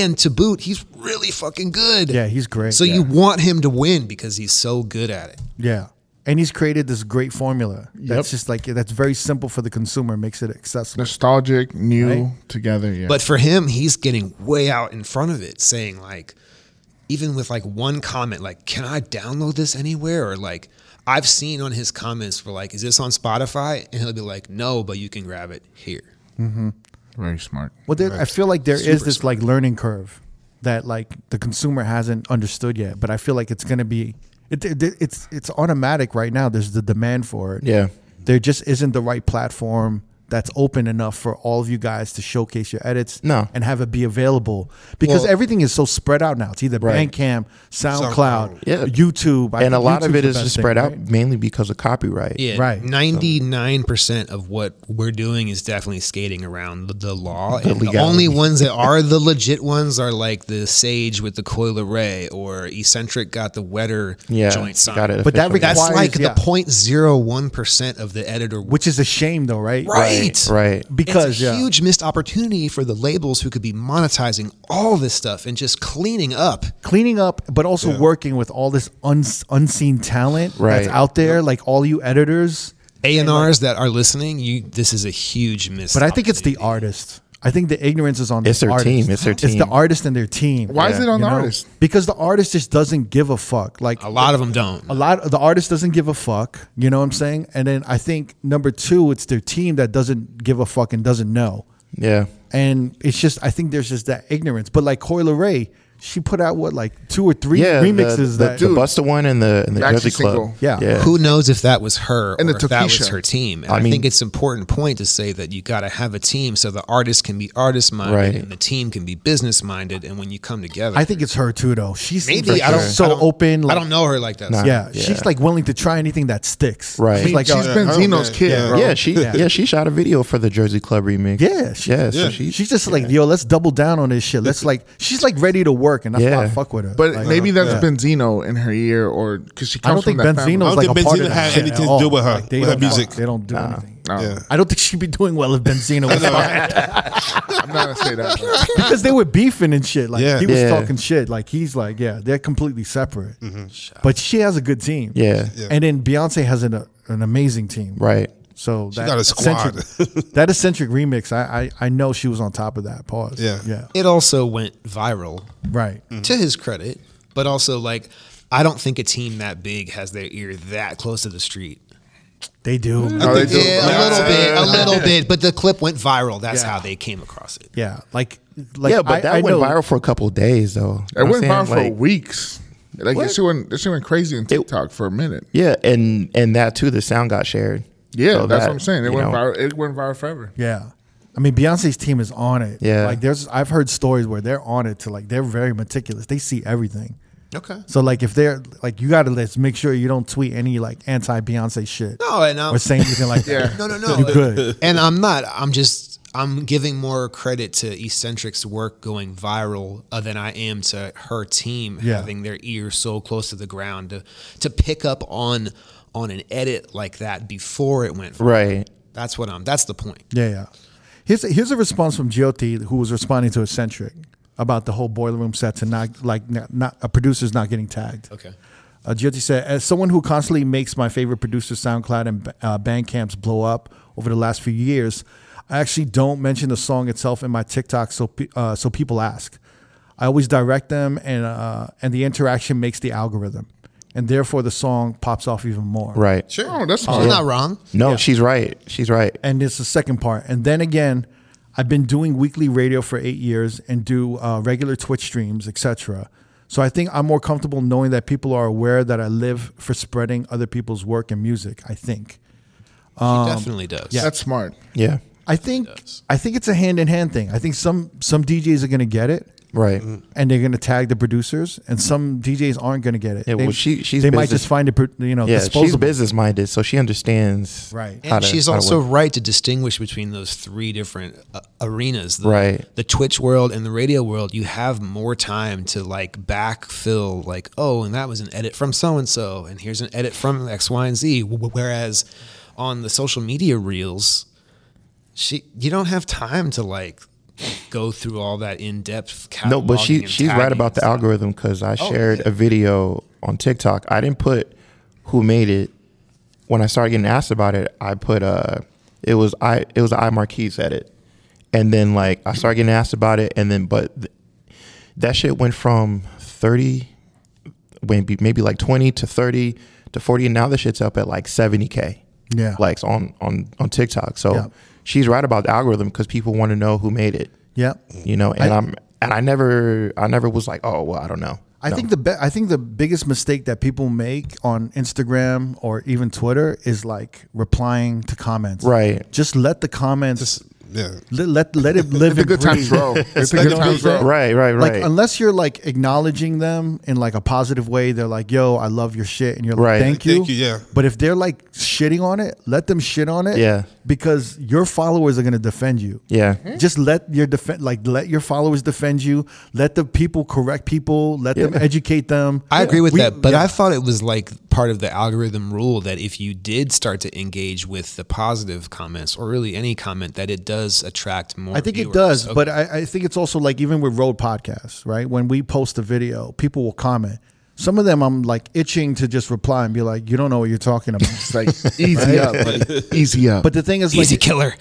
Speaker 4: and to boot, he's really fucking good.
Speaker 1: Yeah, he's great,
Speaker 4: So you want him to win because he's so good at it.
Speaker 1: Yeah. And he's created this great formula that's
Speaker 3: Yep.
Speaker 1: just like, that's very simple for the consumer, makes it accessible.
Speaker 3: Nostalgic, new,
Speaker 1: Right.
Speaker 3: together. Yeah.
Speaker 4: But for him, he's getting way out in front of it, saying like, even with like one comment, like, can I download this anywhere? Or like, I've seen on his comments for like, is this on Spotify? And he'll be like, no, but you can grab it here.
Speaker 3: very smart.
Speaker 1: Well, there, I feel like there is this like learning curve that like the consumer hasn't understood yet, but I feel like it's going to be it, it, it's it's automatic right now. There's the demand for it.
Speaker 5: Yeah.
Speaker 1: there just isn't the right platform that's open enough for all of you guys to showcase your edits
Speaker 5: No.
Speaker 1: and have it be available because
Speaker 5: Well-
Speaker 1: everything is so spread out now. It's either
Speaker 5: Right.
Speaker 1: Bandcamp, SoundCloud,
Speaker 5: Yeah.
Speaker 1: YouTube, I
Speaker 5: and a
Speaker 1: think
Speaker 5: lot
Speaker 1: YouTube's
Speaker 5: of it
Speaker 1: the
Speaker 5: is
Speaker 1: best
Speaker 5: just
Speaker 1: thing,
Speaker 5: spread out
Speaker 1: right?
Speaker 5: mainly because of copyright.
Speaker 4: Yeah,
Speaker 1: Right.
Speaker 4: Ninety nine percent of what we're doing is definitely skating around the, the law. and the
Speaker 5: legality.
Speaker 4: only ones that are the legit ones are like the Sage with the coil array, or Eccentric got the wetter
Speaker 5: yeah,
Speaker 4: joint sign.
Speaker 5: got it.
Speaker 1: But that
Speaker 5: officially.
Speaker 4: That's
Speaker 1: Requires-
Speaker 4: like
Speaker 1: yeah.
Speaker 4: the point zero one percent of the editor,
Speaker 1: which is a shame though, right?
Speaker 4: right,
Speaker 5: right.
Speaker 1: Because
Speaker 4: it's a
Speaker 1: yeah.
Speaker 4: huge missed opportunity for the labels who could be monetizing all this stuff and just cleaning up.
Speaker 1: cleaning up, but also working with all this uns unseen talent that's
Speaker 5: Right.
Speaker 1: out there, like all you editors.
Speaker 4: A and R's that are listening, you this is a huge miss.
Speaker 1: But I think it's the artist. I think the ignorance is on the
Speaker 5: It's their
Speaker 1: artist.
Speaker 5: team. It's their
Speaker 1: It's the
Speaker 5: team.
Speaker 1: artist and their team.
Speaker 3: Why is it on
Speaker 1: You
Speaker 3: the
Speaker 1: know?
Speaker 3: artist?
Speaker 1: Because the artist just doesn't give a fuck. Like
Speaker 4: a lot of them don't.
Speaker 1: a lot the artist doesn't give a fuck you know what i'm saying and then i think number two it's their team that doesn't give a fuck and doesn't know
Speaker 5: Yeah.
Speaker 1: and it's just i think there's just that ignorance but like Coyle Ray, she put out what like two or three
Speaker 5: Yeah.
Speaker 1: remixes
Speaker 5: the,
Speaker 1: that
Speaker 5: the, the Busta one and the and the
Speaker 3: Maxi
Speaker 5: Jersey Club.
Speaker 3: single.
Speaker 1: Yeah.
Speaker 4: Who knows if that was her
Speaker 3: And
Speaker 4: or
Speaker 3: the
Speaker 4: if that was
Speaker 3: Tokisha.
Speaker 4: her team? And
Speaker 5: I
Speaker 4: I,
Speaker 5: mean-
Speaker 4: think it's an important point to say that you got to have a team so the artist can be artist minded
Speaker 5: Right.
Speaker 4: and the team can be business minded. And when you come together,
Speaker 1: i think it's her too though she's
Speaker 4: maybe I don't
Speaker 1: so
Speaker 4: I don't-
Speaker 1: open like,
Speaker 4: I don't know her like that. so-
Speaker 1: yeah,
Speaker 5: Yeah.
Speaker 1: she's like willing to try anything that sticks
Speaker 5: Right.
Speaker 1: she's like
Speaker 3: She's
Speaker 1: uh,
Speaker 3: Benzino's
Speaker 2: yeah,
Speaker 3: kid,
Speaker 2: yeah.
Speaker 3: bro.
Speaker 5: Yeah, she yeah. she shot a video for the Jersey Club remix.
Speaker 1: yeah, she,
Speaker 5: yeah, so
Speaker 2: Yeah.
Speaker 5: she
Speaker 1: she's just like yo let's double down on this shit let's like she's like ready to work and that's why i
Speaker 5: Yeah.
Speaker 1: fuck with her
Speaker 3: But
Speaker 1: Like,
Speaker 3: maybe that's
Speaker 1: yeah.
Speaker 3: Benzino in her ear, or because she comes
Speaker 1: I don't
Speaker 3: from
Speaker 1: think
Speaker 3: that family.
Speaker 1: Benzino's
Speaker 2: I don't
Speaker 1: like
Speaker 2: think
Speaker 1: a part of
Speaker 2: Benzino
Speaker 1: that
Speaker 2: had
Speaker 1: shit
Speaker 2: anything
Speaker 1: at
Speaker 2: to
Speaker 1: all.
Speaker 2: do with her,
Speaker 1: Like, they
Speaker 2: with her
Speaker 1: don't fuck.
Speaker 2: music.
Speaker 1: They don't do anything.
Speaker 3: No,
Speaker 2: Yeah.
Speaker 1: I don't think she'd be doing well if Benzino was fine.
Speaker 3: I'm not gonna say that. bro.
Speaker 1: because they were beefing and shit. Like
Speaker 2: Yeah.
Speaker 1: he was
Speaker 5: Yeah.
Speaker 1: talking shit. Like he's like, yeah, they're completely separate.
Speaker 2: Mm-hmm.
Speaker 1: But she has a good team.
Speaker 5: Yeah. Yeah.
Speaker 1: and then Beyonce has an an amazing team.
Speaker 5: right.
Speaker 1: So that
Speaker 2: got a squad.
Speaker 1: eccentric, that eccentric remix, I, I I know she was on top of that. Pause.
Speaker 2: Yeah. Mm.
Speaker 1: yeah,
Speaker 4: It also went viral
Speaker 1: right.
Speaker 4: to his credit, but also like I don't think a team that big has their ear that close to the street.
Speaker 1: They do.
Speaker 3: No, Oh, they do.
Speaker 4: Yeah, a
Speaker 3: Yeah.
Speaker 4: little bit, a little bit. But the clip went viral. That's
Speaker 1: Yeah.
Speaker 4: how they came across it.
Speaker 1: Yeah, like like
Speaker 5: yeah, but
Speaker 1: I-
Speaker 5: that
Speaker 1: I
Speaker 5: went
Speaker 1: know-
Speaker 5: viral for a couple of days though. You
Speaker 3: It
Speaker 5: know what
Speaker 3: went
Speaker 5: I'm
Speaker 3: viral
Speaker 5: saying?
Speaker 3: for
Speaker 5: Like,
Speaker 3: weeks. Like she went, she went crazy on TikTok for a minute.
Speaker 5: Yeah, and and that too, the sound got shared.
Speaker 3: Yeah,
Speaker 5: So
Speaker 3: that's
Speaker 5: that,
Speaker 3: what I'm saying. It
Speaker 5: you
Speaker 3: went
Speaker 5: know,
Speaker 3: viral. It went viral forever.
Speaker 1: Yeah. I mean Beyonce's team is on it.
Speaker 5: Yeah.
Speaker 1: Like there's I've heard stories where they're on it to like they're very meticulous. They see everything.
Speaker 4: Okay.
Speaker 1: So like if they're like you gotta let's make sure you don't tweet any like anti Beyonce shit.
Speaker 4: No, and I'm,
Speaker 1: Or say anything like that.
Speaker 4: No, no, no.
Speaker 1: You could.
Speaker 4: And I'm not. I'm just. I'm giving more credit to Eccentric's work going viral uh, than I am to her team
Speaker 1: Yeah.
Speaker 4: having their ear so close to the ground to to pick up on on an edit like that before it went. Viral.
Speaker 5: Right.
Speaker 4: That's what I'm. That's the point.
Speaker 1: Yeah, yeah. Here's here's a response from GOT who was responding to eccentric about the whole boiler room sets and not like not, not a producer's not getting tagged.
Speaker 4: Okay.
Speaker 1: Uh, GOT said, as someone who constantly makes my favorite producer SoundCloud and uh, Bandcamps blow up over the last few years, I actually don't mention the song itself in my TikTok, so pe- uh, so people ask. I always direct them, and uh, and the interaction makes the algorithm, and therefore the song pops off even more.
Speaker 5: Right.
Speaker 3: Sure, oh, that's
Speaker 4: I'm not wrong.
Speaker 5: No, she's right. She's right.
Speaker 1: and it's the second part. And then again, I've been doing weekly radio for eight years and do uh, regular Twitch streams, etc. So I think I'm more comfortable knowing that people are aware that I live for spreading other people's work and music. I think.
Speaker 4: she definitely does.
Speaker 3: That's smart.
Speaker 5: Yeah.
Speaker 1: I think. I think it's a hand in hand thing. I think some some DJs are gonna get it.
Speaker 5: Right.
Speaker 1: And they're gonna tag the producers, and some DJs aren't gonna get it.
Speaker 5: Yeah,
Speaker 1: they,
Speaker 5: well, she- she's
Speaker 1: they might
Speaker 5: business-
Speaker 1: just find it, pro- you know,
Speaker 5: Yeah, she's
Speaker 1: disposable.
Speaker 5: business minded, so she understands.
Speaker 1: Right.
Speaker 4: And
Speaker 5: to-
Speaker 4: she's
Speaker 5: how to
Speaker 4: also
Speaker 5: work.
Speaker 4: right to distinguish between those three different uh, arenas. The,
Speaker 5: Right.
Speaker 4: The Twitch world and the radio world, you have more time to like backfill, like, oh, and that was an edit from so and so, and here's an edit from X, Y, and Z. W- w- Whereas on the social media reels, she you don't have time to like go through all that in depth.
Speaker 5: No, but she she's right about the algorithm because I shared a video on TikTok. I didn't put who made it. When I started getting asked about it, I put uh, it was I it was I Marquise edit, and then like I started getting asked about it, and then but th- that shit went from thirty, maybe maybe like twenty to thirty to forty, and now the shit's up at like seventy k
Speaker 1: Yeah.
Speaker 5: likes on on on TikTok. So
Speaker 1: Yeah.
Speaker 5: she's right about the algorithm because people want to know who made it
Speaker 1: Yeah.
Speaker 5: you know and
Speaker 1: I-
Speaker 5: I, am and i never i never was like oh well i don't know
Speaker 1: I think the be- I think the biggest mistake that people make on Instagram or even Twitter is like replying to comments.
Speaker 5: Right.
Speaker 1: Just let the comments
Speaker 2: Yeah.
Speaker 1: let, let let it live.
Speaker 3: The
Speaker 1: and
Speaker 3: good times
Speaker 1: breathe.
Speaker 3: roll. It's the good times roll.
Speaker 5: Right, right,
Speaker 1: Like
Speaker 5: right.
Speaker 1: unless you're like acknowledging them in like a positive way, they're like, "Yo, I love your shit," and you're like,
Speaker 5: Right.
Speaker 1: "Thank you."
Speaker 2: Thank you, yeah.
Speaker 1: But if they're like shitting on it, let them shit on it.
Speaker 5: Yeah.
Speaker 1: Because your followers are gonna defend you.
Speaker 5: yeah.
Speaker 1: Just let your defend, like let your followers defend you. Let the people correct people. Let them educate them.
Speaker 4: I agree with
Speaker 1: We-
Speaker 4: that, but
Speaker 1: yeah.
Speaker 4: I thought it was like part of the algorithm rule that if you did start to engage with the positive comments or really any comment, that it does attract more.
Speaker 1: I think it
Speaker 4: viewers.
Speaker 1: does,
Speaker 4: Okay.
Speaker 1: but I, I think it's also like even with road podcasts, right? When we post a video, people will comment. Some of them I'm like itching to just reply and be like, "You don't know what you're talking about."
Speaker 3: It's like easy up, buddy. Easy up.
Speaker 1: but the thing is, like,
Speaker 4: easy killer.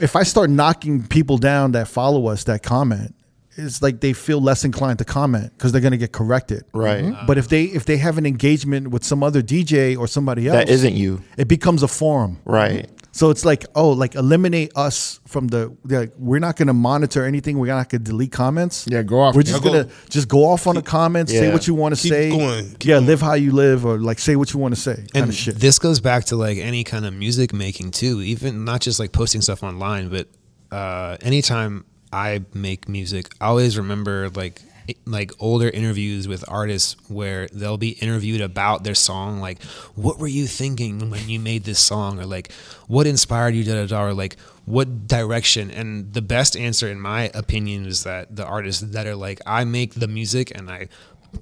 Speaker 1: if I start knocking people down that follow us that comment, it's like they feel less inclined to comment because they're gonna get corrected,
Speaker 5: Right.
Speaker 1: But if they if they have an engagement with some other DJ or somebody else
Speaker 5: That isn't you.
Speaker 1: it becomes a forum,
Speaker 5: Right.
Speaker 1: So it's like, oh, like eliminate us from the. they're Like, we're not going to monitor anything. We're not going to delete comments.
Speaker 3: Yeah, go off.
Speaker 1: We're
Speaker 3: Yeah,
Speaker 1: just
Speaker 2: go-
Speaker 1: going to just go off on the comments. Say
Speaker 5: Yeah.
Speaker 1: what you want to
Speaker 2: Keep
Speaker 1: say.
Speaker 2: going, keep
Speaker 1: yeah, live how you live, or like say what you want to say. kind of shit.
Speaker 4: This goes back to like any kind of music making too, even not just like posting stuff online, but uh, anytime I make music, I always remember like it- like older interviews with artists where they'll be interviewed about their song, like what were you thinking when you made this song, or like what inspired you, da da da, or like what direction. And the best answer, in my opinion, is that the artists that are like, I make the music and I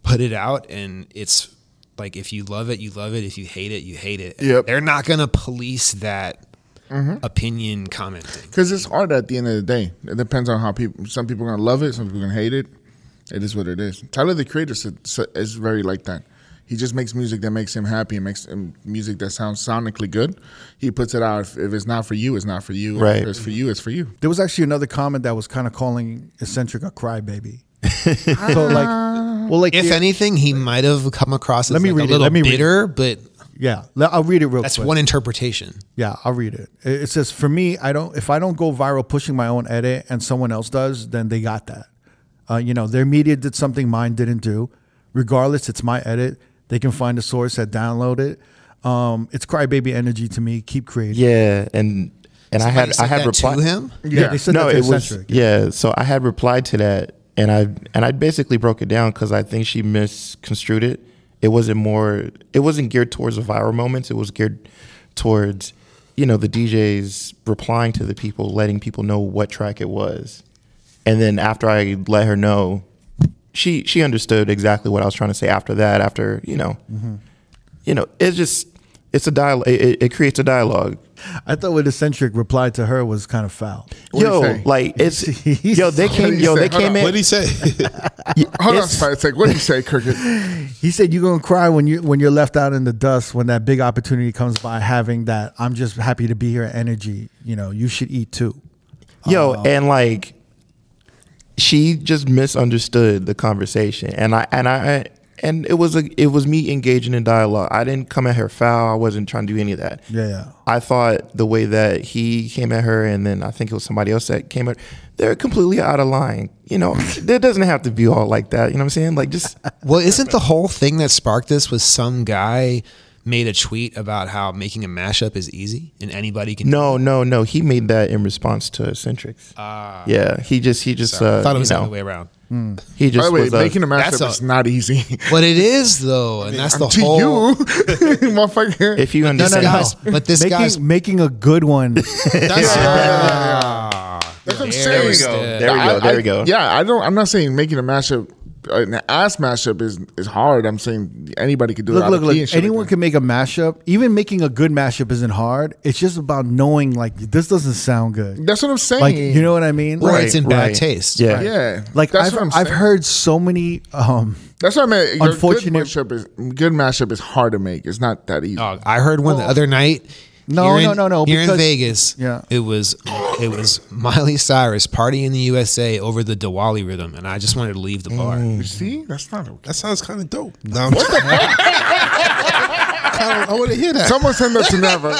Speaker 4: put it out, and it's like if you love it, you love it. If you hate it, you hate it.
Speaker 3: Yep.
Speaker 4: They're not gonna police that opinion commenting.
Speaker 3: Because it's hard at the end of the day. It depends on how people. Some people are gonna love it. Some people are gonna hate it. It is what it is. Tyler the Creator is, is very like that. He just makes music that makes him happy. and makes um, music that sounds sonically good. He puts it out. If, if it's not for you, it's not for you.
Speaker 5: Right.
Speaker 3: If it's for you, it's for you.
Speaker 1: There was actually another comment that was kind of calling eccentric a crybaby. so like, well, like
Speaker 4: If
Speaker 1: yeah,
Speaker 4: anything, he might have come across as
Speaker 1: Let me
Speaker 4: like
Speaker 1: read it,
Speaker 4: a little
Speaker 1: let me read
Speaker 4: bitter, but
Speaker 1: yeah. Le- I'll read it real
Speaker 4: that's
Speaker 1: quick.
Speaker 4: one interpretation.
Speaker 1: Yeah, I'll read it. It it says, "For me, I don't. If I don't go viral pushing my own edit, and someone else does, then they got that. Uh, you know, their media did something mine didn't do. Regardless, it's my edit. They can find a source that download it. Um, it's crybaby energy to me. Keep creating.
Speaker 5: Yeah. And and I had
Speaker 4: Somebody
Speaker 5: I
Speaker 4: said
Speaker 5: had
Speaker 4: that
Speaker 5: replied
Speaker 4: to him.
Speaker 1: Yeah, they said
Speaker 5: no,
Speaker 1: that to
Speaker 5: it was
Speaker 1: Eccentric.
Speaker 5: yeah. So I had replied to that, and I and I basically broke it down because I think she misconstrued it. It wasn't more. It wasn't geared towards the viral moments. It was geared towards, you know, the DJs replying to the people, letting people know what track it was, and then after I let her know, she she understood exactly what I was trying to say. After that, after you know, you know, it's just it's a dialogue. It, it- it creates a dialogue.
Speaker 1: I thought what eccentric replied to her was kind of foul.
Speaker 3: What'd he
Speaker 5: yo,
Speaker 3: say?
Speaker 5: like it's
Speaker 1: He's-
Speaker 5: yo they came
Speaker 3: he
Speaker 5: yo
Speaker 3: say?
Speaker 5: they
Speaker 3: Hold
Speaker 5: came
Speaker 3: on,
Speaker 5: in.
Speaker 2: What did he say?
Speaker 3: Hold on,
Speaker 5: It's-
Speaker 3: Spice. Like, what do you say, Cricket?
Speaker 1: He said, "You're gonna cry when you when you're left out in the dust when that big opportunity comes by. Having that, I'm just happy to be here. Energy. You know, you should eat too.
Speaker 5: Yo,
Speaker 4: Uh-huh.
Speaker 5: and like she just misunderstood the conversation, and I and I and it was a it was me engaging in dialogue. I didn't come at her foul. I wasn't trying to do any of that.
Speaker 1: Yeah, yeah.
Speaker 5: I thought the way that he came at her, and then I think it was somebody else that came at. They're completely out of line. You know, it doesn't have to be all like that. You know what I'm saying? Like just
Speaker 4: Well, isn't the whole thing that sparked this was some guy made a tweet about how making a mashup is easy and anybody can.
Speaker 5: no, no, no. He made that in response to Centrix. Ah. yeah, he just he just uh,
Speaker 4: I thought it was
Speaker 5: you
Speaker 4: the
Speaker 5: know,
Speaker 4: other way around.
Speaker 5: He just
Speaker 3: By the way,
Speaker 5: was, uh,
Speaker 3: making a
Speaker 4: that's
Speaker 3: mashup
Speaker 4: a-
Speaker 3: is not easy.
Speaker 4: But it is though, and that's the
Speaker 3: to
Speaker 4: whole.
Speaker 3: you, motherfucker.
Speaker 5: if you
Speaker 4: This
Speaker 5: understand.
Speaker 4: guy's, but this
Speaker 1: making,
Speaker 4: guy's
Speaker 1: making a good one.
Speaker 2: That's
Speaker 3: That's what
Speaker 4: There
Speaker 3: I'm saying.
Speaker 4: we go.
Speaker 5: There we go.
Speaker 3: I-
Speaker 5: There we
Speaker 3: I-
Speaker 5: go.
Speaker 3: Yeah, I don't. I'm not saying making a mashup, an ass mashup is is hard. I'm saying anybody could do it.
Speaker 1: look,
Speaker 3: out
Speaker 1: look,
Speaker 3: of key and
Speaker 1: look.
Speaker 3: shit like
Speaker 1: Anyone
Speaker 3: that.
Speaker 1: can make a mashup. Even making a good mashup isn't hard. It's just about knowing like this doesn't sound good.
Speaker 3: That's what I'm saying.
Speaker 1: Like you know what I mean?
Speaker 4: or
Speaker 1: Like,
Speaker 4: it's in bad taste.
Speaker 5: Yeah.
Speaker 3: Yeah.
Speaker 1: like
Speaker 3: that's
Speaker 1: I've
Speaker 3: what I'm
Speaker 1: I've
Speaker 3: saying.
Speaker 1: heard so many. Um,
Speaker 3: That's what I meant. Your
Speaker 1: Unfortunate-
Speaker 3: Good mashup is good. Mashup is hard to make. It's not that easy.
Speaker 4: Dog, I heard one the other night.
Speaker 1: Oh. No,
Speaker 4: here
Speaker 1: no,
Speaker 4: in-
Speaker 1: no, no,
Speaker 4: Here in
Speaker 1: because-
Speaker 4: Vegas,
Speaker 1: Yeah.
Speaker 4: it was it was Miley Cyrus party in the USA over the Diwali rhythm, and I just wanted to leave the bar.
Speaker 1: Mm.
Speaker 3: You see, that's not okay.
Speaker 2: That sounds kind of dope. No, I'm just- I, want to hear that.
Speaker 3: Someone send that to Never.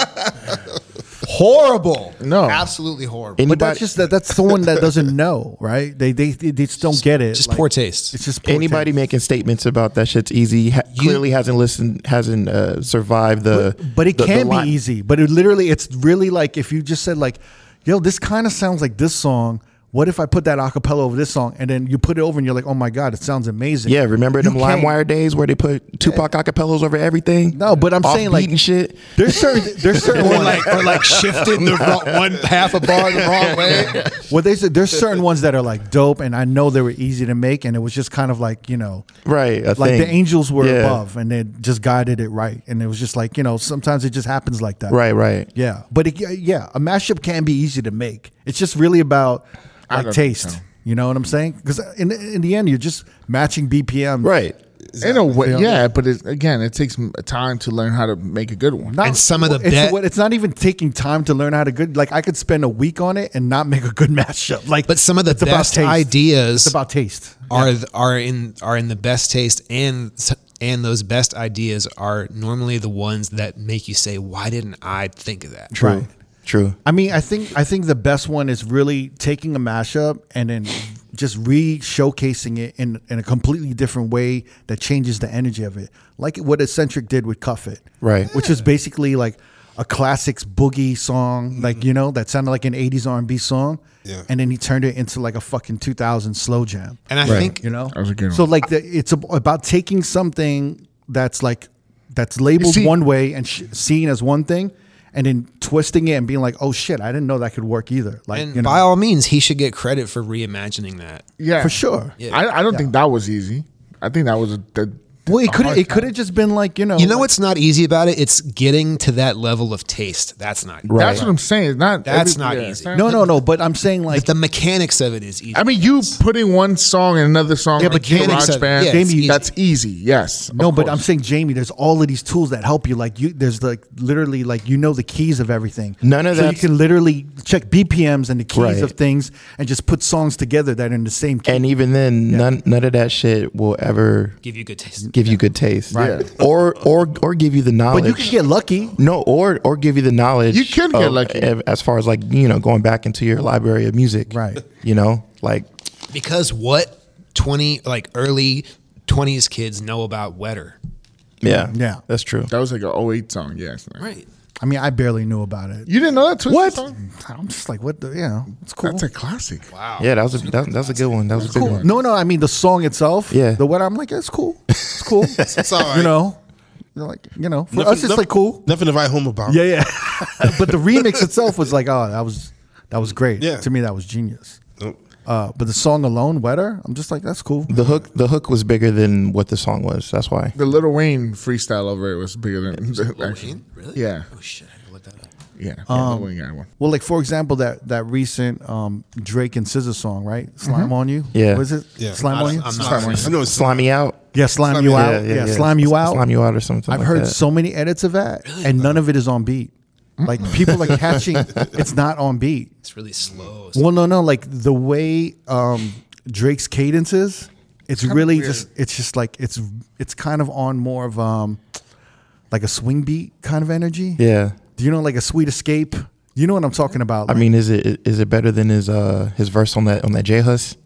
Speaker 4: horrible.
Speaker 3: No.
Speaker 4: absolutely horrible.
Speaker 1: But
Speaker 5: Anybody,
Speaker 1: that's just that. That's someone that doesn't know, right? They they they just don't get it.
Speaker 4: just poor taste.
Speaker 1: It's just poor
Speaker 5: anybody
Speaker 1: taste.
Speaker 5: making statements about that shit's easy ha- clearly hasn't listened, hasn't uh, survived the.
Speaker 1: but it
Speaker 5: the- the
Speaker 1: can
Speaker 5: line.
Speaker 1: be easy. But it literally, it's really like if you just said like, "Yo, this kind of sounds like this song." What if I put that acapella over this song, and then you put it over, and you're like, "Oh my god, it sounds amazing."
Speaker 5: Yeah, remember
Speaker 1: You
Speaker 5: them
Speaker 1: can't-
Speaker 5: LimeWire days where they put Tupac acapellas over everything?
Speaker 1: No, but I'm saying like
Speaker 5: Offbeat and shit.
Speaker 1: There's certain there's certain
Speaker 4: or
Speaker 1: ones
Speaker 4: like or like shifted the wrong, one half a bar the wrong way.
Speaker 1: well there's there's certain ones that are like dope, and I know they were easy to make, and it was just kind of like you know
Speaker 5: Right, a
Speaker 1: like the
Speaker 5: thing.
Speaker 1: angels were
Speaker 5: Yeah.
Speaker 1: above, and they just guided it right, and it was just like you know sometimes it just happens like that.
Speaker 5: Right, right.
Speaker 1: Yeah, but it, yeah, a mashup can be easy to make. It's just really about
Speaker 3: I
Speaker 1: like
Speaker 3: don't
Speaker 1: taste.
Speaker 3: know.
Speaker 1: You know what I'm saying? Because in in the end, you're just matching BPM.
Speaker 5: Right.
Speaker 3: In a way, yeah, but it, again, it takes m- time to learn how to make a good one.
Speaker 1: Not-
Speaker 4: And some of the
Speaker 1: it's,
Speaker 4: bet-
Speaker 1: what- it's not even taking time to learn how to good. Like I could spend a week on it and not make a good mashup. Like,
Speaker 4: But some of the
Speaker 1: it's about
Speaker 4: best
Speaker 1: taste.
Speaker 4: ideas
Speaker 1: It's about taste.
Speaker 4: are th- are in are in the best taste and s- and those best ideas are normally the ones that make you say why didn't I think of that?
Speaker 5: True. True.
Speaker 1: I mean, I think I think the best one is really taking a mashup and then just re showcasing it in, in a completely different way that changes the energy of it. Like what Eccentric did with Cuff It.
Speaker 5: Right.
Speaker 1: Which is basically like a classics boogie song,
Speaker 4: Mm-hmm.
Speaker 1: like you know, that sounded like an eighties R and B song.
Speaker 2: Yeah.
Speaker 1: And then he turned it into like a fucking two thousand slow jam.
Speaker 4: And I think
Speaker 1: You know?
Speaker 3: That was a good
Speaker 1: So
Speaker 3: one.
Speaker 1: like the, it's ab- about taking something that's like that's labeled
Speaker 3: see-
Speaker 1: one way and sh- seen as one thing, and then twisting it and being like, oh shit, I didn't know that could work either. Like
Speaker 4: and
Speaker 1: you know,
Speaker 4: by all means he should get credit for reimagining that.
Speaker 3: Yeah,
Speaker 1: for sure.
Speaker 3: I, I don't think that was easy. I think that was a. The,
Speaker 1: Well, it
Speaker 3: a
Speaker 1: could
Speaker 3: hard
Speaker 1: it
Speaker 3: time.
Speaker 1: could have just been like you know
Speaker 4: You know
Speaker 1: like-
Speaker 4: what's not easy about it? It's getting to that level of taste. That's not right.
Speaker 3: That's what I'm saying. It's not.
Speaker 4: That's not easy.
Speaker 3: it's not-
Speaker 1: No, no, no. But I'm saying like
Speaker 4: But the mechanics of it is easy.
Speaker 3: I mean, you putting one song and another song
Speaker 1: Yeah,
Speaker 3: yeah,
Speaker 1: but
Speaker 3: but
Speaker 1: Jamie
Speaker 3: garage
Speaker 4: said-
Speaker 3: band,
Speaker 4: yeah, it's
Speaker 3: Jamie,
Speaker 4: easy.
Speaker 3: that's easy. Yes. of
Speaker 1: No, but I'm
Speaker 3: course.
Speaker 1: saying Jamie, there's all of these tools that help you. Like you, there's like literally like you know the keys of everything.
Speaker 5: None of
Speaker 1: so you
Speaker 5: that's-
Speaker 1: can literally check BPMs and the keys
Speaker 5: Right.
Speaker 1: of things and just put songs together that are in the same key.
Speaker 5: And even then, none none of that shit will ever
Speaker 4: give you good taste.
Speaker 5: give you good taste.
Speaker 3: Right. Yeah.
Speaker 5: Or or or give you the knowledge.
Speaker 1: but you can get lucky.
Speaker 5: no, or or give you the knowledge.
Speaker 3: You can get
Speaker 5: of-
Speaker 3: lucky.
Speaker 5: ev- as far as like you know, going back into your library of music,
Speaker 1: Right.
Speaker 5: You know, like
Speaker 4: Because what 20 like early 20s kids know about wetter.
Speaker 5: yeah,
Speaker 1: Yeah.
Speaker 5: that's true.
Speaker 3: that was like an 08 song. Yes.
Speaker 4: Right.
Speaker 1: I mean, I barely knew about it.
Speaker 3: You didn't know that Twisted
Speaker 1: What?
Speaker 3: song?
Speaker 1: I'm just like, what? The, you know, it's cool.
Speaker 3: That's a classic.
Speaker 4: Wow.
Speaker 5: Yeah, that was a that, that was a good one. That was a good
Speaker 1: cool.
Speaker 5: one.
Speaker 1: No, no, I mean the song itself.
Speaker 5: Yeah.
Speaker 1: The what I'm like, it's cool. It's cool. it's
Speaker 2: all right.
Speaker 1: You know, You're like you know, for
Speaker 2: Nothing-
Speaker 1: us it's
Speaker 2: nothing-
Speaker 1: like cool.
Speaker 2: Nothing to write home about.
Speaker 1: Yeah, yeah. but the remix itself was like, oh, that was that was great.
Speaker 2: Yeah.
Speaker 1: To me, that was genius.
Speaker 2: Nope.
Speaker 1: Uh, but the song alone, wetter. I'm just like, that's cool.
Speaker 5: The hook the hook was bigger than what the song was. That's why.
Speaker 3: The Little Wayne freestyle over it was bigger than the actual.
Speaker 4: Really?
Speaker 3: Yeah.
Speaker 4: Oh shit, I gotta look that up.
Speaker 3: Yeah. yeah,
Speaker 1: Um,
Speaker 3: Lil Wayne got one.
Speaker 1: Well, like for example, that that recent um, Drake and SZA song, right? Slime on you.
Speaker 5: Yeah.
Speaker 1: Was it?
Speaker 2: Yeah.
Speaker 1: Slime
Speaker 4: I-
Speaker 1: on you.
Speaker 4: I'm
Speaker 2: I
Speaker 4: not
Speaker 2: know it's
Speaker 5: Slime me out.
Speaker 1: yeah, slime, you out. Yeah, slime you out.
Speaker 5: Slime you out or something.
Speaker 1: I've
Speaker 5: like
Speaker 1: heard
Speaker 5: that.
Speaker 1: so many edits of that, and none of it is on beat. Like people are catching, it's not on beat.
Speaker 4: It's really slow.
Speaker 1: Well, no, no. Like the way um, Drake's cadence is, it's really just, it's just like it's, it's kind of on more of um, like a swing beat kind of energy.
Speaker 5: Yeah.
Speaker 1: Do you know like a sweet escape? You know what I'm talking about?
Speaker 5: I mean, is it is it better than his uh his verse on that on that J Hus?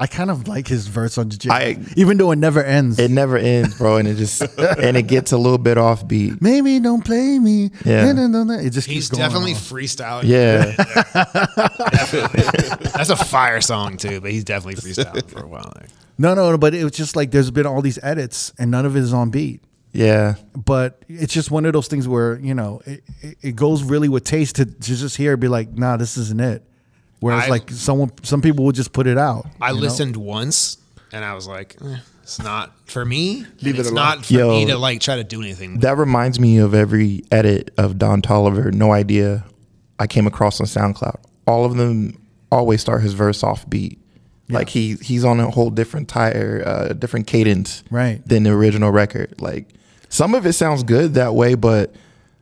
Speaker 1: I kind of like his verse on J,
Speaker 5: I-
Speaker 1: even though it never ends.
Speaker 5: It never ends, bro, and it just and it gets a little bit off beat.
Speaker 1: Maybe don't play me.
Speaker 5: Yeah.
Speaker 1: No, no, no, no. It just keeps
Speaker 4: He's
Speaker 1: going
Speaker 4: definitely
Speaker 1: on.
Speaker 4: freestyling.
Speaker 5: Yeah,
Speaker 4: That's a fire song too, but he's definitely freestyling for a while there.
Speaker 1: no, no, no. But it was just like there's been all these edits, and none of it is on beat.
Speaker 5: yeah,
Speaker 1: but it's just one of those things where you know it, it, it goes really with taste to, to just hear it be like nah this isn't it whereas
Speaker 4: I-
Speaker 1: like someone some people will just put it out
Speaker 4: I
Speaker 1: you know?
Speaker 4: listened once and I was like, eh, it's not for me. Leave
Speaker 3: it
Speaker 4: it's
Speaker 3: alone.
Speaker 4: not for
Speaker 5: Yo.
Speaker 4: me to like try to do anything.
Speaker 5: that reminds me of every edit of Don Tolliver. No idea, I came across on SoundCloud. All of them always start his verse off beat. Like he he's on a whole different tire, uh, different cadence,
Speaker 1: Right.
Speaker 5: Than the original record. Like some of it sounds good that way, but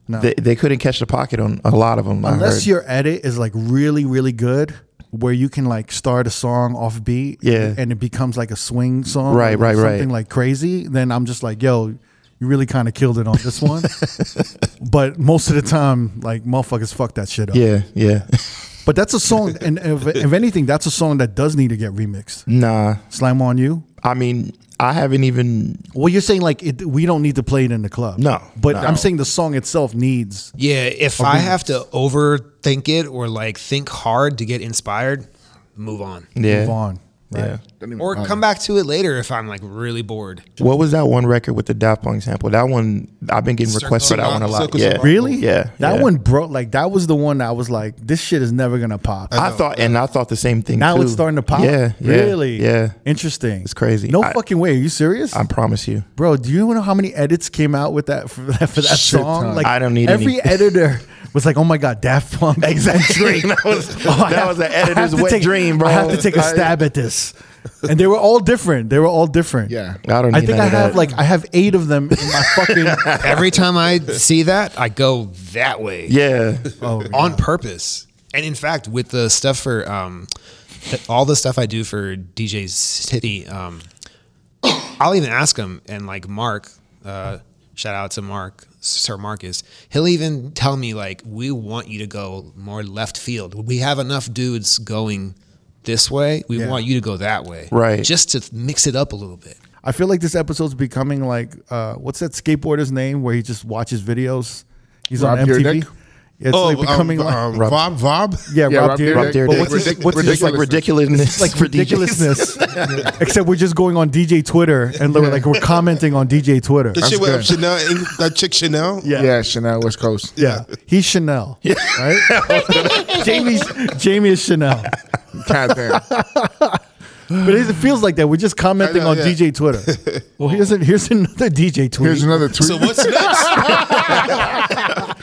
Speaker 5: they, they couldn't catch the pocket on a lot of them. I
Speaker 1: unless
Speaker 5: heard.
Speaker 1: your edit is like really really good where you can like start a song off beat
Speaker 5: Yeah.
Speaker 1: and it becomes like a swing song
Speaker 5: Right,
Speaker 1: or
Speaker 5: right, right.
Speaker 1: something like crazy then i'm just like yo You really kind of killed it on this one. but most of the time, like motherfuckers fuck that shit up.
Speaker 5: Yeah, yeah.
Speaker 1: But that's a song, and if, if anything, that's a song that does need to get remixed.
Speaker 5: nah.
Speaker 1: Slime on you.
Speaker 5: I mean, I haven't even
Speaker 1: Well, you're saying like it, we don't need to play it in the club.
Speaker 5: No,
Speaker 1: but
Speaker 5: no.
Speaker 1: I'm saying the song itself needs.
Speaker 4: Yeah, if I have to overthink it or like think hard to get inspired, move on.
Speaker 5: yeah.
Speaker 1: Move on. Right?
Speaker 5: Yeah.
Speaker 3: Don't even
Speaker 4: Or
Speaker 3: bother.
Speaker 4: come back to it later if I'm like really bored.
Speaker 5: What was that one record with the Daft Punk sample? That one I've been getting
Speaker 2: Circle
Speaker 5: requests for that one a
Speaker 2: Survival,
Speaker 5: lot.
Speaker 2: Circle
Speaker 5: Yeah.
Speaker 2: Survival.
Speaker 1: Really?
Speaker 5: Oh, Yeah.
Speaker 1: That
Speaker 5: yeah.
Speaker 1: one broke. Like that was the one that I was like, this shit is never gonna pop.
Speaker 5: I thought, and I thought the same thing.
Speaker 1: now
Speaker 5: too.
Speaker 1: it's starting to pop.
Speaker 5: Yeah, yeah,
Speaker 1: Really?
Speaker 5: Yeah,
Speaker 1: Interesting.
Speaker 5: It's crazy.
Speaker 1: No
Speaker 5: I-
Speaker 1: fucking way. Are you serious?
Speaker 5: I promise you.
Speaker 1: Bro, do you know how many edits came out with that for that, for that
Speaker 3: Shit
Speaker 1: song?
Speaker 3: ton.
Speaker 1: Like
Speaker 5: I don't need
Speaker 1: every
Speaker 5: any.
Speaker 1: editor was like, "Oh my god, Daft Punk, exactly."
Speaker 5: That was-
Speaker 1: Oh,
Speaker 5: that was the editor's wet
Speaker 1: take,
Speaker 5: dream, bro.
Speaker 1: I have to take a
Speaker 5: I-
Speaker 1: stab at this, and they were all different. They were all different.
Speaker 3: Yeah.
Speaker 5: I don't. Need
Speaker 1: I think
Speaker 5: none
Speaker 1: I
Speaker 5: of
Speaker 1: have
Speaker 5: that.
Speaker 1: like I have eight of them in my fucking.
Speaker 4: Every time I see that, I go that way.
Speaker 5: Yeah,
Speaker 1: Oh,
Speaker 4: on purpose. And in fact, with the stuff for um, th- all the stuff I do for DJ City, um, I'll even ask him and like Mark, uh, shout out to Mark, Sir Marcus. He'll even tell me like, we want you to go more left field. We have enough dudes going this way. We
Speaker 1: Yeah.
Speaker 4: want you to go that way,
Speaker 5: Right.
Speaker 4: Just to mix it up a little bit.
Speaker 1: I feel like this episode's becoming like uh, what's that skateboarder's name where he just watches videos? He's on
Speaker 3: Rob
Speaker 1: MTV.
Speaker 3: Dyrdek?
Speaker 1: It's
Speaker 5: Oh,
Speaker 1: like becoming like
Speaker 2: um, Vob, Vob?
Speaker 1: yeah,
Speaker 3: Yeah,
Speaker 1: Rob,
Speaker 3: Rob
Speaker 1: Dyrdek.
Speaker 3: Dyrdek.
Speaker 5: Rob
Speaker 1: But
Speaker 5: Dyrdek.
Speaker 1: what's his-
Speaker 3: Ridic-
Speaker 1: what's his,
Speaker 3: ridiculous.
Speaker 5: like ridiculousness,
Speaker 1: like
Speaker 5: for DJs.
Speaker 1: ridiculousness. Except we're just going on DJ Twitter and we're like we're commenting on DJ Twitter.
Speaker 2: The shit with um,
Speaker 3: good.
Speaker 2: Chanel, and that chick Chanel.
Speaker 1: Yeah.
Speaker 3: Yeah, Chanel West Coast.
Speaker 1: Yeah. He's Chanel. Right? Jamie's Jamie is Chanel.
Speaker 3: God damn.
Speaker 1: But it feels like that. We're just commenting
Speaker 2: I know,
Speaker 1: on
Speaker 2: yeah.
Speaker 1: DJ Twitter. Well here's a, here's another DJ tweet.
Speaker 3: Here's another tweet.
Speaker 2: So what's next?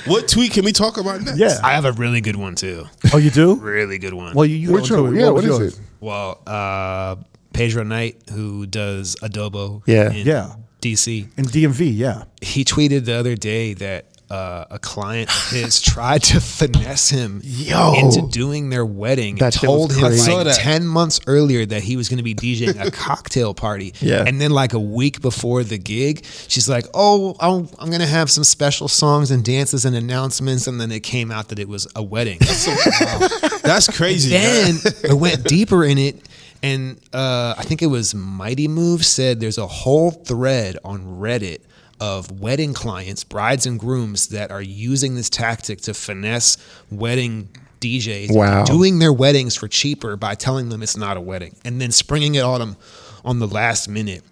Speaker 2: what tweet can we talk about next?
Speaker 1: yeah.
Speaker 4: I have a really good one too.
Speaker 1: Oh you do?
Speaker 4: Really good one.
Speaker 1: Well you, you
Speaker 3: Which
Speaker 1: don't
Speaker 3: one?
Speaker 1: do it.
Speaker 3: Yeah,
Speaker 1: was
Speaker 3: what is
Speaker 1: yours?
Speaker 3: it?
Speaker 4: Well, uh, Pedro Knight, who does Adobo,
Speaker 5: Yeah.
Speaker 4: in
Speaker 1: Yeah.
Speaker 4: DC,
Speaker 1: In DMV, yeah.
Speaker 4: he tweeted the other day that uh, a client of his tried to finesse him
Speaker 1: Yo.
Speaker 4: into doing their wedding.
Speaker 5: That
Speaker 4: and
Speaker 5: shit was
Speaker 4: told him
Speaker 5: crazy. I saw
Speaker 4: like
Speaker 2: that.
Speaker 4: ten months earlier that he was going to be DJing a cocktail party.
Speaker 5: Yeah.
Speaker 4: and then like a week before the gig, she's like, "Oh, I'm, I'm going to have some special songs and dances and announcements," and then it came out that it was a wedding.
Speaker 2: That's crazy.
Speaker 4: then
Speaker 2: man.
Speaker 4: it went deeper in it and uh, i think it was mighty move said there's a whole thread on reddit of wedding clients brides and grooms that are using this tactic to finesse wedding djs
Speaker 5: Wow.
Speaker 4: doing their weddings for cheaper by telling them it's not a wedding and then springing it on them on the last minute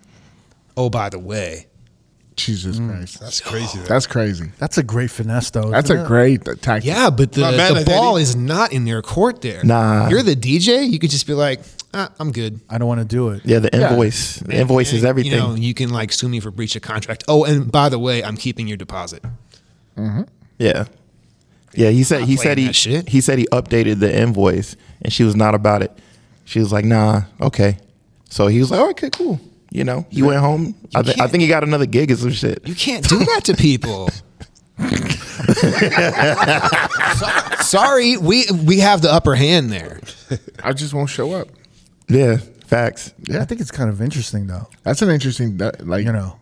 Speaker 4: oh by the way
Speaker 3: Jesus
Speaker 1: Mm.
Speaker 3: Christ.
Speaker 2: that's crazy. man.
Speaker 3: That's crazy.
Speaker 1: That's a great finesse though.
Speaker 3: That's
Speaker 1: isn't
Speaker 3: a
Speaker 1: it?
Speaker 3: great tactic.
Speaker 4: yeah but the,
Speaker 2: Not bad,
Speaker 4: the
Speaker 2: I e- think.
Speaker 4: ball is not in their court there
Speaker 5: Nah.
Speaker 4: you're the dj you could just be like ah, i'm good
Speaker 1: I don't want to do it.
Speaker 5: yeah, the invoice, the invoice is
Speaker 4: And,
Speaker 5: everything.
Speaker 4: You know, you can like sue me for breach of contract. Oh, and by the way, I'm keeping your deposit.
Speaker 5: yeah, yeah. He said
Speaker 4: Not playing
Speaker 5: he said he
Speaker 4: that shit.
Speaker 5: he said he updated the invoice, and she was not about it. She was like, "Nah, okay." So he was like, "Okay, cool." You know, he went home. I, th- I
Speaker 4: can't-
Speaker 5: think he got another gig or some shit.
Speaker 4: You can't do that to people. So- Sorry, we we have the upper hand there.
Speaker 3: I just won't show up.
Speaker 5: Yeah, facts.
Speaker 1: I think it's kind of interesting though.
Speaker 3: That's an interesting that- like
Speaker 1: You know.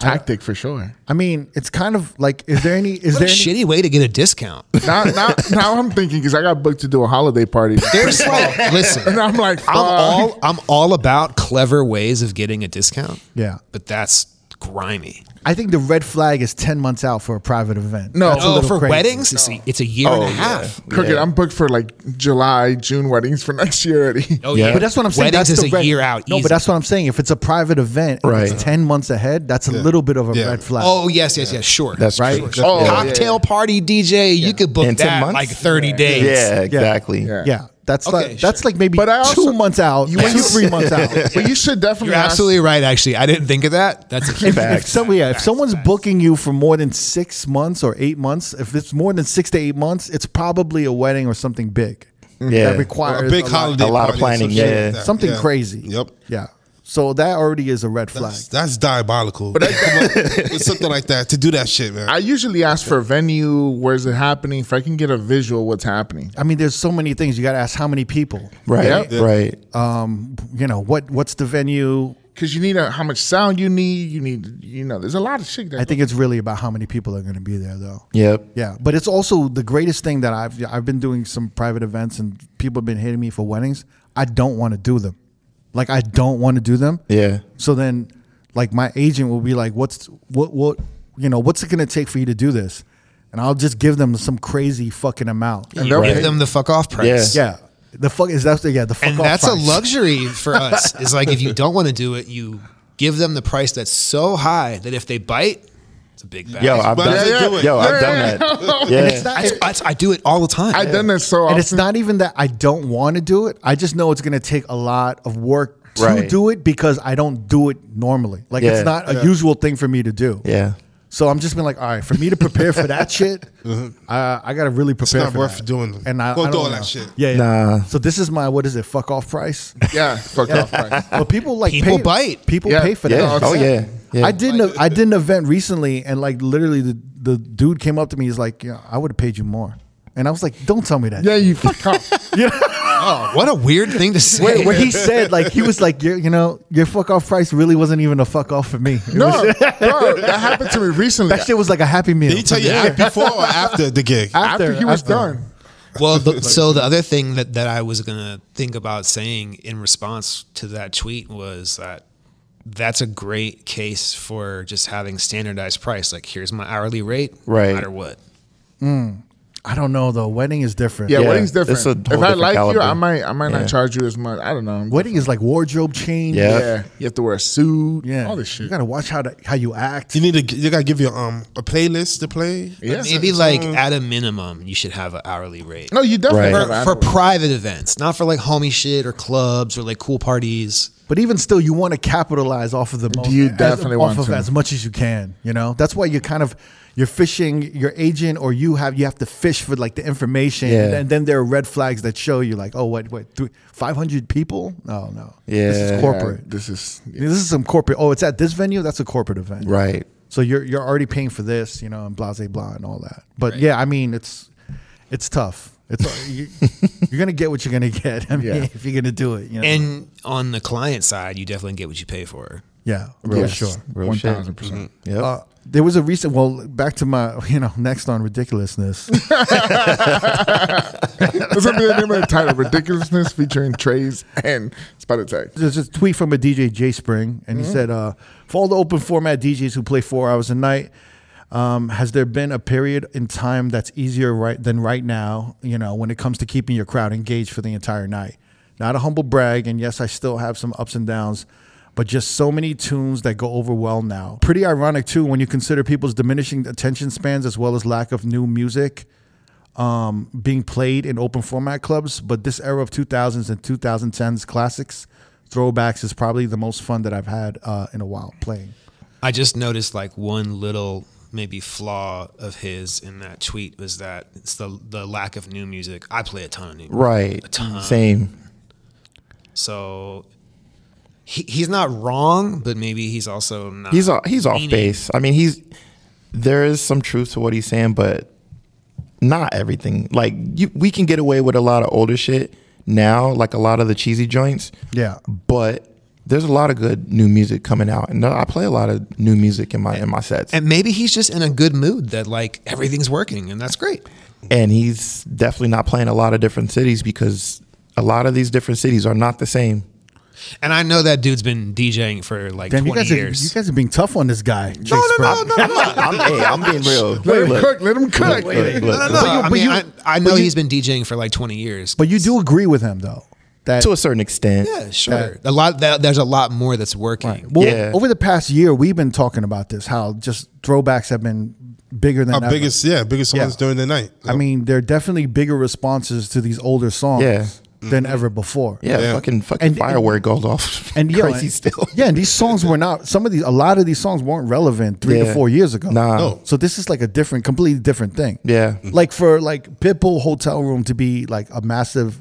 Speaker 3: tactic for sure.
Speaker 1: I mean, it's kind of like is there any is
Speaker 4: What a
Speaker 1: there any
Speaker 4: shitty way to get a discount.
Speaker 3: Now, now, now I'm thinking because I got booked to do a holiday party.
Speaker 4: There's like, listen,
Speaker 3: And I'm like,
Speaker 4: I'm all
Speaker 3: fuck.
Speaker 4: I'm all about clever ways of getting a discount.
Speaker 1: Yeah.
Speaker 4: but that's grimy.
Speaker 1: I think the red flag is ten months out for a private event.
Speaker 3: No.
Speaker 1: That's a
Speaker 4: oh,
Speaker 1: little
Speaker 4: for
Speaker 1: crazy.
Speaker 4: weddings, it's a, it's a year and a
Speaker 5: Oh, yeah.
Speaker 4: half.
Speaker 3: crooked. I'm booked for like July, June weddings for next year already.
Speaker 4: Oh
Speaker 5: Yeah.
Speaker 4: yeah,
Speaker 1: But that's what I'm saying.
Speaker 4: Weddings
Speaker 1: that's
Speaker 4: is
Speaker 1: the
Speaker 4: a
Speaker 1: red-
Speaker 4: year out.
Speaker 1: No,
Speaker 4: easy.
Speaker 1: but that's what I'm saying. If it's a private event, and
Speaker 5: Right.
Speaker 1: it's ten months ahead. That's a little bit of a
Speaker 2: Yeah.
Speaker 1: red flag.
Speaker 4: Oh yes, yes, yes. Sure,
Speaker 5: That's
Speaker 1: Right?
Speaker 5: true.
Speaker 3: Oh, yeah.
Speaker 4: cocktail party DJ, you could book
Speaker 5: In 10
Speaker 4: that
Speaker 5: months?
Speaker 4: like 30 days.
Speaker 5: Yeah, exactly.
Speaker 3: Yeah.
Speaker 1: yeah, that's
Speaker 4: Okay,
Speaker 1: like, that's
Speaker 4: sure.
Speaker 1: like maybe
Speaker 3: But I also-
Speaker 1: two months out,
Speaker 3: You-
Speaker 1: two three months out.
Speaker 3: But you should definitely
Speaker 4: You're
Speaker 3: ask-
Speaker 4: absolutely right, actually. I didn't think of that. That's a huge
Speaker 1: If, if, some, yeah, if someone's booking you for more than six months or eight months, if it's more than six to eight months, it's probably a wedding or something big
Speaker 5: Yeah.
Speaker 1: that
Speaker 2: Or
Speaker 1: requires
Speaker 2: Mm-hmm. a big
Speaker 1: lot-
Speaker 2: holiday.
Speaker 5: a lot
Speaker 2: party
Speaker 5: of
Speaker 2: or some
Speaker 5: planning,
Speaker 2: shit
Speaker 5: yeah.
Speaker 2: like that.
Speaker 1: something
Speaker 2: Yeah.
Speaker 1: crazy.
Speaker 2: Yep.
Speaker 1: Yeah. So that already is a red flag.
Speaker 2: That's, that's diabolical. But something like that to do that shit, man.
Speaker 3: I usually ask for venue, where's it happening? If I can get a visual, what's happening?
Speaker 1: I mean, there's so many things you got to ask. How many people?
Speaker 5: Right,
Speaker 3: Yeah.
Speaker 5: right.
Speaker 1: You know, what what's the venue?
Speaker 3: because you need a, how much sound you need. You need you know. There's a lot of shit. That
Speaker 1: I think it's really about how many people are going to be there, though.
Speaker 5: Yep.
Speaker 1: Yeah, but it's also the greatest thing that I've I've been doing some private events and people have been hitting me for weddings. I don't want to do them, like I don't want to do them.
Speaker 5: Yeah.
Speaker 1: So then, like my agent will be like, "What's what what you know? What's it going to take for you to do this?" And I'll just give them some crazy fucking amount.
Speaker 3: And
Speaker 4: You
Speaker 3: they'll
Speaker 4: give
Speaker 3: pay-
Speaker 4: them the fuck off price.
Speaker 1: Yeah, the fuck is that? Yeah, the fuck.
Speaker 4: and
Speaker 1: off
Speaker 4: that's a
Speaker 1: price.
Speaker 4: luxury for us. It's like if you don't want to do it, you give them the price that's so high that if they bite, it's a big bag.
Speaker 5: Yo, I've
Speaker 2: But
Speaker 5: done,
Speaker 2: yeah, yeah.
Speaker 5: Yo,
Speaker 3: Yeah,
Speaker 5: I've done that. Yeah.
Speaker 1: It's not-
Speaker 4: I, I, I do it all the time.
Speaker 3: I've done that so
Speaker 1: and
Speaker 3: often.
Speaker 1: it's not even that I don't want to do it. I just know it's going to take a lot of work to
Speaker 5: Right.
Speaker 1: do it because I don't do it normally. Like
Speaker 5: Yeah.
Speaker 1: it's not a usual thing for me to do.
Speaker 5: yeah.
Speaker 1: So I'm just been like, all right, for me to prepare for that shit, I, I got to really prepare.
Speaker 2: not
Speaker 1: for
Speaker 2: worth
Speaker 1: that.
Speaker 2: doing.
Speaker 1: And I
Speaker 2: Go
Speaker 1: I
Speaker 2: do
Speaker 1: don't
Speaker 2: all that
Speaker 1: know.
Speaker 2: shit.
Speaker 1: Yeah, yeah.
Speaker 5: Nah.
Speaker 1: So this is my what is it? Fuck off price.
Speaker 3: yeah, fuck off. Right.
Speaker 1: But people like
Speaker 4: People
Speaker 1: pay,
Speaker 4: bite.
Speaker 1: People
Speaker 3: Yeah.
Speaker 1: pay for
Speaker 5: Yeah.
Speaker 1: that.
Speaker 3: Oh,
Speaker 5: Oh yeah. Yeah.
Speaker 1: I did an I did an event recently, and like literally, the, the dude came up to me. He's like, "Yeah, I would have paid you more," and I was like, "Don't tell me that."
Speaker 3: Yeah, you fuck off.
Speaker 4: Oh, what a weird thing to say.
Speaker 1: Wait, where he said like he was like your you know your fuck off price really wasn't even a fuck off for me. It
Speaker 3: No,
Speaker 1: was-
Speaker 3: bro, that happened to me recently.
Speaker 1: that shit was like a happy meal.
Speaker 2: Did he tell you that before or after the gig?
Speaker 3: after, he was done.
Speaker 4: Well, the, so the other thing that, that I was gonna think about saying in response to that tweet was that that's a great case for just having standardized price. Like, here's my hourly rate,
Speaker 5: Right.
Speaker 4: no matter what.
Speaker 1: I don't know though. Wedding is different.
Speaker 3: Yeah,
Speaker 5: Yeah,
Speaker 3: wedding's different.
Speaker 5: it's a whole
Speaker 3: if I
Speaker 5: different
Speaker 3: like you,
Speaker 5: caliber.
Speaker 3: I might I might
Speaker 5: Yeah.
Speaker 3: not charge you as much. I don't know.
Speaker 1: wedding is like wardrobe change.
Speaker 5: Yeah.
Speaker 3: Yeah, you have to wear a suit.
Speaker 1: yeah.
Speaker 3: all this shit.
Speaker 1: You gotta watch how to, how you act.
Speaker 2: You need to. You gotta give you um a playlist to play.
Speaker 3: yeah, uh,
Speaker 4: Maybe like at a minimum, you should have an hourly rate.
Speaker 3: no, you definitely.
Speaker 5: Right.
Speaker 3: have an
Speaker 4: for
Speaker 3: hour.
Speaker 4: private events, not for like homie shit or clubs or like cool parties.
Speaker 1: But even still, you want to capitalize off of the most,
Speaker 3: You
Speaker 1: as-
Speaker 3: definitely
Speaker 1: off
Speaker 3: want
Speaker 1: of
Speaker 3: to.
Speaker 1: as much as you can. You know, that's why you're kind of you're fishing your agent or you have you have to fish for like the information,
Speaker 5: Yeah.
Speaker 1: and, then, then there are red flags that show you like, oh, what, what, five hundred people? No, no, this
Speaker 5: Yeah.
Speaker 1: is
Speaker 5: Yeah.
Speaker 1: corporate.
Speaker 3: Yeah, this is
Speaker 1: This is some corporate. Oh, it's at this venue. That's a corporate event,
Speaker 5: Right.
Speaker 1: So you're you're already paying for this, you know, and blah blah blah and all that. But yeah, I mean, it's it's tough. It's uh, you, you're gonna get what you're gonna get. I mean,
Speaker 3: Yeah.
Speaker 1: if you're gonna do it, you know.
Speaker 4: And on the client side, you definitely get what you pay for.
Speaker 1: yeah, really
Speaker 5: Yes.
Speaker 1: sure.
Speaker 5: Real
Speaker 3: one
Speaker 5: shit.
Speaker 3: thousand percent.
Speaker 5: Yep.
Speaker 1: Uh, there was a recent. Well, back to my, you know, next on ridiculousness.
Speaker 3: That's gonna be the name of the title: "Ridiculousness" featuring Trays and Spot Attack.
Speaker 1: There's a tweet from a DJ J Spring, and he said, uh, "For all the open format DJs who play four hours a night, um, has there been a period in time that's easier right than right now? You know, when it comes to keeping your crowd engaged for the entire night. Not a humble brag, and yes, I still have some ups and downs." But just so many tunes that go over well now. Pretty ironic too when you consider people's diminishing attention spans as well as lack of new music being played in open format clubs, but this era of 2000s and 2010s classics, throwbacks is probably the most fun that I've had uh, in a while playing.
Speaker 4: I just noticed like one little maybe flaw of his in that tweet was that it's the the lack of new music. I play a ton of new music.
Speaker 5: right.
Speaker 4: ton.
Speaker 5: Same.
Speaker 4: So he, he's not wrong, but maybe he's also not.
Speaker 5: He's off, he's off
Speaker 4: meaning-
Speaker 5: base. I mean, he's there is some truth to what he's saying, but not everything. Like you, we can get away with a lot of older shit now, like a lot of the cheesy joints.
Speaker 1: Yeah.
Speaker 5: But there's a lot of good new music coming out, and I play a lot of new music in my in my sets.
Speaker 4: And maybe he's just in a good mood that like everything's working and that's great.
Speaker 5: and he's definitely not playing a lot of different cities because a lot of these different cities are not the same.
Speaker 4: And I know that dude's been DJing for like
Speaker 1: Damn, you
Speaker 4: 20
Speaker 1: guys, are,
Speaker 4: years.
Speaker 1: you guys are being tough on this guy. Jay Sprout.
Speaker 4: no, no, no.
Speaker 5: I'm, hey, I'm being real.
Speaker 3: Let him
Speaker 5: Look,
Speaker 3: cook. Let him cook.
Speaker 5: look, look,
Speaker 4: No, no,
Speaker 5: look.
Speaker 4: no.
Speaker 1: But you-
Speaker 4: I
Speaker 1: but
Speaker 4: mean,
Speaker 1: you-
Speaker 4: I, I know
Speaker 1: but you-
Speaker 4: he's been DJing for like 20 years.
Speaker 1: But you do agree with him, though. That,
Speaker 5: To a certain extent.
Speaker 4: yeah, sure. A lot. That, there's a lot more that's working.
Speaker 1: well,
Speaker 5: Yeah.
Speaker 1: over the past year, we've been talking about this, how just throwbacks have been bigger than
Speaker 2: Our
Speaker 1: ever.
Speaker 2: biggest, yeah, biggest
Speaker 1: Yeah.
Speaker 2: ones during the night.
Speaker 1: I mean, there are definitely bigger responses to these older songs
Speaker 5: Yeah.
Speaker 1: than ever before.
Speaker 5: Yeah, fucking fucking
Speaker 1: And-
Speaker 5: firework goes off.
Speaker 1: And
Speaker 5: And
Speaker 1: yeah,
Speaker 5: crazy
Speaker 1: and-
Speaker 5: still.
Speaker 1: Yeah, and these songs were not some of these a lot of these songs weren't relevant three to
Speaker 5: Yeah.
Speaker 1: four years ago.
Speaker 5: Nah. No.
Speaker 1: So this is like a different, completely different thing.
Speaker 5: Yeah.
Speaker 1: Like for like Pitbull Hotel Room to be like a massive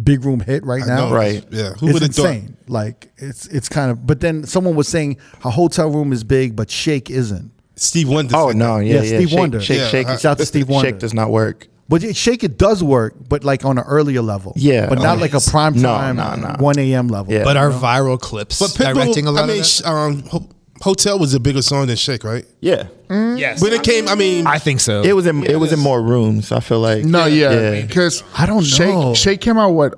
Speaker 1: big room hit right now.
Speaker 2: know.
Speaker 5: Right.
Speaker 2: Yeah.
Speaker 1: Who
Speaker 2: Who
Speaker 1: it's
Speaker 2: would've thought?
Speaker 1: insane. Like it's it's kind of but then someone was saying a hotel room is big, but shake isn't.
Speaker 2: Steve Wonder.
Speaker 5: Oh
Speaker 2: said
Speaker 5: no, yeah,
Speaker 1: Yeah,
Speaker 5: yeah.
Speaker 1: Steve
Speaker 5: shake,
Speaker 1: Wonder.
Speaker 5: Shake,
Speaker 1: Yeah,
Speaker 5: shake.
Speaker 1: uh, Shout out to Steve Wonder.
Speaker 5: Shake does not work.
Speaker 1: But it, shake it does work, but like on an earlier level.
Speaker 5: Yeah.
Speaker 1: but not
Speaker 5: Oh,
Speaker 1: like a
Speaker 5: yes.
Speaker 1: prime
Speaker 5: No,
Speaker 1: time,
Speaker 5: no, no.
Speaker 1: one a.m. level.
Speaker 5: Yeah.
Speaker 4: But our viral clips
Speaker 2: But Pitbull,
Speaker 4: directing a lot
Speaker 2: I mean,
Speaker 4: of that.
Speaker 2: sh- um, Ho- Hotel was a bigger song than Shake, right?
Speaker 5: Yeah,
Speaker 4: yes,
Speaker 2: When it came, I mean,
Speaker 4: I think so.
Speaker 5: it was in it was in more rooms. I feel like
Speaker 3: No, yeah, because
Speaker 1: I don't know.
Speaker 3: Shake, Shake came out what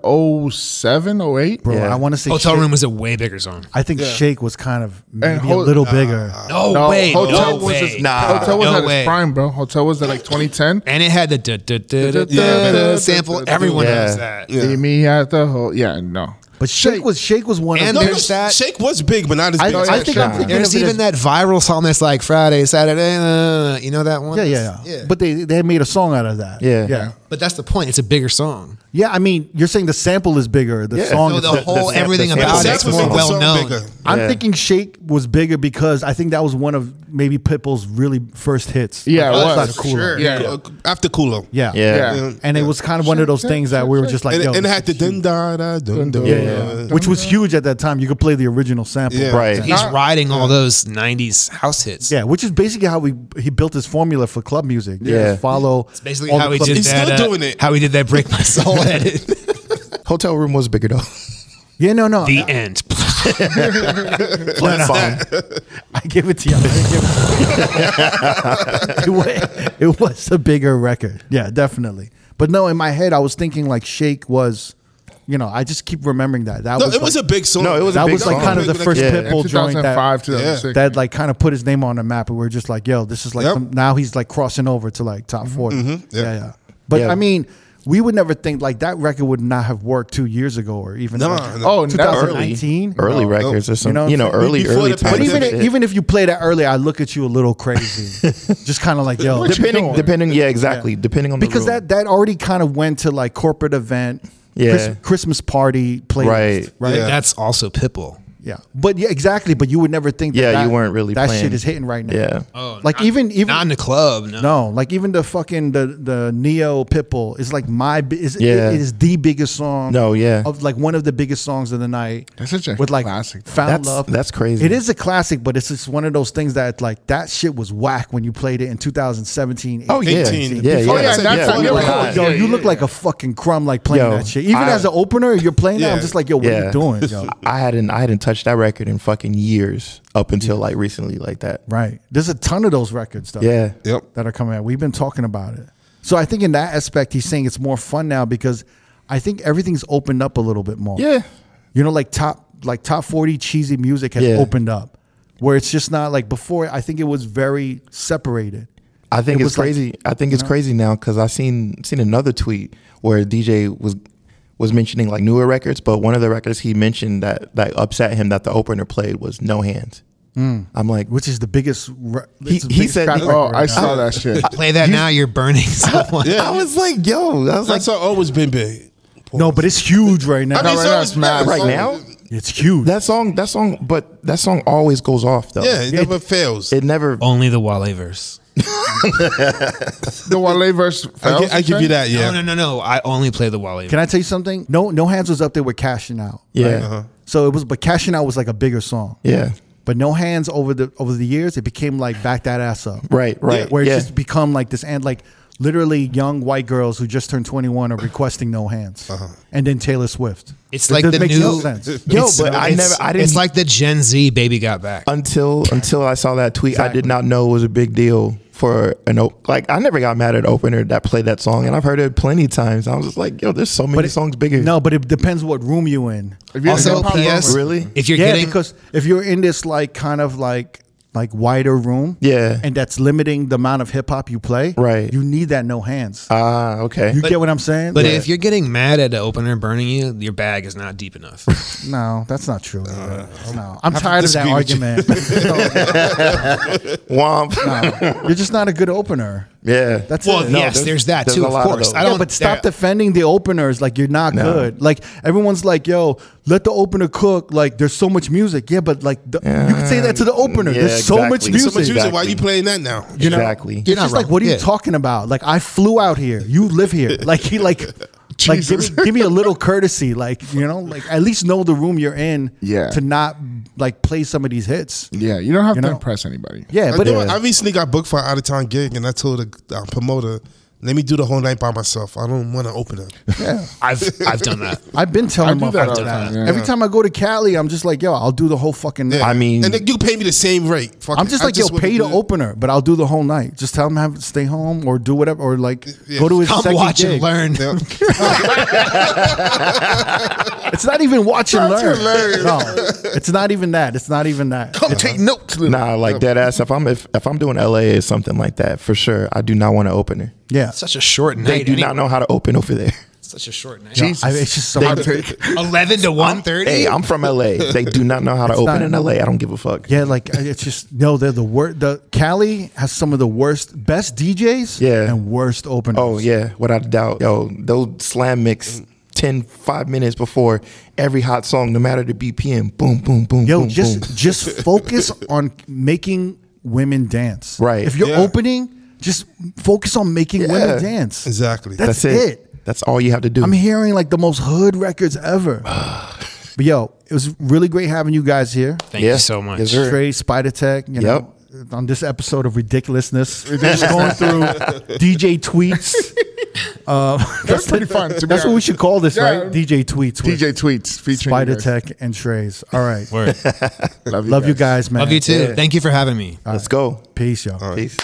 Speaker 3: 07, 08?
Speaker 1: bro.
Speaker 5: Yeah.
Speaker 1: I want to say
Speaker 4: Hotel
Speaker 1: Shake-
Speaker 4: room was a way bigger song.
Speaker 1: I think Shake was kind of maybe a
Speaker 3: Hol-
Speaker 1: little bigger.
Speaker 4: No,
Speaker 3: No,
Speaker 4: way,
Speaker 3: hotel
Speaker 4: no
Speaker 3: was
Speaker 4: way.
Speaker 3: his, hotel was
Speaker 4: no
Speaker 3: at
Speaker 4: way.
Speaker 3: its prime, bro. Hotel was at like 2010.
Speaker 4: And it had the duh, duh, duh, duh, duh,
Speaker 3: Yeah.
Speaker 4: duh sample. Everyone
Speaker 5: Yeah.
Speaker 4: knows that.
Speaker 3: See me at the whole. Yeah, no.
Speaker 1: but Shake, was Shake was one
Speaker 4: And
Speaker 1: of
Speaker 4: there's that-
Speaker 2: Shake was big, but not as
Speaker 1: I,
Speaker 2: big. as
Speaker 1: I
Speaker 2: Shake.
Speaker 1: think I'm thinking
Speaker 4: There's
Speaker 1: of it as-
Speaker 4: even that viral song that's like Friday, Saturday. uh, you know that one?
Speaker 1: Yeah, yeah, yeah. But they they made a song out of that.
Speaker 5: Yeah.
Speaker 1: yeah,
Speaker 4: But that's the point. It's a bigger song.
Speaker 1: yeah. I mean, you're saying the sample is bigger. The song.
Speaker 4: So
Speaker 1: is
Speaker 4: the
Speaker 1: bigger.
Speaker 4: whole
Speaker 5: the-
Speaker 4: everything
Speaker 5: the-
Speaker 4: about
Speaker 5: the
Speaker 4: it's
Speaker 5: sample
Speaker 4: more
Speaker 5: makes the
Speaker 4: well
Speaker 2: song
Speaker 4: known.
Speaker 2: Ah, bigger.
Speaker 1: I'm
Speaker 5: Yeah.
Speaker 1: thinking Shake was bigger because I think that was one of maybe Pitbull's really first hits.
Speaker 3: Yeah, it
Speaker 1: Like,
Speaker 3: was.
Speaker 1: outside of Kool Aid.
Speaker 2: Yeah, uh, after Kulo.
Speaker 1: Yeah.
Speaker 5: Yeah.
Speaker 3: Yeah.
Speaker 1: And it was kind of one of those things that we were just like,
Speaker 2: And,
Speaker 1: yo,
Speaker 2: it- and it had the dun da da dun dun.
Speaker 5: Yeah.
Speaker 1: which was huge at that time. You could play the original sample.
Speaker 2: Yeah.
Speaker 5: Right.
Speaker 4: He's riding all those '90s house hits.
Speaker 1: Yeah, which is basically how we he built his formula for club music. You
Speaker 5: Yeah.
Speaker 1: just follow.
Speaker 4: It's basically
Speaker 1: all the
Speaker 4: how he
Speaker 1: club-
Speaker 4: did
Speaker 2: He's
Speaker 4: that.
Speaker 2: still
Speaker 4: uh,
Speaker 2: doing it.
Speaker 4: How he did that break my soul edit.
Speaker 5: hotel room was bigger though.
Speaker 1: Yeah, no, no,
Speaker 4: the end.
Speaker 1: no, no. I give it to you. I didn't give it, to you. it, was, it was a bigger record. Yeah, definitely. But no, in my head, I was thinking like Shake was, you know, I just keep remembering that. That
Speaker 2: No,
Speaker 1: was
Speaker 2: it was
Speaker 1: like-
Speaker 2: a big song.
Speaker 5: No, it was a
Speaker 1: that
Speaker 5: big
Speaker 1: was like
Speaker 5: song.
Speaker 1: kind of the
Speaker 2: Big,
Speaker 1: first
Speaker 5: Yeah.
Speaker 1: Pitbull joint that
Speaker 3: 2005, 2006.
Speaker 1: that like kind of put his name on the map. And we are just like, yo, this is like
Speaker 2: Yep.
Speaker 1: some, now he's like crossing over to like top 40
Speaker 2: Yeah.
Speaker 1: Mm-hmm, Yeah. yeah, But
Speaker 5: Yeah.
Speaker 1: I mean, we would never think like that record would not have worked two years ago or even
Speaker 2: No,
Speaker 1: like,
Speaker 2: no.
Speaker 3: Oh, not early.
Speaker 1: 2019.
Speaker 5: early records or
Speaker 1: You know
Speaker 5: something.
Speaker 1: what
Speaker 5: You know,
Speaker 1: I'm saying?
Speaker 5: early
Speaker 2: Before
Speaker 5: early
Speaker 2: the
Speaker 5: times.
Speaker 1: But even
Speaker 5: Shit.
Speaker 1: even if you play that early, I look at you a little crazy, just kind of like yo,
Speaker 5: depending depending yeah exactly depending on the
Speaker 1: because
Speaker 5: room.
Speaker 1: that that already kind of went to like corporate event,
Speaker 5: Yeah.
Speaker 1: Christ- Christmas party playlist,
Speaker 5: Right.
Speaker 1: Right.
Speaker 2: Yeah.
Speaker 4: That's also Pitbull.
Speaker 1: Yeah, but yeah, exactly. But you would never think. That
Speaker 5: Yeah,
Speaker 1: that,
Speaker 5: you weren't really
Speaker 1: That
Speaker 5: playing.
Speaker 1: shit is hitting right now.
Speaker 5: Yeah.
Speaker 3: Oh,
Speaker 1: like even even
Speaker 4: not in the club. No.
Speaker 1: no, like even the fucking the the Neo Pitbull is like my bi- is
Speaker 5: Yeah.
Speaker 1: it is the biggest song.
Speaker 5: No, yeah.
Speaker 1: of like one of the biggest songs of the night.
Speaker 3: That's such a
Speaker 1: with like
Speaker 3: classic, though.
Speaker 1: Found
Speaker 5: That's-
Speaker 1: Love.
Speaker 5: that's crazy.
Speaker 1: It is a classic, but it's just one of those things that like that shit was whack when you played it in 2017.
Speaker 5: oh yeah
Speaker 2: 18.
Speaker 5: yeah yeah
Speaker 2: Oh, yeah,
Speaker 5: yeah,
Speaker 2: that's
Speaker 5: we
Speaker 2: all
Speaker 5: were
Speaker 2: you
Speaker 5: high.
Speaker 2: were
Speaker 1: Yo, you look like a fucking crumb like playing
Speaker 5: Yo,
Speaker 1: that shit. Even
Speaker 5: I-
Speaker 1: as an opener, you're playing that. I'm
Speaker 2: Yeah.
Speaker 1: just like, yo, what are
Speaker 5: Yeah.
Speaker 1: you doing? Yo?
Speaker 5: I hadn't I hadn't touched that record in fucking years up until like recently like that
Speaker 1: Right. There's a ton of those records though.
Speaker 5: yeah
Speaker 2: Yep.
Speaker 1: that are coming out. We've been talking about it. So I think in that aspect, he's saying it's more fun now because I think everything's opened up a little bit more.
Speaker 5: yeah
Speaker 1: You know, like top like top forty cheesy music has
Speaker 5: Yeah.
Speaker 1: opened up. Where it's just not like before I think it was very separated.
Speaker 5: I think
Speaker 1: It
Speaker 5: it's
Speaker 1: was like-
Speaker 5: crazy I think it's crazy now because I seen seen another tweet where DJ was was mentioning like newer records but one of the records he mentioned that that upset him that the opener played was No Hands I'm like
Speaker 1: Mm. Which is the biggest. Re-
Speaker 5: He-
Speaker 1: it's the
Speaker 5: he
Speaker 1: biggest
Speaker 5: said-
Speaker 1: track
Speaker 5: he-
Speaker 1: record
Speaker 3: Oh, I
Speaker 1: right now.
Speaker 3: saw that shit.
Speaker 4: Play that now. You're burning someone.
Speaker 5: I was like yo I was like
Speaker 2: That's all- always been big.
Speaker 1: No, but it's huge right now.
Speaker 2: I mean,
Speaker 3: right
Speaker 2: it's
Speaker 3: now
Speaker 2: always
Speaker 3: it's mad.
Speaker 2: been-
Speaker 5: Right now?
Speaker 1: it's huge.
Speaker 5: that song that song but that song always goes off though
Speaker 2: Yeah, it never fails.
Speaker 5: it never
Speaker 4: Only the Wale verse.
Speaker 3: the Wale verse.
Speaker 2: I,
Speaker 3: fails,
Speaker 2: gi- I
Speaker 3: you
Speaker 2: give
Speaker 3: say?
Speaker 2: you that. Yeah.
Speaker 4: No, no, no, no. I only play the Wale.
Speaker 1: Can I tell you something? No, no hands was up there with cashing out.
Speaker 5: yeah
Speaker 1: So it was, but cashing out was like a bigger song.
Speaker 5: yeah
Speaker 1: But no hands over the over the years, it became like back that ass up.
Speaker 5: right right
Speaker 1: Where
Speaker 5: yeah.
Speaker 1: it's just become like this and like literally young white girls who just turned 21 are requesting no hands. And then Taylor Swift.
Speaker 4: Uh-huh. It's
Speaker 1: That
Speaker 4: like
Speaker 1: doesn't
Speaker 4: the
Speaker 1: make
Speaker 4: new.
Speaker 1: no sense.
Speaker 5: Yo,
Speaker 4: it's-
Speaker 5: but I
Speaker 4: it's-
Speaker 5: never- I didn't-
Speaker 4: It's like the Gen Z baby got back.
Speaker 5: until until I saw that tweet, I did not know it was a big deal for an op- like I never got mad at opener that played that song, and I've heard it plenty of times. I was just like, yo, there's so many
Speaker 1: it-
Speaker 5: songs bigger.
Speaker 1: No, but it depends what room you in.
Speaker 3: If you
Speaker 4: also,
Speaker 3: didn't pop
Speaker 4: P.S.
Speaker 3: over-
Speaker 5: Really?
Speaker 4: If you're
Speaker 1: yeah,
Speaker 4: getting
Speaker 1: because if you're in this like kind of like like wider room,
Speaker 5: Yeah.
Speaker 1: and that's limiting the amount of hip hop you play,
Speaker 5: Right.
Speaker 1: You need that no hands.
Speaker 5: ah, okay.
Speaker 1: you get what I'm saying?
Speaker 4: But if you're getting mad at the opener burning you, your bag is not deep enough.
Speaker 1: no, that's not true.
Speaker 4: Uh,
Speaker 1: no, I'm tired of that
Speaker 2: disagree with you.
Speaker 1: argument.
Speaker 5: Womp.
Speaker 1: No, you're just not a good opener.
Speaker 5: Yeah,
Speaker 1: That's
Speaker 4: well,
Speaker 1: it.
Speaker 5: No,
Speaker 4: yes,
Speaker 5: there's-
Speaker 4: there's, that
Speaker 5: there's
Speaker 4: too.
Speaker 5: a
Speaker 4: Of
Speaker 5: lot of
Speaker 4: course,
Speaker 5: those.
Speaker 4: I
Speaker 1: Yeah,
Speaker 4: don't.
Speaker 1: but stop
Speaker 4: there-
Speaker 1: defending the openers. Like you're not
Speaker 5: No.
Speaker 1: good. Like everyone's like, "Yo, let the opener cook." Like there's so much music. Yeah, but like the, you could say that to the opener.
Speaker 5: Yeah,
Speaker 1: there's so much
Speaker 5: exactly. So
Speaker 1: music.
Speaker 2: So much
Speaker 5: Exactly.
Speaker 2: music. Why you playing that now?
Speaker 1: you know?
Speaker 5: exactly.
Speaker 1: It's just
Speaker 4: not
Speaker 1: like,
Speaker 4: wrong.
Speaker 1: what are you
Speaker 4: Yeah.
Speaker 1: talking about? Like I flew out here. You live here. Like he like. Like give me, give me a little courtesy, like you know, like at least know the room you're in,
Speaker 3: Yeah.
Speaker 1: to not like play some of these hits,
Speaker 3: Yeah, you don't have
Speaker 1: You
Speaker 3: to
Speaker 1: know?
Speaker 3: impress anybody.
Speaker 1: yeah.
Speaker 2: I,
Speaker 1: But
Speaker 2: know-
Speaker 1: it-
Speaker 2: I recently got booked for an out of town gig, and I told the uh, promoter, Let me do the whole night by myself. I don't want to open up.
Speaker 4: I've I've done that.
Speaker 1: I've been telling
Speaker 3: I do that
Speaker 1: motherfuckers
Speaker 3: all the
Speaker 1: that.
Speaker 3: time, yeah.
Speaker 1: Every time I go to Cali, I'm just like, yo, I'll do the whole fucking night.
Speaker 5: I mean-
Speaker 2: and then you pay me the same rate. Fuck
Speaker 1: I'm
Speaker 2: it.
Speaker 1: just
Speaker 2: I
Speaker 1: like, yo,
Speaker 2: wanna
Speaker 1: pay
Speaker 2: do
Speaker 1: the
Speaker 2: it.
Speaker 1: opener, but I'll do the whole night. Just tell him have stay home or do whatever, or like go to his
Speaker 4: Come
Speaker 1: second
Speaker 4: watch
Speaker 1: gig.
Speaker 4: and learn.
Speaker 2: Yeah.
Speaker 1: It's not even watch and
Speaker 3: Watch
Speaker 1: learn.
Speaker 3: and learn.
Speaker 1: No, it's not even that. It's not even that.
Speaker 2: Come take notes. little-
Speaker 5: Nah, like dead ass. If I'm if, if I'm doing LA or something like that, for sure, I do not want an opener.
Speaker 1: Yeah,
Speaker 4: Such a short night.
Speaker 5: They do
Speaker 4: anyway.
Speaker 5: not know how to open over there.
Speaker 4: Such a short night.
Speaker 1: I mean, it's just so
Speaker 5: They-
Speaker 1: hard to-
Speaker 4: Eleven to one thirty.
Speaker 5: Hey, I'm from LA. They do not know how to open
Speaker 1: not-
Speaker 5: in LA. I don't give a fuck.
Speaker 1: Yeah, like I- it's just no. They're the worst. The Cali has some of the worst, best DJs.
Speaker 5: Yeah.
Speaker 1: and worst openers.
Speaker 5: Oh yeah, without a doubt. Yo, those slam mix 10, 5 minutes before every hot song, no matter the BPM, boom, boom, boom,
Speaker 1: yo,
Speaker 5: boom,
Speaker 1: just
Speaker 5: boom.
Speaker 1: just focus on making women dance.
Speaker 5: Right.
Speaker 1: If you're
Speaker 2: Yeah.
Speaker 1: opening, just focus on making
Speaker 5: Yeah.
Speaker 1: women dance.
Speaker 2: Exactly.
Speaker 1: That's, it.
Speaker 5: That's all you have to do.
Speaker 1: I'm hearing like the most hood records ever. but yo, it was really great having you guys here.
Speaker 4: Thank
Speaker 5: Yeah.
Speaker 4: you so much.
Speaker 5: Yes, sir.
Speaker 1: Trey Spider Tech. You know, on this episode of ridiculousness, just going through DJ tweets.
Speaker 3: That's pretty fun. To be
Speaker 1: That's what we
Speaker 3: honest.
Speaker 1: should call this,
Speaker 3: Yeah.
Speaker 1: right? DJ tweets. with
Speaker 3: DJ tweets featuring
Speaker 1: Spider
Speaker 3: you guys.
Speaker 1: Tech and Trays. All right.
Speaker 4: Word.
Speaker 3: Love you
Speaker 1: Love you
Speaker 3: guys.
Speaker 1: guys, man.
Speaker 4: Love you too. Thank you for having me.
Speaker 5: Let's go.
Speaker 1: Peace, y'all.
Speaker 5: Peace.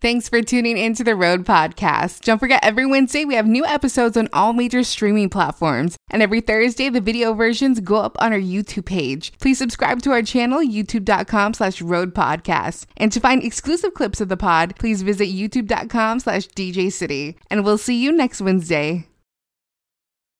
Speaker 7: Thanks for tuning into the Road Podcast. Don't forget, every Wednesday we have new episodes on all major streaming platforms. And every Thursday, the video versions go up on our YouTube page. Please subscribe to our channel, youtube.com slash road podcast. And to find exclusive clips of the pod, please visit youtube.com slash DJ City. And we'll see you next Wednesday.